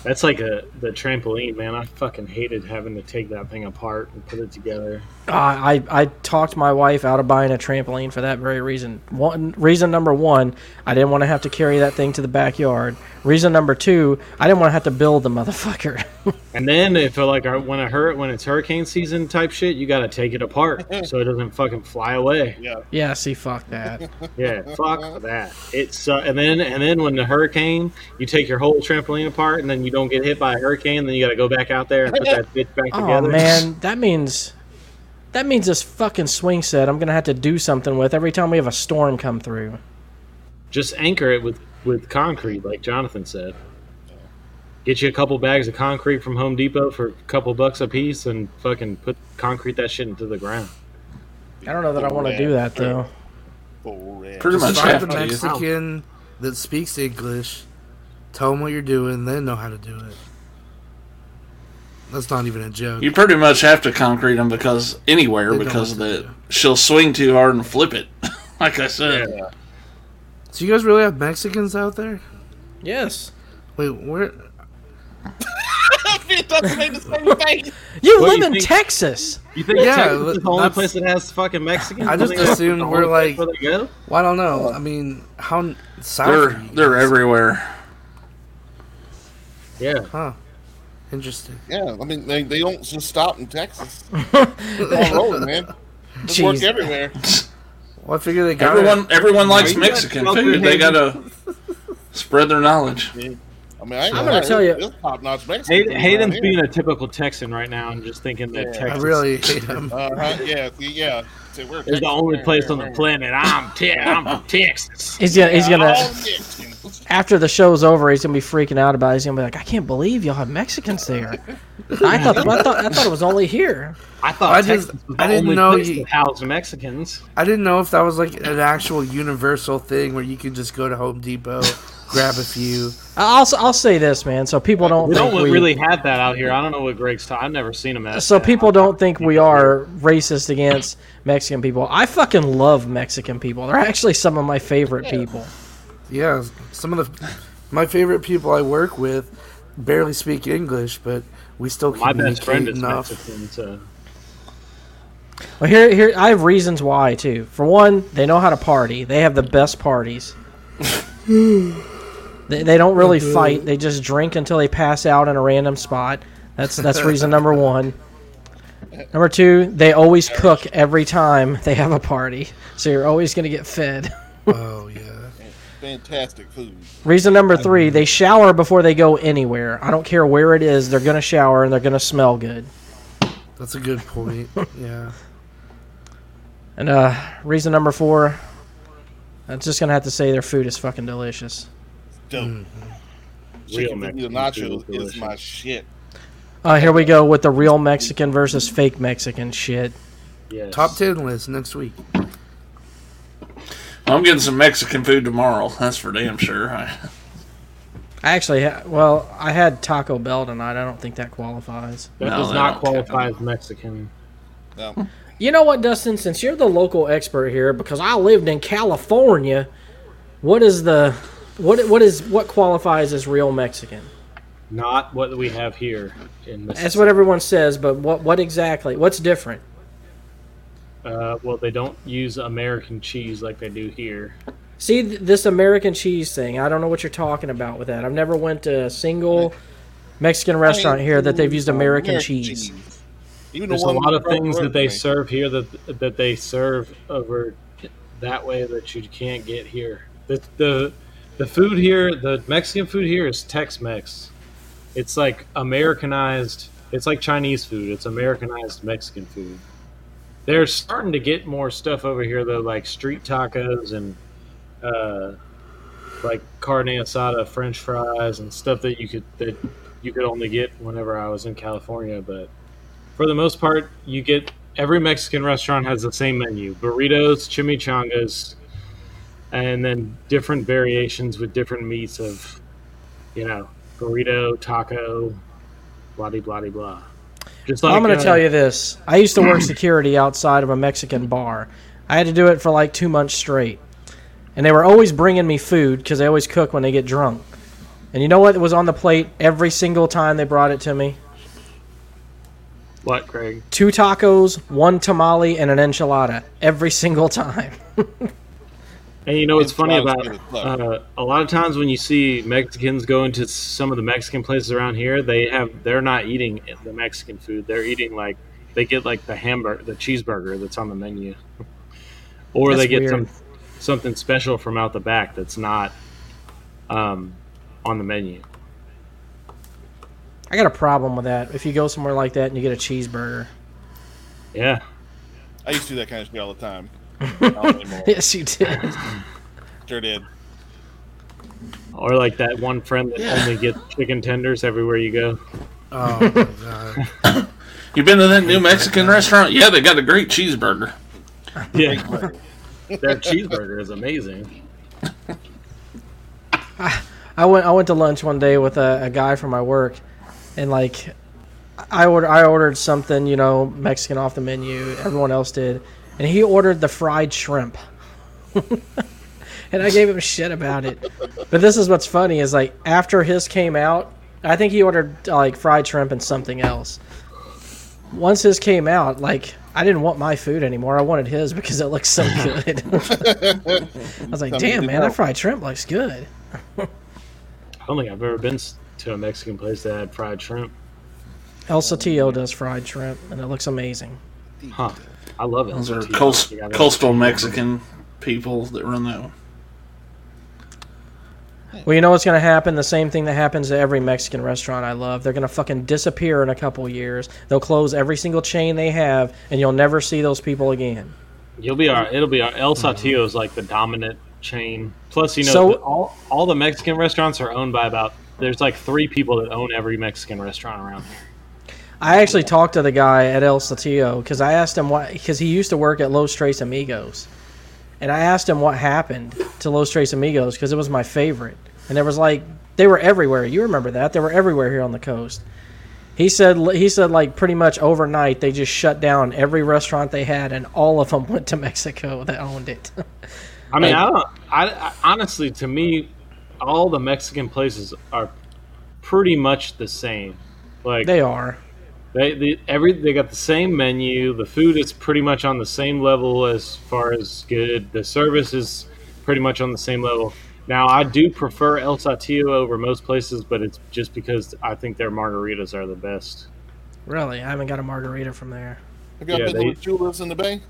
Speaker 3: That's like a the trampoline, man. I fucking hated having to take that thing apart and put it together.
Speaker 1: Ah, I I talked my wife out of buying a trampoline for that very reason. One reason number one, I didn't want to have to carry that thing to the backyard. Reason number two, I didn't want to have to build the motherfucker.
Speaker 3: And then if uh, like uh, when it hurt when it's hurricane season type shit, you gotta take it apart so it doesn't fucking fly away.
Speaker 1: yeah, see, fuck that.
Speaker 3: Yeah, fuck that. It's uh, and then and then when the hurricane, you take your whole trampoline apart and then you don't get hit by a hurricane. Then you gotta go back out there and put that bitch back
Speaker 1: Oh
Speaker 3: together.
Speaker 1: man, that means that means this fucking swing set I'm gonna have to do something with every time we have a storm come through.
Speaker 3: Just anchor it with with concrete, like Jonathan said. Get you a couple bags of concrete from Home Depot for a couple bucks a piece, and fucking put concrete that shit into the ground.
Speaker 1: I don't know that I want to
Speaker 4: Yeah.
Speaker 1: do that though.
Speaker 2: Pretty much
Speaker 5: Find the
Speaker 2: have to.
Speaker 5: Mexican that speaks English. Tell them what you're doing. They know how to do it. That's not even a joke.
Speaker 2: You pretty much have to concrete them because anywhere
Speaker 5: They don't
Speaker 2: because
Speaker 5: want to
Speaker 2: the
Speaker 5: do.
Speaker 2: she'll swing too hard and flip it. like I said,
Speaker 5: So you guys really have Mexicans out there?
Speaker 1: Yes.
Speaker 5: Wait, where?
Speaker 1: You
Speaker 3: What do
Speaker 1: live
Speaker 3: you
Speaker 1: in
Speaker 3: think-
Speaker 1: Texas.
Speaker 3: You think
Speaker 5: Yeah,
Speaker 3: Texas is
Speaker 5: but
Speaker 3: the only
Speaker 5: that's-
Speaker 3: place that has fucking Mexicans?
Speaker 5: I just
Speaker 3: think that's
Speaker 5: assumed
Speaker 3: the
Speaker 5: we're
Speaker 3: only place
Speaker 5: like-
Speaker 3: where they go?
Speaker 5: Well, I don't know. I mean, how south?
Speaker 2: they're
Speaker 5: are you
Speaker 2: they're
Speaker 5: guys?
Speaker 2: everywhere.
Speaker 3: Yeah.
Speaker 5: Huh. Interesting.
Speaker 4: Yeah, I mean, they, they don't just stop in Texas. They're all rolling, man. Just work
Speaker 1: Jeez.
Speaker 4: everywhere.
Speaker 5: Well, I figure they got
Speaker 2: Everyone everyone likes
Speaker 3: you
Speaker 2: Mexican
Speaker 3: got
Speaker 2: food. They
Speaker 3: Copenhagen?
Speaker 2: gotta spread their knowledge.
Speaker 4: I mean, I ain't
Speaker 1: I'm
Speaker 4: gonna
Speaker 1: gonna
Speaker 4: lie,
Speaker 1: tell you-
Speaker 4: this top notch Mexican.
Speaker 3: Hayden,
Speaker 4: food
Speaker 3: Hayden's
Speaker 4: right
Speaker 3: being
Speaker 4: here.
Speaker 3: a typical Texan right now and just thinking that
Speaker 4: Yeah.
Speaker 5: I
Speaker 3: Texas
Speaker 5: really hate them.
Speaker 4: Uh-huh, yeah, see, yeah. See, we're
Speaker 3: is
Speaker 4: Texas.
Speaker 3: the only
Speaker 4: We're-
Speaker 3: place on
Speaker 4: we're-
Speaker 3: the planet. I'm, te- I'm from Texas.
Speaker 1: He's gonna he's
Speaker 4: we're
Speaker 1: gonna
Speaker 4: all Mexicans.
Speaker 1: after the show's over he's gonna be freaking out about it. He's gonna be like, I can't believe y'all have Mexicans there. I thought I thought I thought it was only here.
Speaker 3: I thought
Speaker 5: I
Speaker 3: Texas
Speaker 5: just-
Speaker 3: was the
Speaker 5: I didn't
Speaker 3: only
Speaker 5: know
Speaker 3: place
Speaker 5: you-
Speaker 3: that housed Mexicans.
Speaker 5: I didn't know if that was like an actual universal thing where you can just go to Home Depot, grab a few.
Speaker 1: I- I'll I'll say this, man, so people don't
Speaker 3: We
Speaker 1: think
Speaker 3: don't
Speaker 1: we
Speaker 3: really have that out here. I don't know what Greg's talking. I've never seen him at.
Speaker 1: so
Speaker 3: that.
Speaker 1: people don't think we are racist against Mexican people. I fucking love Mexican people. They're actually some of my favorite people.
Speaker 5: Yeah, some of the my favorite people I work with barely speak English, but we still
Speaker 3: My best friend
Speaker 5: communicate
Speaker 3: is
Speaker 5: enough.
Speaker 3: Mexican. So.
Speaker 1: Well, here, here, I have reasons why too. For one, they know how to party. They have the best parties. they, they don't really fight. They just drink until they pass out in a random spot. That's that's reason number one. Number two, they always cook every time they have a party, so you're always gonna get fed.
Speaker 5: Oh yeah.
Speaker 4: Fantastic food.
Speaker 1: Reason number three: they shower before they go anywhere. I don't care where it is; they're gonna shower and they're gonna smell good.
Speaker 5: That's a good point. Yeah.
Speaker 1: And uh, reason number four: I'm just gonna have to say their food is fucking delicious.
Speaker 4: Dope. Chicken fajita nachos is my shit.
Speaker 1: Uh, here we go with the real Mexican versus fake Mexican shit.
Speaker 3: Yes.
Speaker 5: Top ten list next week.
Speaker 2: I'm getting some Mexican food tomorrow. That's for damn sure. I,
Speaker 1: I actually, ha- well, I had Taco Bell tonight. I don't think that qualifies.
Speaker 3: That
Speaker 2: No,
Speaker 3: does
Speaker 2: they
Speaker 3: not
Speaker 2: don't count.
Speaker 3: qualify as Mexican.
Speaker 4: No.
Speaker 1: You know what, Dustin? Since you're the local expert here, because I lived in California, what is the what what is what qualifies as real Mexican?
Speaker 3: Not what we have here in this.
Speaker 1: That's what everyone says, but what what exactly? What's different?
Speaker 3: Uh, well, they don't use American cheese like they do here.
Speaker 1: See th- this American cheese thing. I don't know what you're talking about with that. I've never went to a single Mexican restaurant here that they've used American, cheese.
Speaker 4: Even
Speaker 3: There's
Speaker 4: the
Speaker 3: a
Speaker 4: one
Speaker 3: lot of
Speaker 4: across the
Speaker 3: things
Speaker 4: road
Speaker 3: that they
Speaker 4: from me.
Speaker 3: serve here that that they serve over that way that you can't get here. The the the food here, the Mexican food here is Tex-Mex. It's like Americanized. It's like Chinese food. It's Americanized Mexican food. They're starting to get more stuff over here though, like street tacos and uh, like carne asada, French fries, and stuff that you could that you could only get whenever I was in California, but for the most part, you get every Mexican restaurant has the same menu: burritos, chimichangas, and then different variations with different meats of, you know, burrito, taco, blah de blah de blah. Just like
Speaker 1: I'm going
Speaker 3: uh,
Speaker 1: to tell you this. I used to work security outside of a Mexican bar. I had to do it for like two months straight. And they were always bringing me food because they always cook when they get drunk. And you know what was on the plate every single time they brought it to me?
Speaker 3: what, Craig?
Speaker 1: Two tacos, one tamale, and an enchilada. Every single time.
Speaker 3: And you know what's
Speaker 4: It's
Speaker 3: funny
Speaker 4: wild,
Speaker 3: about
Speaker 4: it's good, look.
Speaker 3: uh, a lot of times when you see Mexicans go into some of the Mexican places around here, they have they're not eating the Mexican food. They're eating like they get like the hamburger, the cheeseburger that's on the menu, or
Speaker 1: That's
Speaker 3: they get
Speaker 1: weird.
Speaker 3: some something special from out the back that's not um, on the menu.
Speaker 1: I got a problem with that. If you go somewhere like that and you get a cheeseburger.
Speaker 3: Yeah,
Speaker 4: I used to do that kind of shit all the time. Not anymore.
Speaker 1: Yes, you did.
Speaker 4: Sure did.
Speaker 3: or like that one friend that only gets chicken tenders everywhere you go.
Speaker 5: Oh my god.
Speaker 2: you been to that new Mexican restaurant? Yeah, they got a great cheeseburger.
Speaker 3: Yeah, their cheeseburger is amazing.
Speaker 1: I went I went to lunch one day with a, a guy from my work, and like, I ordered I ordered something you know Mexican off the menu. Everyone else did, and he ordered the fried shrimp. and I gave him shit about it. But this is what's funny is like after his came out, I think he ordered uh, like fried shrimp and something else. Once his came out, like I didn't want my food anymore. I wanted his because it looked so good. I was like, "Damn, man, that fried shrimp looks good."
Speaker 3: I don't think I've ever been s- to a Mexican place that had fried shrimp.
Speaker 1: El Sotillo does fried shrimp, and it looks amazing.
Speaker 3: Huh. I love it.
Speaker 2: Those are
Speaker 3: Tortillas.
Speaker 2: coast,
Speaker 3: You gotta-
Speaker 2: coastal Mexican people that run that one.
Speaker 1: Well, you know what's going to happen? The same thing that happens to every Mexican restaurant I love. They're going to fucking disappear in a couple years. They'll close every single chain they have, and you'll never see those people again.
Speaker 3: You'll be all right. It'll be all right. El
Speaker 2: Uh-huh.
Speaker 3: Saltillo is like the dominant chain. Plus, you know,
Speaker 1: So-
Speaker 3: the- all, all the Mexican restaurants are owned by about, there's like three people that own every Mexican restaurant around here.
Speaker 1: I actually talked to the guy at El Sotillo because I asked him why, because he used to work at Los Tres Amigos, and I asked him what happened to Los Tres Amigos because it was my favorite, and there was like they were everywhere. You remember that they were everywhere here on the coast. He said he said like pretty much overnight they just shut down every restaurant they had, and all of them went to Mexico that owned it.
Speaker 3: I mean, I don't, I, I- honestly, to me, all the Mexican places are pretty much the same. Like,
Speaker 1: they are.
Speaker 3: They, they every they got the same menu. The food is pretty much on the same level as far as good. The service is pretty much on the same level. Now I do prefer El Saltillo over most places, but it's just because I think their margaritas are the best.
Speaker 1: Really, I haven't got a margarita from there.
Speaker 4: Have y'all
Speaker 3: Yeah,
Speaker 4: been
Speaker 3: they-
Speaker 4: to the Tulips in the Bay?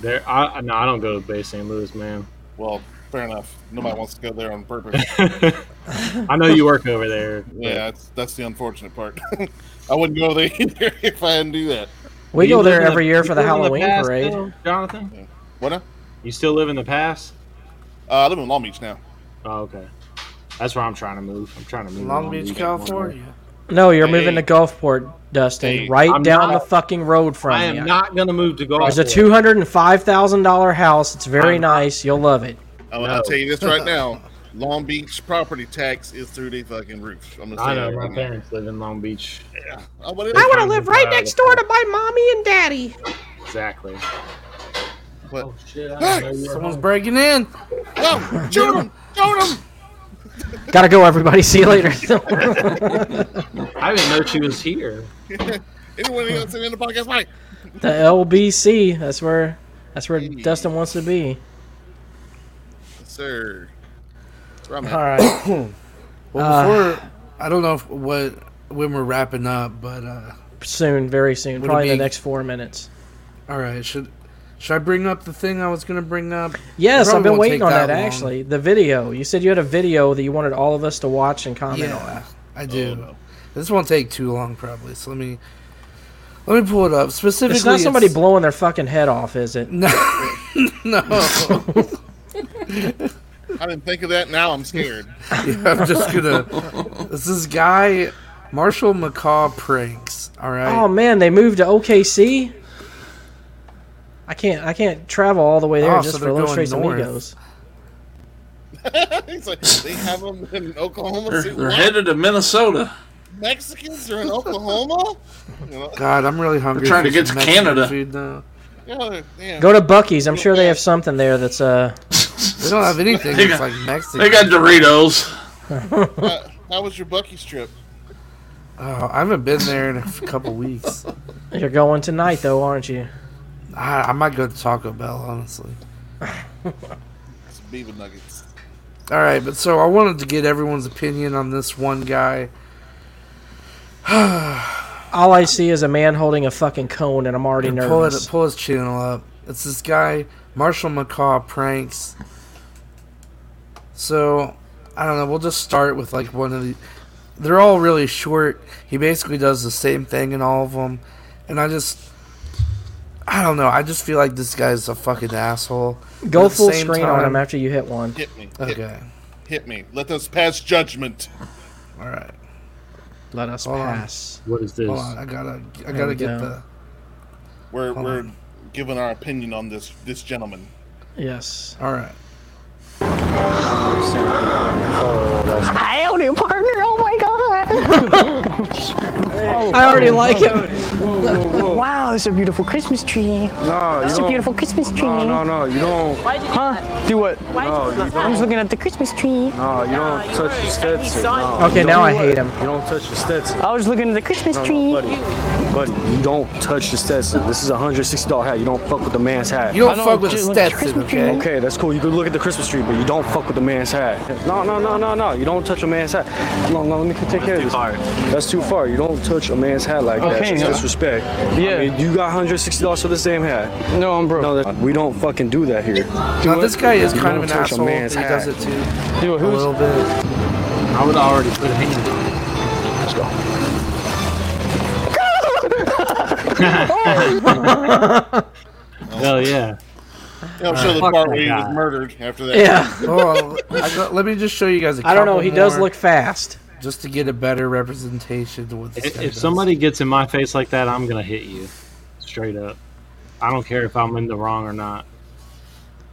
Speaker 3: There, I no, I don't go to Bay St. Louis, man.
Speaker 4: Well, fair enough. Nobody wants to go there on purpose.
Speaker 3: I know you work over there.
Speaker 4: yeah, that's, that's the unfortunate part. I wouldn't go there either if I hadn't do that.
Speaker 1: We
Speaker 3: You
Speaker 1: go
Speaker 3: live
Speaker 1: there
Speaker 3: in the-
Speaker 1: every year
Speaker 3: you
Speaker 1: for the
Speaker 3: live in
Speaker 1: Halloween
Speaker 3: past
Speaker 1: parade.
Speaker 3: still, Jonathan,
Speaker 4: What? now?
Speaker 3: you still live in the past?
Speaker 4: Uh, I live in Long Beach now.
Speaker 3: Oh, okay. That's where I'm trying to move. I'm trying to move. to
Speaker 5: Long Beach, California.
Speaker 1: No, you're moving
Speaker 4: Hey.
Speaker 1: to Gulfport, Dustin.
Speaker 4: Hey.
Speaker 1: right
Speaker 3: I'm
Speaker 1: down
Speaker 3: not-
Speaker 1: the fucking road from
Speaker 3: I
Speaker 1: you.
Speaker 3: am not going to move to Gulfport.
Speaker 1: There's a two hundred and five thousand dollar house. It's very
Speaker 3: I'm not-
Speaker 1: nice. You'll love it.
Speaker 4: I'll,
Speaker 3: No.
Speaker 4: I'll tell you this right now. Long Beach property tax is through the fucking roof. I'm gonna say
Speaker 3: I know
Speaker 4: that
Speaker 3: my
Speaker 4: right now.
Speaker 3: parents live in Long Beach.
Speaker 4: Oh, what is
Speaker 3: I
Speaker 4: it?
Speaker 3: wanna live right next door to
Speaker 1: my mommy and daddy.
Speaker 3: Exactly.
Speaker 4: What?
Speaker 3: Oh shit! I
Speaker 4: Hey,
Speaker 3: didn't know you were
Speaker 5: Someone's
Speaker 3: home.
Speaker 5: breaking in.
Speaker 4: Oh, shoot him! Shoot him!
Speaker 1: Gotta go, everybody. See you later.
Speaker 3: I didn't know she was here.
Speaker 4: Anyone else in the podcast? Mike.
Speaker 1: the LBC. That's where. That's where Dustin wants to be.
Speaker 4: Yes, sir. That's where I'm at.
Speaker 1: All right. Uh,
Speaker 5: Well, before I don't know if, what when we're wrapping up, but uh,
Speaker 1: Soon, very soon.
Speaker 5: Would it
Speaker 1: Probably in
Speaker 5: be-
Speaker 1: the next four minutes.
Speaker 5: all right, should should I bring up the thing I was gonna bring up?
Speaker 1: Yes,
Speaker 5: Probably
Speaker 1: I've been
Speaker 5: won't
Speaker 1: waiting
Speaker 5: take
Speaker 1: on that,
Speaker 5: that long.
Speaker 1: actually. The video. You said you had a video that you wanted all of us to watch and comment on.
Speaker 5: Yeah, I do.
Speaker 4: Oh, no.
Speaker 5: This won't take too long, probably. So let me let me pull it up specifically.
Speaker 1: It's not somebody
Speaker 5: it's-
Speaker 1: blowing their fucking head off, is it?
Speaker 5: No, no.
Speaker 4: I didn't think of that. Now I'm scared.
Speaker 5: Yeah, I'm just gonna. this is guy Marshall McCaw pranks. All right.
Speaker 1: Oh man, they moved to OKC. I can't. I can't travel all the way there
Speaker 5: Oh,
Speaker 1: just
Speaker 5: so
Speaker 1: for
Speaker 5: they're
Speaker 1: Los
Speaker 5: going
Speaker 1: Tres
Speaker 5: north.
Speaker 1: Amigos.
Speaker 4: He's like, they have them in Oklahoma.
Speaker 2: They're,
Speaker 4: City.
Speaker 2: they're
Speaker 4: What?
Speaker 2: headed to Minnesota.
Speaker 4: Mexicans are in Oklahoma. You know,
Speaker 5: God, I'm really hungry.
Speaker 2: They're trying
Speaker 5: for
Speaker 2: to get
Speaker 5: some
Speaker 2: to
Speaker 5: Mexican
Speaker 2: Canada.
Speaker 5: Food now.
Speaker 4: yeah, yeah.
Speaker 1: Go to Bucky's. I'm sure they have something there that's uh.
Speaker 5: They don't have anything
Speaker 2: They
Speaker 5: that's
Speaker 2: got-
Speaker 5: like Mexican.
Speaker 2: They got Doritos.
Speaker 4: Uh, how was your Bucky's trip?
Speaker 5: Oh, I haven't been there in a f- couple weeks.
Speaker 1: You're going tonight though, aren't you?
Speaker 5: I, I might go to Taco Bell, honestly.
Speaker 4: Some beaver nuggets.
Speaker 5: All right, but so I wanted to get everyone's opinion on this one guy.
Speaker 1: All I see is a man holding a fucking cone, and I'm already
Speaker 5: Pull it,
Speaker 1: nervous.
Speaker 5: pull his channel up. It's this guy Marshall McCaw pranks. So I don't know. We'll just start with like one of the. They're all really short. He basically does the same thing in all of them, and I just. I don't know. I just feel like this guy's a fucking asshole. But
Speaker 1: Go
Speaker 5: at the
Speaker 1: full
Speaker 5: same
Speaker 1: screen on him
Speaker 5: time-
Speaker 1: after you hit one.
Speaker 4: Hit me. Hit,
Speaker 5: Okay.
Speaker 4: hit me. Let us pass judgment.
Speaker 5: All right.
Speaker 1: Let us
Speaker 5: Hold on.
Speaker 1: pass.
Speaker 3: What is
Speaker 4: Oh,
Speaker 3: this?
Speaker 5: Hold on. I gotta. I
Speaker 1: There we
Speaker 5: gotta
Speaker 1: go.
Speaker 5: get the.
Speaker 4: We're
Speaker 5: Hold
Speaker 4: we're
Speaker 5: on.
Speaker 4: giving our opinion on this this gentleman.
Speaker 1: Yes.
Speaker 5: All right.
Speaker 6: I own your partner. Oh my god!
Speaker 1: I already like him.
Speaker 6: Wow, it's a beautiful Christmas tree.
Speaker 7: Oh. No, you
Speaker 6: It's a
Speaker 7: don't.
Speaker 6: beautiful Christmas tree.
Speaker 7: No, no, no, you don't.
Speaker 6: Huh? Do what?
Speaker 7: No, you
Speaker 6: I'm
Speaker 7: don't.
Speaker 6: just looking at the Christmas tree.
Speaker 7: No, you don't touch your Stetson. No,
Speaker 1: Okay,
Speaker 7: you
Speaker 1: now I
Speaker 7: don't-
Speaker 1: hate him.
Speaker 7: You don't touch your Stetson.
Speaker 6: I was looking at the Christmas
Speaker 7: No,
Speaker 6: Oh, tree.
Speaker 7: no, buddy, buddy, you don't touch your Stetson. This is a hundred sixty dollar hat. You don't fuck with the man's hat.
Speaker 5: You don't
Speaker 6: I know,
Speaker 5: fuck with a
Speaker 6: just look at
Speaker 5: Stetson,
Speaker 6: Christmas tree.
Speaker 5: okay?
Speaker 7: Okay, that's cool. You could look at the Christmas tree, but you don't fuck with the man's hat. No, no, no, no, no. You don't touch a man's hat. No, no, let me take care of this. That's too far. You don't touch a man's hat like that.
Speaker 8: Okay,
Speaker 7: It's
Speaker 8: yeah.
Speaker 7: disrespect.
Speaker 8: Yeah.
Speaker 7: I mean, you got $160 for the same hat.
Speaker 8: No, I'm broke.
Speaker 7: No, that, we don't fucking do that here.
Speaker 5: Now this guy is
Speaker 7: You
Speaker 5: kind of
Speaker 7: don't
Speaker 5: an
Speaker 7: touch a
Speaker 5: asshole. He
Speaker 7: man's hat.
Speaker 5: does it too.
Speaker 8: Do it.
Speaker 5: A
Speaker 8: Who's
Speaker 5: little bit.
Speaker 3: I would already put a hand. on it.
Speaker 7: Let's go.
Speaker 3: Hell yeah!
Speaker 4: Yeah, I'm sure the
Speaker 3: fuck
Speaker 4: part
Speaker 3: that
Speaker 4: where he
Speaker 3: guy.
Speaker 4: was murdered after that.
Speaker 1: Yeah.
Speaker 5: Oh, I got, let me just show you guys. I
Speaker 1: I don't know. He does look fast.
Speaker 5: just to get a better representation of what this
Speaker 3: If,
Speaker 5: guy
Speaker 3: if
Speaker 5: does.
Speaker 3: somebody gets in my face like that, I'm gonna hit you, straight up. I don't care if I'm in the wrong or not.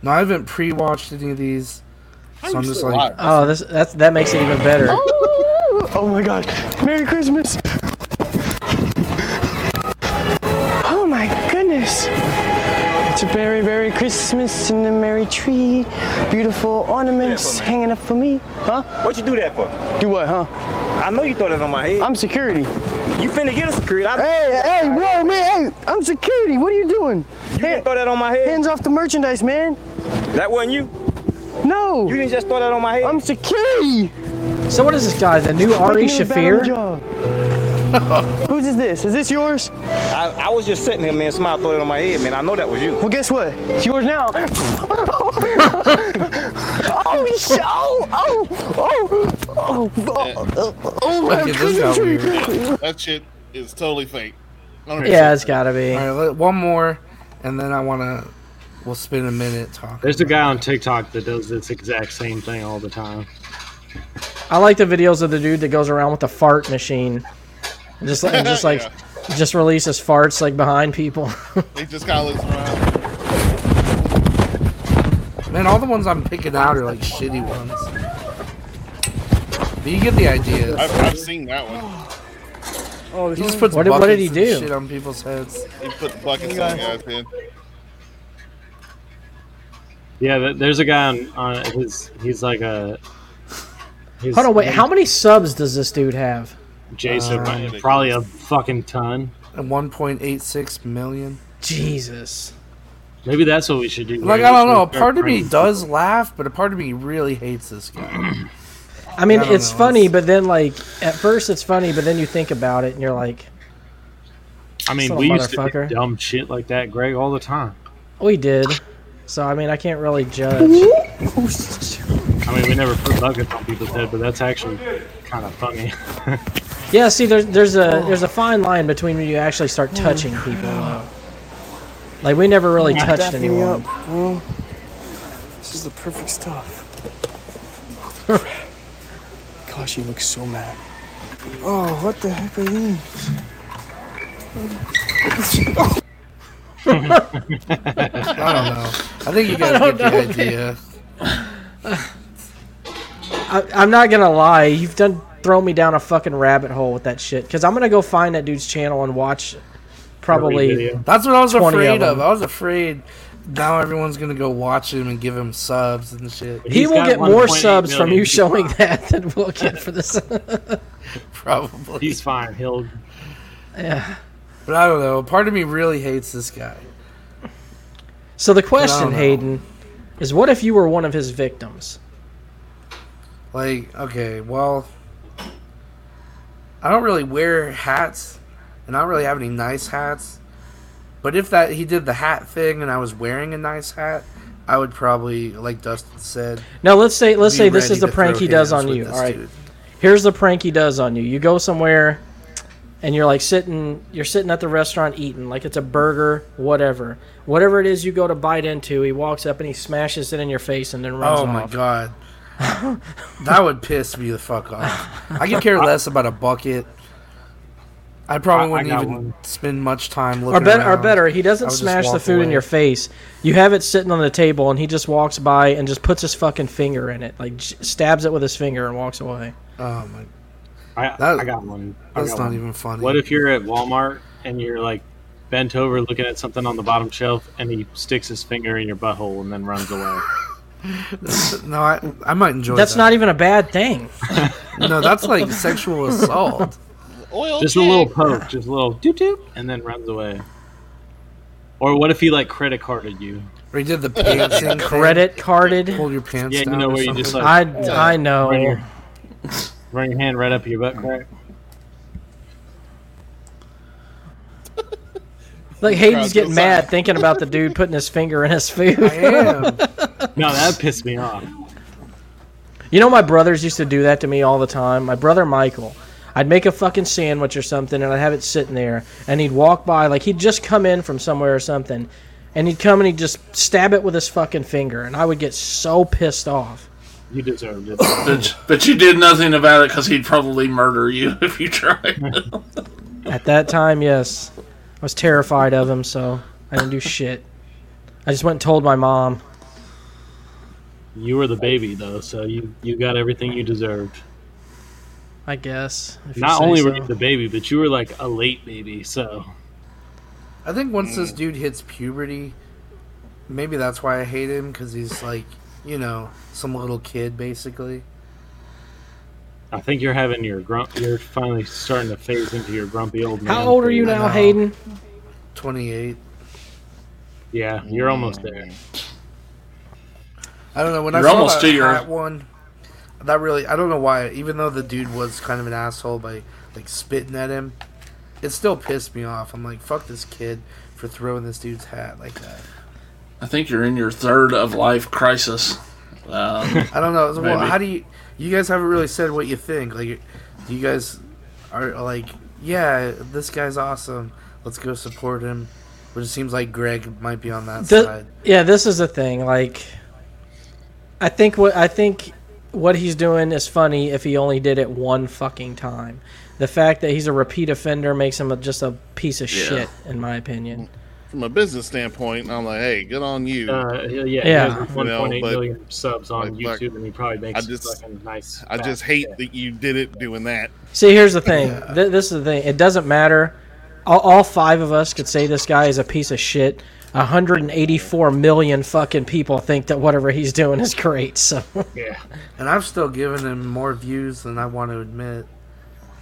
Speaker 5: No, I haven't pre-watched any of these,
Speaker 4: How
Speaker 5: so
Speaker 4: are
Speaker 5: I'm
Speaker 4: you
Speaker 5: just
Speaker 4: still
Speaker 5: like,
Speaker 4: alive?
Speaker 1: Oh, this that's that makes it even better.
Speaker 7: Oh my god. Merry Christmas.
Speaker 6: Oh my goodness! It's a very, very Christmas and a merry tree. Beautiful ornaments hanging up for me.
Speaker 7: What you do that for?
Speaker 6: Do what, huh?
Speaker 7: I know you thought it on my head.
Speaker 6: I'm security.
Speaker 7: You finna get a security. I
Speaker 6: Hey, hey, bro, man, hey, I'm Oh, security. What are you doing?
Speaker 7: didn't throw that on my head.
Speaker 6: Hands off the merchandise, man.
Speaker 7: That wasn't you.
Speaker 6: No,
Speaker 7: You didn't just throw that on my head.
Speaker 6: I'm security.
Speaker 1: So what is this guy? The new Ari
Speaker 6: Making a bad
Speaker 1: Shafir?
Speaker 6: job. Whose is this? Is this yours?
Speaker 7: I, I was just sitting here, man, smile throwing on my head, man. I know that was you.
Speaker 6: Well, guess what? It's yours now. oh, sh- oh, oh, oh, oh, oh, oh, oh, my
Speaker 5: Get this out
Speaker 6: goodness.
Speaker 5: here.
Speaker 4: That shit is totally fake.
Speaker 1: Yeah, it's gotta be.
Speaker 5: All right, let, one more, and then I want to. We'll spend a minute talking.
Speaker 3: There's a guy on TikTok that does this exact same thing all the time.
Speaker 1: I like the videos of the dude that goes around with the fart machine, and just like and just like just releases farts like behind people.
Speaker 4: They just kind of looks around.
Speaker 5: Man, all the ones I'm picking out are like shitty ones. But you get the idea.
Speaker 4: I've, I've seen that one.
Speaker 5: He just puts
Speaker 1: What did- what did he
Speaker 5: buckets and
Speaker 1: do?
Speaker 5: Shit on people's heads.
Speaker 4: He put buckets on the guy's head.
Speaker 3: Yeah, th- there's a guy on, on his. He's like a. He's,
Speaker 1: Hold on, wait. How many subs does this dude have?
Speaker 3: Jason,
Speaker 4: Uh,
Speaker 3: probably a fucking ton.
Speaker 5: And 1.86 million.
Speaker 1: Jesus.
Speaker 3: Maybe that's what we should do.
Speaker 5: Like
Speaker 3: Maybe
Speaker 5: I
Speaker 3: we
Speaker 5: don't know. A
Speaker 3: should start
Speaker 5: part of me
Speaker 3: bringing-
Speaker 5: does laugh, but a part of me really hates this guy.
Speaker 1: I mean,
Speaker 5: I don't
Speaker 1: it's
Speaker 5: know,
Speaker 1: funny,
Speaker 5: it's-
Speaker 1: but then like at first it's funny, but then you think about it and you're like,
Speaker 3: I mean,
Speaker 1: Son of
Speaker 3: we
Speaker 1: a
Speaker 3: used to do
Speaker 1: motherfucker.
Speaker 3: dumb shit like that, Greg, all the time.
Speaker 1: we "Oh, did. So I mean, I can't really judge.
Speaker 3: I mean, we never put buckets on people's head, but that's actually kind of funny.
Speaker 1: Yeah, see, there's there's a there's a fine line between when you actually start touching people. Though. Like we never really touched
Speaker 6: Give me up,
Speaker 1: anyone.
Speaker 6: bro. This is the perfect stuff. Gosh, you look so mad. Oh, what the heck are these?
Speaker 5: I don't know. I think you guys get the idea.
Speaker 1: I, I'm not gonna lie, you've done thrown me down a fucking rabbit hole with that shit. Cause I'm gonna go find that dude's channel and watch probably.
Speaker 3: Video.
Speaker 5: That's what I was
Speaker 1: 20 of
Speaker 5: afraid of.
Speaker 1: them.
Speaker 5: I was afraid now everyone's gonna go watch him and give him subs and shit.
Speaker 1: He
Speaker 3: He's
Speaker 1: will
Speaker 3: got
Speaker 1: get more
Speaker 3: 1.8
Speaker 1: subs from
Speaker 3: million.
Speaker 1: you showing that than we'll get for this.
Speaker 5: Probably.
Speaker 3: He's fine. He'll.
Speaker 5: But I don't know. Part of me really hates this guy.
Speaker 1: so the
Speaker 5: I don't
Speaker 1: question,
Speaker 5: know.
Speaker 1: Hayden, is what if you were one of his victims?
Speaker 5: Like, okay, well, I don't really wear hats, and I don't really have any nice hats. But if that he did the hat thing and I was wearing a nice hat, I would probably, like Dustin said,
Speaker 1: Now let's say let's
Speaker 5: be
Speaker 1: say this
Speaker 5: ready
Speaker 1: is the
Speaker 5: to
Speaker 1: prank he
Speaker 5: throw
Speaker 1: does
Speaker 5: hands
Speaker 1: on
Speaker 5: with
Speaker 1: you.
Speaker 5: this
Speaker 1: All right,
Speaker 5: dude.
Speaker 1: here's the prank he does on you. You go somewhere and you're like sitting you're sitting at the restaurant eating, like it's a burger, whatever. Whatever it is you go to bite into, he walks up and he smashes it in your face and then runs
Speaker 5: Oh
Speaker 1: off.
Speaker 5: my god, that would piss me the fuck off. I could care less about a bucket. I
Speaker 3: I- I
Speaker 5: probably wouldn't
Speaker 3: got
Speaker 5: even
Speaker 3: one.
Speaker 5: spend much time looking.
Speaker 1: Or better, or
Speaker 5: around.
Speaker 1: better, he
Speaker 5: I
Speaker 1: doesn't
Speaker 5: would just
Speaker 1: smash the
Speaker 5: walk
Speaker 1: food in
Speaker 5: away.
Speaker 1: your face. You have it sitting on the table, and he just walks by and just puts his fucking finger in it, like j- stabs it with his finger and walks away.
Speaker 5: Oh my,
Speaker 3: I,
Speaker 5: That-
Speaker 3: I got one. I
Speaker 5: that's
Speaker 3: got
Speaker 5: not
Speaker 3: one.
Speaker 5: even funny.
Speaker 3: What if you're at Walmart and you're like bent over looking at something on the bottom shelf and he sticks his finger in your butthole and then runs away?
Speaker 5: no, I, I might enjoy.
Speaker 1: That's
Speaker 5: that.
Speaker 1: not even a bad thing.
Speaker 5: No, that's like sexual assault.
Speaker 4: Oil
Speaker 3: just a little poke, just a little doop doop, and then runs away. Or what if he like credit carded you?
Speaker 5: Or he did the pants thing.
Speaker 1: Credit carded.
Speaker 5: Hold your pants
Speaker 3: Yeah, you
Speaker 5: down.
Speaker 3: know
Speaker 5: or
Speaker 3: where you just,
Speaker 5: something.
Speaker 1: I I
Speaker 3: Run your,
Speaker 1: know.
Speaker 3: run your hand right up your butt crack.
Speaker 1: Like Hayden's
Speaker 4: Crowd
Speaker 1: getting
Speaker 4: goes
Speaker 1: mad thinking about the dude putting his finger in his food.
Speaker 5: Damn.
Speaker 3: No, that pissed me off.
Speaker 1: You know, my brothers used to do that to me all the time. My brother Michael. I'd make a fucking sandwich or something and I'd have it sitting there and he'd walk by, like he'd just come in from somewhere or something, and he'd come and he'd just stab it with his fucking finger and I would get so pissed off.
Speaker 3: You deserved it.
Speaker 2: But, but you did nothing about it because he'd probably murder you if you tried.
Speaker 1: At that time, yes. I was terrified of him, so I didn't do shit. I just went and told my mom.
Speaker 3: You were the baby though, so you you got everything you deserved.
Speaker 1: I guess. if you
Speaker 3: Not
Speaker 1: say
Speaker 3: only
Speaker 1: so.
Speaker 3: were you the baby, but you were like a late baby. So
Speaker 5: I think once
Speaker 3: Mm.
Speaker 5: this dude hits puberty, maybe that's why I hate him because he's like, you know, some little kid basically.
Speaker 3: I think you're having your grump. You're finally starting to phase into your grumpy old man.
Speaker 1: How old are you
Speaker 3: phase.
Speaker 1: now,
Speaker 5: know.
Speaker 1: Hayden?
Speaker 5: Twenty-eight.
Speaker 3: Yeah, you're almost there.
Speaker 5: I don't know. When I
Speaker 2: You're
Speaker 5: saw
Speaker 2: almost
Speaker 5: that
Speaker 2: to your-
Speaker 5: hat one, that really, I don't know why. Even though the dude was kind of an asshole by like spitting at him. It still pissed me off. I'm like, fuck this kid for throwing this dude's hat like that.
Speaker 2: I think you're in your third of life crisis. Um,
Speaker 5: I don't know. Well,
Speaker 2: Maybe.
Speaker 5: how do you? You guys haven't really said what you think. Like, do you guys are like, yeah, this guy's awesome. Let's go support him. But it seems like Greg might be on that
Speaker 1: Th-
Speaker 5: side.
Speaker 1: yeah, this is the thing. Like, I think what I think what he's doing is funny if he only did it one fucking time. The fact that he's a repeat offender makes him a, just a piece of
Speaker 2: Yeah.
Speaker 1: shit, in my opinion.
Speaker 4: From a business standpoint, I'm like, hey, good on you.
Speaker 3: Uh, yeah, yeah,
Speaker 1: Yeah.
Speaker 3: One point
Speaker 4: You know,
Speaker 3: eight
Speaker 4: but-
Speaker 3: million subs on
Speaker 4: like, like,
Speaker 3: YouTube, and he probably makes
Speaker 4: I just-
Speaker 3: fucking nice.
Speaker 4: I
Speaker 3: fat
Speaker 4: just hate
Speaker 3: shit.
Speaker 4: that you did it doing that.
Speaker 1: See, here's the thing. Th- this is the thing. It doesn't matter. All, all five of us could say this guy is a piece of shit. 184 million fucking people think that whatever he's doing is great. So
Speaker 3: Yeah,
Speaker 5: And I've still given him more views than I want to admit.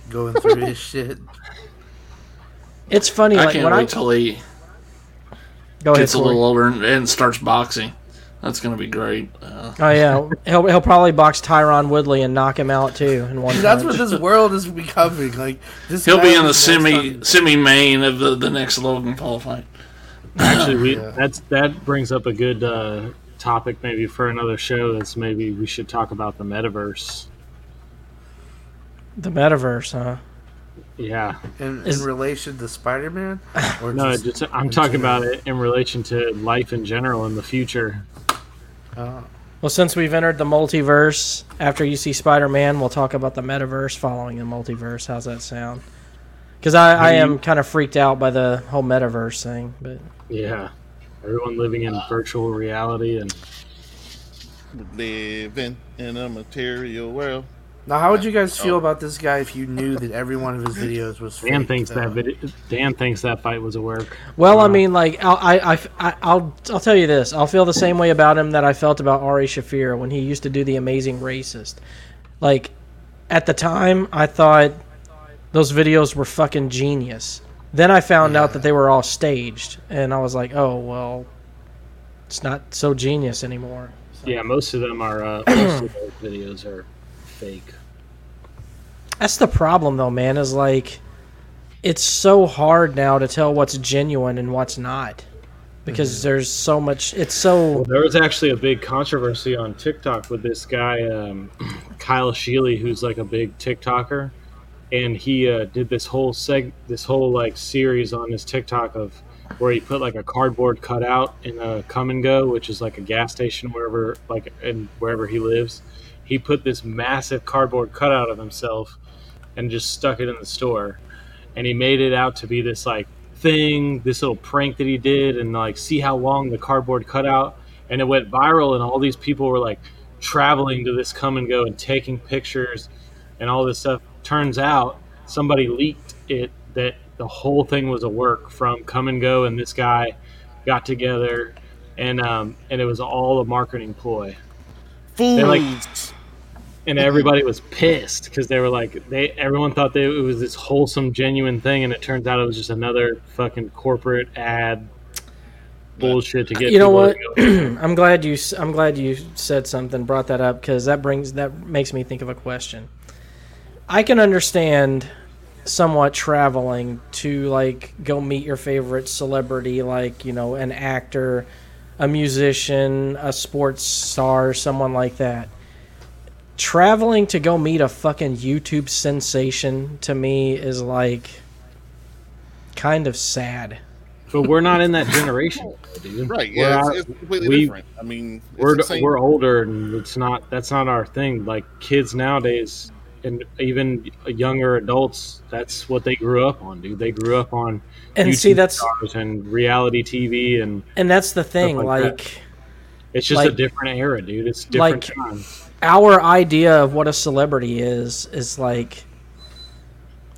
Speaker 5: Going through his shit.
Speaker 1: it's funny.
Speaker 2: I
Speaker 1: like
Speaker 2: can't
Speaker 1: when
Speaker 2: wait
Speaker 1: I
Speaker 2: till he
Speaker 1: go ahead,
Speaker 2: gets a
Speaker 1: Corey.
Speaker 2: little older and, and starts boxing. That's gonna be great. Uh,
Speaker 1: Oh yeah, he'll he'll probably box Tyron Woodley and knock him out too in one.
Speaker 5: That's
Speaker 1: punch.
Speaker 5: what this world is becoming. Like this.
Speaker 2: he'll
Speaker 5: guy
Speaker 2: be in the
Speaker 5: is next
Speaker 2: semi
Speaker 5: on-
Speaker 2: semi main of the, the next Logan Paul fight.
Speaker 3: actually, we
Speaker 5: Yeah.
Speaker 3: that's that brings up a good uh, topic maybe for another show. Is maybe we should talk about the metaverse.
Speaker 1: the metaverse, huh?
Speaker 3: Yeah,
Speaker 5: in, in
Speaker 1: is-
Speaker 5: relation to Spider-Man. Or
Speaker 3: no, just I'm talking about it in relation to life in general in the future.
Speaker 5: uh,
Speaker 1: Well, since we've entered the multiverse, after you see Spider Man, we'll talk about the metaverse following the multiverse. How's that sound? Because I, I am kind of freaked out by the whole metaverse thing, but
Speaker 3: Yeah, everyone living in virtual reality and
Speaker 4: Living in a material world.
Speaker 5: now, how would you guys
Speaker 2: Oh.
Speaker 5: feel about this guy if you knew that every one of his videos was?
Speaker 3: Dan
Speaker 5: faked,
Speaker 3: thinks
Speaker 5: though?
Speaker 3: that video, Dan thinks that fight was a work.
Speaker 1: well, I
Speaker 3: Wow.
Speaker 1: mean, like I'll, I, I, I, I'll I'll tell you this: I'll feel the same way about him that I felt about Ari Shafir when he used to do the Amazing Racist. Like at the time, I thought those videos were fucking genius. Then I found out that they were all staged, and I was like, oh well, it's not so genius anymore.
Speaker 3: Yeah, most of them are. Uh, most of those videos are fake.
Speaker 1: That's the problem, though, man. Is like, it's so hard now to tell what's genuine and what's not, because there's so much. It's so
Speaker 3: There was actually a big controversy on TikTok with this guy, um, Kyle Sheely, who's like a big TikToker, and he uh, did this whole seg, this whole like series on his TikTok of where he put like a cardboard cutout in a come and go, which is like a gas station wherever like and wherever he lives. He put this massive cardboard cutout of himself and just stuck it in the store, and he made it out to be this like thing, this little prank that he did, and like see how long the cardboard cutout and it went viral and all these people were like traveling to this come and go and taking pictures and all this stuff turns out somebody leaked it that the whole thing was a work from come and go and this guy got together and um, and it was all a marketing ploy
Speaker 4: Fools.
Speaker 3: like- and everybody was pissed because they were like they everyone thought they, it was this wholesome genuine thing and it turns out it was just another fucking corporate ad bullshit to get
Speaker 1: You know
Speaker 3: people
Speaker 1: what?
Speaker 3: to go.
Speaker 1: I'm glad you. s- I'm glad you said something. Brought that up because that brings that makes me think of a question. I can understand somewhat traveling to like go meet your favorite celebrity, like you know, an actor, a musician, a sports star, someone like that. Traveling to go meet a fucking YouTube sensation to me is like kind of sad.
Speaker 3: but we're not in that generation dude
Speaker 4: Right.
Speaker 3: We're
Speaker 4: Yeah.
Speaker 3: out-
Speaker 4: It's, it's completely
Speaker 3: we-
Speaker 4: different. I mean, it's
Speaker 3: we're
Speaker 4: the same-
Speaker 3: we're older and it's not that's not our thing like kids nowadays and even younger adults that's what they grew up on dude they grew up on
Speaker 1: And see, that's-
Speaker 3: stars and reality tv and
Speaker 1: And that's the thing,
Speaker 3: like that.
Speaker 1: like
Speaker 3: it's just a
Speaker 1: Like-
Speaker 3: different era dude it's different
Speaker 1: like-
Speaker 3: time
Speaker 1: our idea of what a celebrity is is like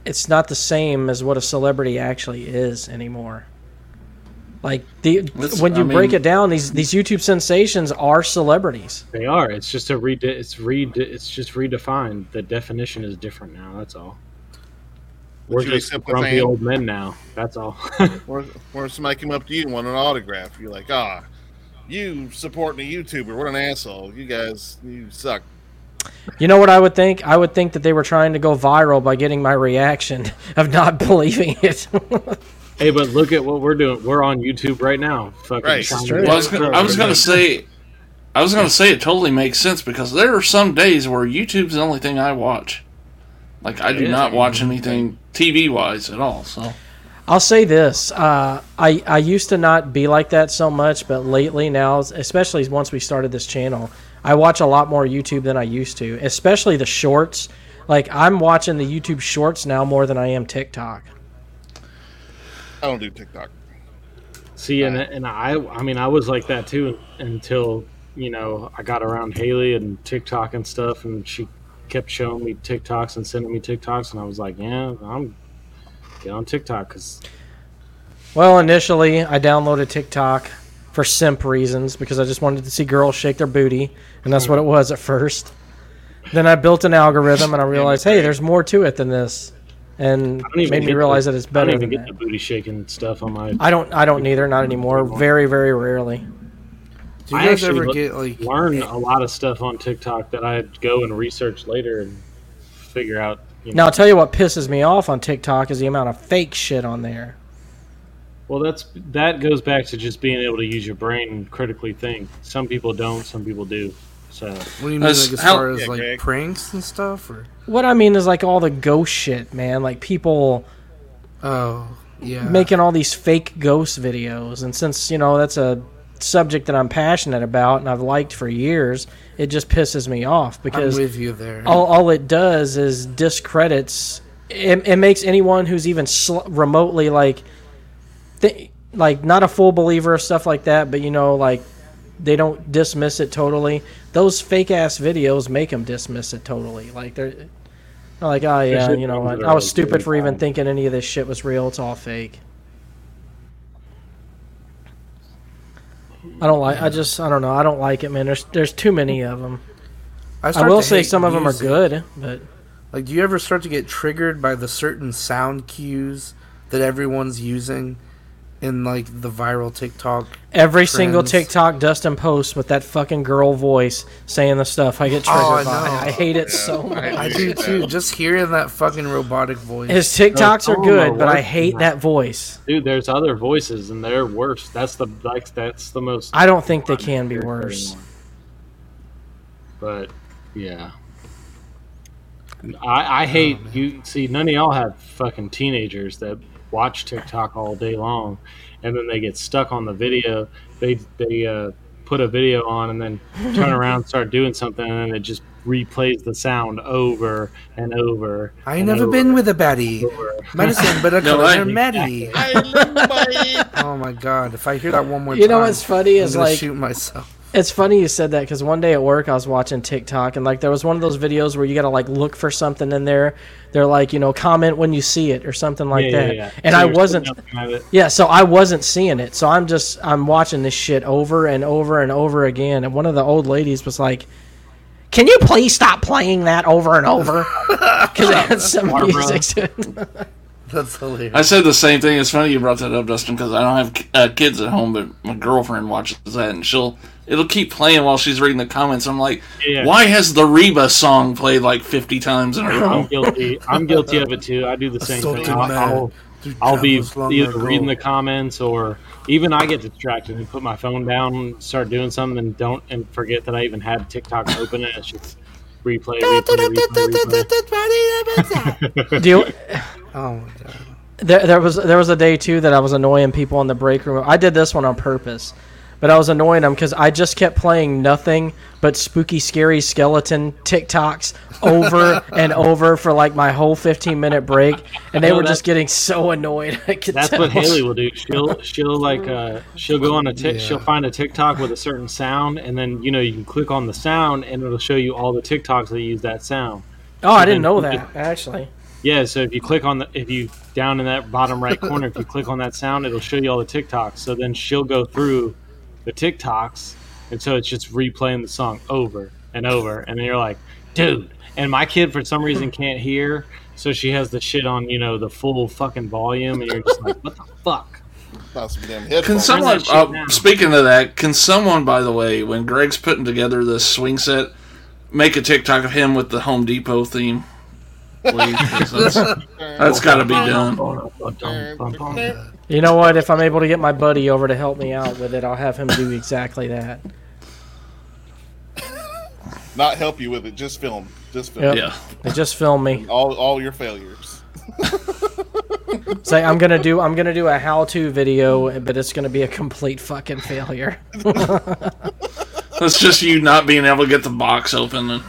Speaker 1: it's not the same as what a celebrity actually is anymore. Like the
Speaker 2: That's-
Speaker 1: when you
Speaker 2: I
Speaker 1: break
Speaker 2: mean-
Speaker 1: it down, these these YouTube sensations are celebrities.
Speaker 3: they are it's just a re it's re it's just redefined the definition is different now that's all
Speaker 4: Would
Speaker 3: we're
Speaker 4: you
Speaker 3: just
Speaker 4: accept the
Speaker 3: grumpy
Speaker 4: fame?
Speaker 3: old men now that's all
Speaker 4: Or, or if somebody came up to you and wanted an autograph, you're like, ah, you supporting a YouTuber. What an asshole. You guys, you suck.
Speaker 1: You know what I would think? I would think that they were trying to go viral by getting my reaction of not believing it.
Speaker 3: Hey, but look at what we're doing. We're on YouTube right now. Fucking
Speaker 4: Right.
Speaker 3: Sean
Speaker 1: true.
Speaker 2: Well, I was, gonna- I was gonna say, I was gonna say it totally makes sense because there are some days where YouTube's the only thing I watch. Like I do not watch anything TV wise at all. So
Speaker 1: I'll say this: uh, I I used to not be like that so much, but lately now, especially once we started this channel, I watch a lot more YouTube than I used to. Especially the shorts. Like I'm watching the YouTube shorts now more than I am TikTok.
Speaker 4: I don't do TikTok.
Speaker 3: See, and, and I, I mean, I was like that too until you know I got around Haley and TikTok and stuff, and she kept showing me TikToks and sending me TikToks, and I was like, yeah, I'm get on TikTok because
Speaker 1: Well, initially I downloaded TikTok for simp reasons because I just wanted to see girls shake their booty, and that's what it was at first. Then I built an algorithm, and I realized, hey, there's more to it than this, and
Speaker 3: I don't even
Speaker 1: made me
Speaker 3: get
Speaker 1: realize
Speaker 3: the-
Speaker 1: that it's
Speaker 3: I
Speaker 1: better
Speaker 3: don't even
Speaker 1: than
Speaker 3: get
Speaker 1: that.
Speaker 3: the booty shaking stuff on my.
Speaker 1: I don't. I don't either. Not anymore. Very, very rarely.
Speaker 5: Do you
Speaker 3: I
Speaker 5: guys
Speaker 3: actually
Speaker 5: ever
Speaker 3: look-
Speaker 5: get like?
Speaker 3: learn a lot of stuff on TikTok that I go and research later and figure out. You know,
Speaker 1: Now I'll tell you what pisses me off on TikTok is the amount of fake shit on there.
Speaker 3: well, that's that goes back to just being able to use your brain and critically think. Some people don't, some people do. So
Speaker 5: What do you mean, like
Speaker 2: That's
Speaker 5: as
Speaker 2: how-
Speaker 5: far as
Speaker 4: Yeah,
Speaker 5: like
Speaker 4: Greg.
Speaker 5: pranks and stuff? Or
Speaker 1: What I mean is like all the ghost shit, man. Like people
Speaker 5: oh yeah,
Speaker 1: making all these fake ghost videos, and since you know that's a subject that I'm passionate about and I've liked for years, it just pisses me off
Speaker 5: I'm
Speaker 1: because
Speaker 5: with you there.
Speaker 1: all, all it does is discredits it, it makes anyone who's even sl- remotely like th- like not a full believer or stuff like that but you know like they don't dismiss it totally those fake ass videos make them dismiss it totally like they're they're like oh yeah
Speaker 3: Especially
Speaker 1: you know
Speaker 3: ones
Speaker 1: what
Speaker 3: that are,
Speaker 1: i was
Speaker 3: like,
Speaker 1: stupid
Speaker 3: really
Speaker 1: for even
Speaker 3: bad.
Speaker 1: thinking any of this shit was real it's all fake I don't like. I just. I don't know. I don't like it, man. There's there's too many of them. I
Speaker 5: start
Speaker 1: will
Speaker 5: to
Speaker 1: say
Speaker 5: hate
Speaker 1: some of them are
Speaker 5: music.
Speaker 1: good, but
Speaker 5: Like, do you ever start to get triggered by the certain sound cues that everyone's using in like the viral TikTok?
Speaker 1: Every single
Speaker 5: Trends.
Speaker 1: TikTok Dustin posts with that fucking girl voice saying the stuff I get triggered
Speaker 5: Oh, I know.
Speaker 1: by. I hate it so much.
Speaker 5: I do too. Just hearing that fucking robotic voice.
Speaker 1: His TikToks
Speaker 3: Oh,
Speaker 1: are good,
Speaker 3: my
Speaker 1: but I
Speaker 3: word.
Speaker 1: hate that voice.
Speaker 3: dude, there's other voices and they're worse. That's the like that's the most.
Speaker 1: I don't think they can be worse.
Speaker 3: But yeah. I, I hate
Speaker 5: Oh,
Speaker 3: you. See, none of y'all have fucking teenagers that watch TikTok all day long, and then they get stuck on the video. They they uh, put a video on and then turn around, start doing something, and it just replays the sound over and over.
Speaker 5: I ain't
Speaker 3: and
Speaker 5: never
Speaker 3: over
Speaker 5: been with a
Speaker 3: and
Speaker 5: baddie.
Speaker 3: over.
Speaker 5: Medicine, but a
Speaker 2: No, I-
Speaker 5: color maddie. Oh my god! If I hear that one more
Speaker 1: You
Speaker 5: time,
Speaker 1: know what's funny
Speaker 5: I'm
Speaker 1: is
Speaker 5: gonna
Speaker 1: like
Speaker 5: shoot myself.
Speaker 1: It's funny you said that because one day at work I was watching TikTok and like there was one of those videos where you gotta like look for something in there. They're like you know comment when you see it or something like
Speaker 3: Yeah, yeah,
Speaker 1: that.
Speaker 3: yeah.
Speaker 1: And
Speaker 3: So
Speaker 1: I
Speaker 3: you're
Speaker 1: wasn't
Speaker 3: sitting up at it.
Speaker 1: Yeah, so I wasn't seeing it. So I'm just I'm watching this shit over and over and over again. And one of the old ladies was like, "Can you please stop playing that over and over?" Because it had some music. To it.
Speaker 5: That's hilarious.
Speaker 2: I said the same thing. It's funny you brought that up, Dustin, because I don't have uh, kids at home, but my girlfriend watches that, and she'll it'll keep playing while she's reading the comments. I'm like,
Speaker 3: Yeah.
Speaker 2: why has the Reba song played like 50 times in a row?
Speaker 3: I'm guilty. I'm guilty of it too. I do the same
Speaker 5: so
Speaker 3: thing.
Speaker 5: did
Speaker 3: I'll,
Speaker 5: mine.
Speaker 3: I'll,
Speaker 5: Dude,
Speaker 3: I'll
Speaker 5: that
Speaker 3: be
Speaker 5: was long
Speaker 3: either
Speaker 5: ago.
Speaker 3: reading the comments or even I get distracted and put my phone down, start doing something, and don't and forget that I even had TikTok open and it's just replay, replay, replay,
Speaker 1: Do you,
Speaker 5: Oh my god!
Speaker 1: there, there was there was a day too that I was annoying people in the break room. I did this one on purpose, but I was annoying them because I just kept playing nothing but spooky, scary skeleton TikToks over and over for like my whole 15 minute break, and they
Speaker 3: No,
Speaker 1: were
Speaker 3: that-
Speaker 1: just getting so annoyed. I could
Speaker 3: That's
Speaker 1: tell.
Speaker 3: what Haley will do. She'll she'll like uh, she'll go on a tick. She'll find a TikTok with a certain sound, and then you know you can click on the sound, and it'll show you all the TikToks that use that sound.
Speaker 1: Oh, I didn't know
Speaker 3: then-
Speaker 1: that actually.
Speaker 3: Yeah, so if you click on the if you down in that bottom right corner, if you click on that sound, it'll show you all the TikToks. So then she'll go through the TikToks, and so it's just replaying the song over and over, and then you're like, dude. And my kid for some reason can't hear, so she has the shit on you know the full fucking volume, and you're just like, what the fuck?
Speaker 4: Not some damn
Speaker 2: Can
Speaker 4: headphones.
Speaker 2: someone,
Speaker 3: that shit
Speaker 2: uh,
Speaker 3: down.
Speaker 2: speaking of that, can someone, by the way, when Greg's putting together this swing set, make a TikTok of him with the Home Depot theme. Please, 'cause that's, that's got to be done.
Speaker 1: You know what? If I'm able to get my buddy over to help me out with it, I'll have him do exactly that.
Speaker 4: Not help you with it. Just film. Just film.
Speaker 1: Yep.
Speaker 2: Yeah,
Speaker 1: They just film me.
Speaker 4: All all your failures.
Speaker 1: Say I'm gonna do I'm gonna do a how-to video, but it's gonna be a complete fucking failure.
Speaker 2: that's just you not being able to get the box open. And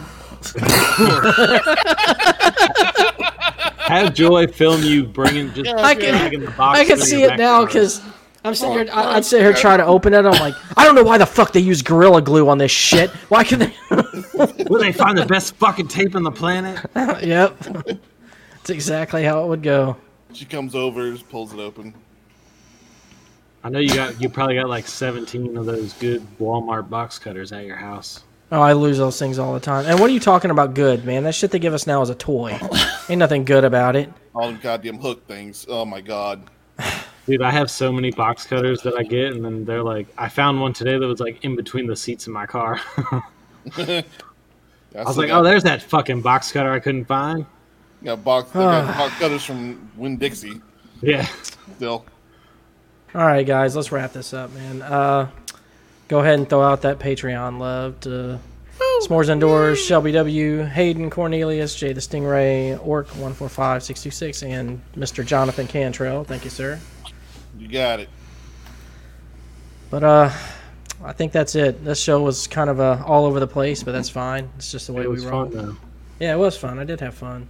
Speaker 3: Have Joy film you bringing just
Speaker 1: I can-
Speaker 3: dragging the box
Speaker 1: I can
Speaker 3: through
Speaker 1: see
Speaker 3: your
Speaker 1: it now
Speaker 3: back door.
Speaker 1: because I'm sitting here. I, I'd sit here trying to open it. I'm like, I don't know why the fuck they use gorilla glue on this shit. Why can they?
Speaker 3: Where they find the best fucking tape on the planet?
Speaker 1: yep, it's exactly how it would go.
Speaker 4: She comes over, just pulls it open.
Speaker 3: I know you got you probably got like seventeen of those good Walmart box cutters at your house.
Speaker 1: Oh, I lose those things all the time. And what are you talking about? Good man, that shit they give us now is a toy. Ain't nothing good about it.
Speaker 4: All them goddamn hook things. Oh my god.
Speaker 3: Dude, I have so many box cutters that I get, and then they're like, I found one today that was like in between the seats in my car. I
Speaker 4: I
Speaker 3: was
Speaker 4: still
Speaker 3: like,
Speaker 4: got,
Speaker 3: oh, there's that fucking box cutter I couldn't find.
Speaker 4: got box, they got box cutters from Win Dixie.
Speaker 3: Yeah.
Speaker 4: Still,
Speaker 1: All right, guys, let's wrap this up, man. Uh, go ahead and throw out that Patreon love to S'mores Indoors, Shelby W, Hayden Cornelius, Jay the Stingray, Orc one four five six two six, and Mr. Jonathan Cantrell. Thank you, sir.
Speaker 4: you got it.
Speaker 1: But uh, I think that's it. This show was kind of uh, all over the place, but that's fine. It's just the way
Speaker 3: It was
Speaker 1: we
Speaker 3: fun,
Speaker 1: roll.
Speaker 3: though.
Speaker 1: Yeah, it was fun. I did have fun.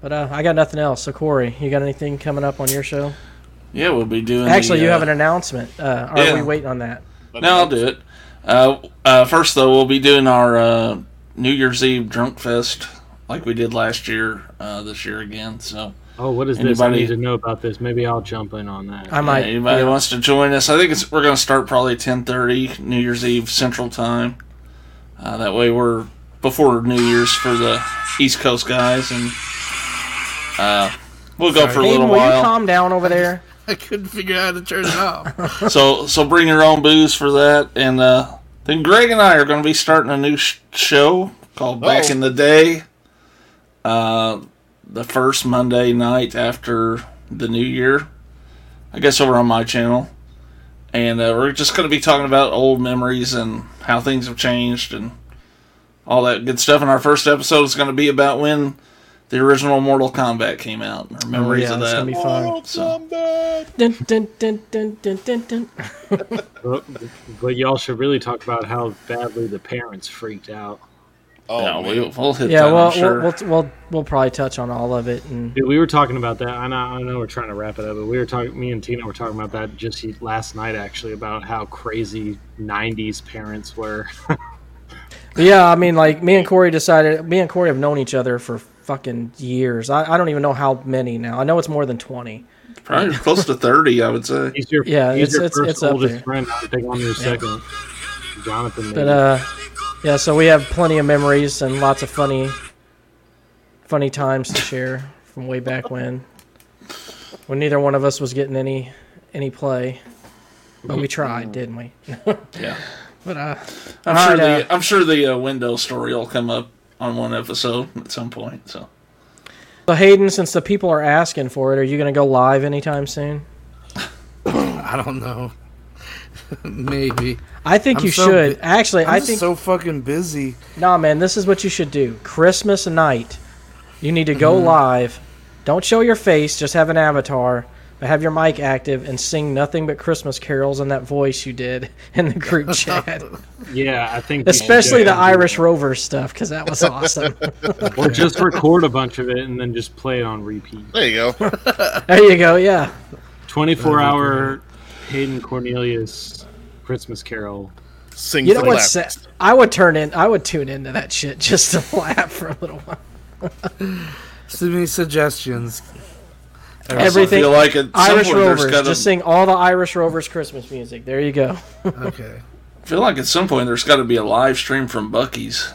Speaker 1: But uh, I got nothing else. So Corey, you got anything coming up on your show?
Speaker 2: yeah, we'll be doing. the,
Speaker 1: Actually, you
Speaker 2: uh,
Speaker 1: have an announcement. Uh, are
Speaker 2: yeah.
Speaker 1: we waiting on that?
Speaker 2: No, I'll do it. Uh, uh, first, though, we'll be doing our uh, New Year's Eve drunk fest like we did last year. Uh, this year again, so
Speaker 3: Oh, what is this? I
Speaker 2: Anybody-
Speaker 3: need to know about this. Maybe I'll jump in on that.
Speaker 1: I might.
Speaker 2: anybody wants to join us, I think it's, we're going to start probably ten thirty New Year's Eve Central Time. Uh, that way, we're before New Year's for the East Coast guys, and uh, we'll go for a
Speaker 1: Hayden,
Speaker 2: little
Speaker 1: will you
Speaker 2: while.
Speaker 1: calm down over there?
Speaker 5: I couldn't figure out how to turn it off.
Speaker 2: so so bring your own booze for that and uh then greg and i are going to be starting a new sh- show called back
Speaker 4: Oh.
Speaker 2: in the day uh the first monday night after the new year i guess over on my channel and uh, we're just going to be talking about old memories and how things have changed and all that good stuff and our first episode is going to be about when the original mortal kombat came out and our memories
Speaker 1: Oh, yeah,
Speaker 2: of
Speaker 1: that's
Speaker 2: that
Speaker 1: gonna be fun.
Speaker 2: so
Speaker 1: Dun, dun, dun, dun, dun, dun, dun.
Speaker 3: But, but y'all should really talk about how badly the parents freaked out.
Speaker 4: Oh,
Speaker 2: yeah,
Speaker 4: man.
Speaker 2: we'll, we'll hit
Speaker 1: Yeah,
Speaker 2: that,
Speaker 1: well,
Speaker 2: I'm sure.
Speaker 1: we'll, we'll we'll we'll probably touch on all of it, and
Speaker 3: Dude, we were talking about that. I know, I know we're trying to wrap it up, but we were talking. Me and Tina were talking about that just he- last night, actually, about how crazy '90s parents were.
Speaker 1: but yeah, I mean, like me and Corey decided. Me and Corey have known each other for fucking years. I, I don't even know how many now. I know it's more than twenty.
Speaker 2: Probably close to 30, I would say.
Speaker 3: He's your
Speaker 1: Yeah,
Speaker 3: he's your
Speaker 1: it's- it's-
Speaker 3: first
Speaker 1: it's up there.
Speaker 3: oldest friend. I think I'm your second, Jonathan.
Speaker 1: But
Speaker 3: maybe.
Speaker 1: uh, yeah, so we have plenty of memories and lots of funny, funny times to share from way back when, when neither one of us was getting any any play, but we tried, didn't we?
Speaker 2: Yeah.
Speaker 1: But uh,
Speaker 2: I'm
Speaker 1: all
Speaker 2: sure
Speaker 1: right,
Speaker 2: the I'm sure the uh, window story will come up on one episode at some point. So
Speaker 1: So Hayden, since the people are asking for it, are you going to go live anytime soon?
Speaker 5: I don't know. Maybe.
Speaker 1: I think
Speaker 5: I'm
Speaker 1: you
Speaker 5: so
Speaker 1: should.
Speaker 5: bu-
Speaker 1: Actually,
Speaker 5: I'm
Speaker 1: i think
Speaker 5: so fucking busy.
Speaker 1: nah, man. This is what you should do. Christmas night, you need to
Speaker 5: Mm-hmm.
Speaker 1: go live. Don't show your face. Just have an avatar, but have your mic active and sing nothing but Christmas carols in that voice you did in the group chat.
Speaker 3: yeah, I think we should
Speaker 1: Especially the
Speaker 3: definitely do
Speaker 1: Irish Rovers stuff, because that was awesome.
Speaker 3: that. Or just record a bunch of it and then just play it on repeat.
Speaker 4: There you go.
Speaker 1: there you go. Yeah.
Speaker 3: 24 hour Hayden Cornelius Christmas Carol.
Speaker 4: Sing
Speaker 1: You
Speaker 4: for
Speaker 1: know
Speaker 4: the
Speaker 1: what's
Speaker 4: laugh.
Speaker 1: sad? I would turn in. I would tune into that shit just to laugh for a little while.
Speaker 5: So many suggestions.
Speaker 2: I also
Speaker 1: Everything-
Speaker 2: feel like at some
Speaker 1: Irish
Speaker 2: point there's
Speaker 1: Rovers.
Speaker 2: gotta,
Speaker 1: Just sing all the Irish Rovers Christmas music. There you go.
Speaker 5: Okay.
Speaker 2: feel like at some point there's got to be a live stream from Bucky's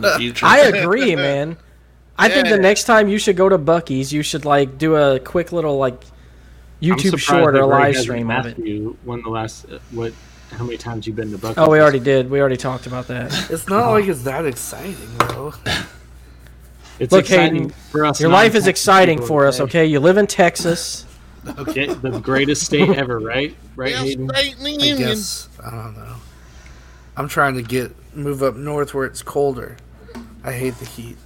Speaker 2: the future.
Speaker 1: I agree, man. I think the
Speaker 4: Yeah.
Speaker 1: next time you should go to Bucky's, you should like do a quick little like
Speaker 3: I'm
Speaker 1: YouTube
Speaker 3: surprised
Speaker 1: short
Speaker 3: that
Speaker 1: or
Speaker 3: Greg
Speaker 1: live
Speaker 3: hasn't
Speaker 1: stream of it.
Speaker 3: asked You when the last uh, what how many times you've been to Buck?
Speaker 1: Oh, we already did. We already talked about that.
Speaker 5: It's not like it's that exciting, though.
Speaker 3: It's
Speaker 1: Look,
Speaker 3: exciting
Speaker 1: Hayden,
Speaker 3: for us.
Speaker 1: Your life is
Speaker 3: non-Texas
Speaker 1: exciting
Speaker 3: people,
Speaker 1: for us, okay? You live in Texas.
Speaker 3: Okay, the greatest state ever, right? Right,
Speaker 4: Damn
Speaker 3: Hayden.
Speaker 4: straight in the
Speaker 5: I
Speaker 4: Union.
Speaker 5: guess I don't know. I'm trying to get move up north where it's colder. I hate the heat.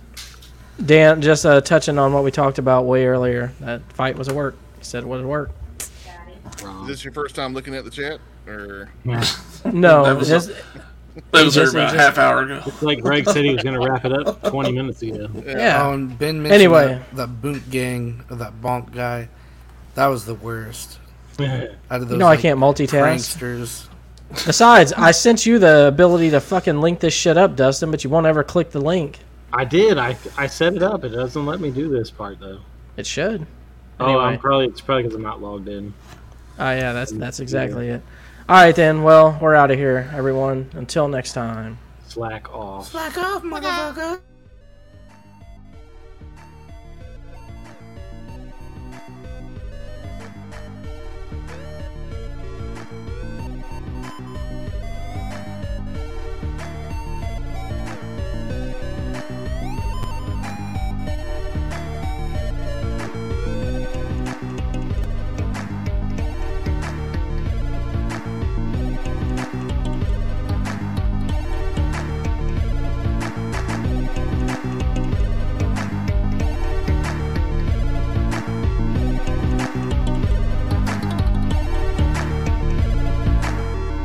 Speaker 1: Dan, just uh, touching on what we talked about way earlier, that fight was a work. He said it was a work.
Speaker 4: Is this your first time looking at the chat? Or
Speaker 1: No,
Speaker 2: That was
Speaker 1: this-
Speaker 2: That was there
Speaker 1: Listen,
Speaker 2: about
Speaker 1: just-
Speaker 2: a half hour ago.
Speaker 3: Like Greg said, he was going to wrap it up 20 minutes ago.
Speaker 1: yeah.
Speaker 5: Oh, and Ben mentioned
Speaker 1: Anyway.
Speaker 5: that, that boot gang, or that bonk guy. That was the worst. Out of those,
Speaker 1: no, I
Speaker 5: like,
Speaker 1: can't multitask.
Speaker 5: Pranksters.
Speaker 1: Besides, I sent you the ability to fucking link this shit up, Dustin, but you won't ever click the link.
Speaker 3: I did. I I set it up. It doesn't let me do this part though.
Speaker 1: It should.
Speaker 3: Oh, I'm
Speaker 1: Anyway.
Speaker 3: probably it's probably because I'm not logged in.
Speaker 1: Oh yeah, that's that's exactly it. All right then. Well, we're out of here, everyone. Until next time.
Speaker 3: Slack off.
Speaker 5: Back off, motherfucker.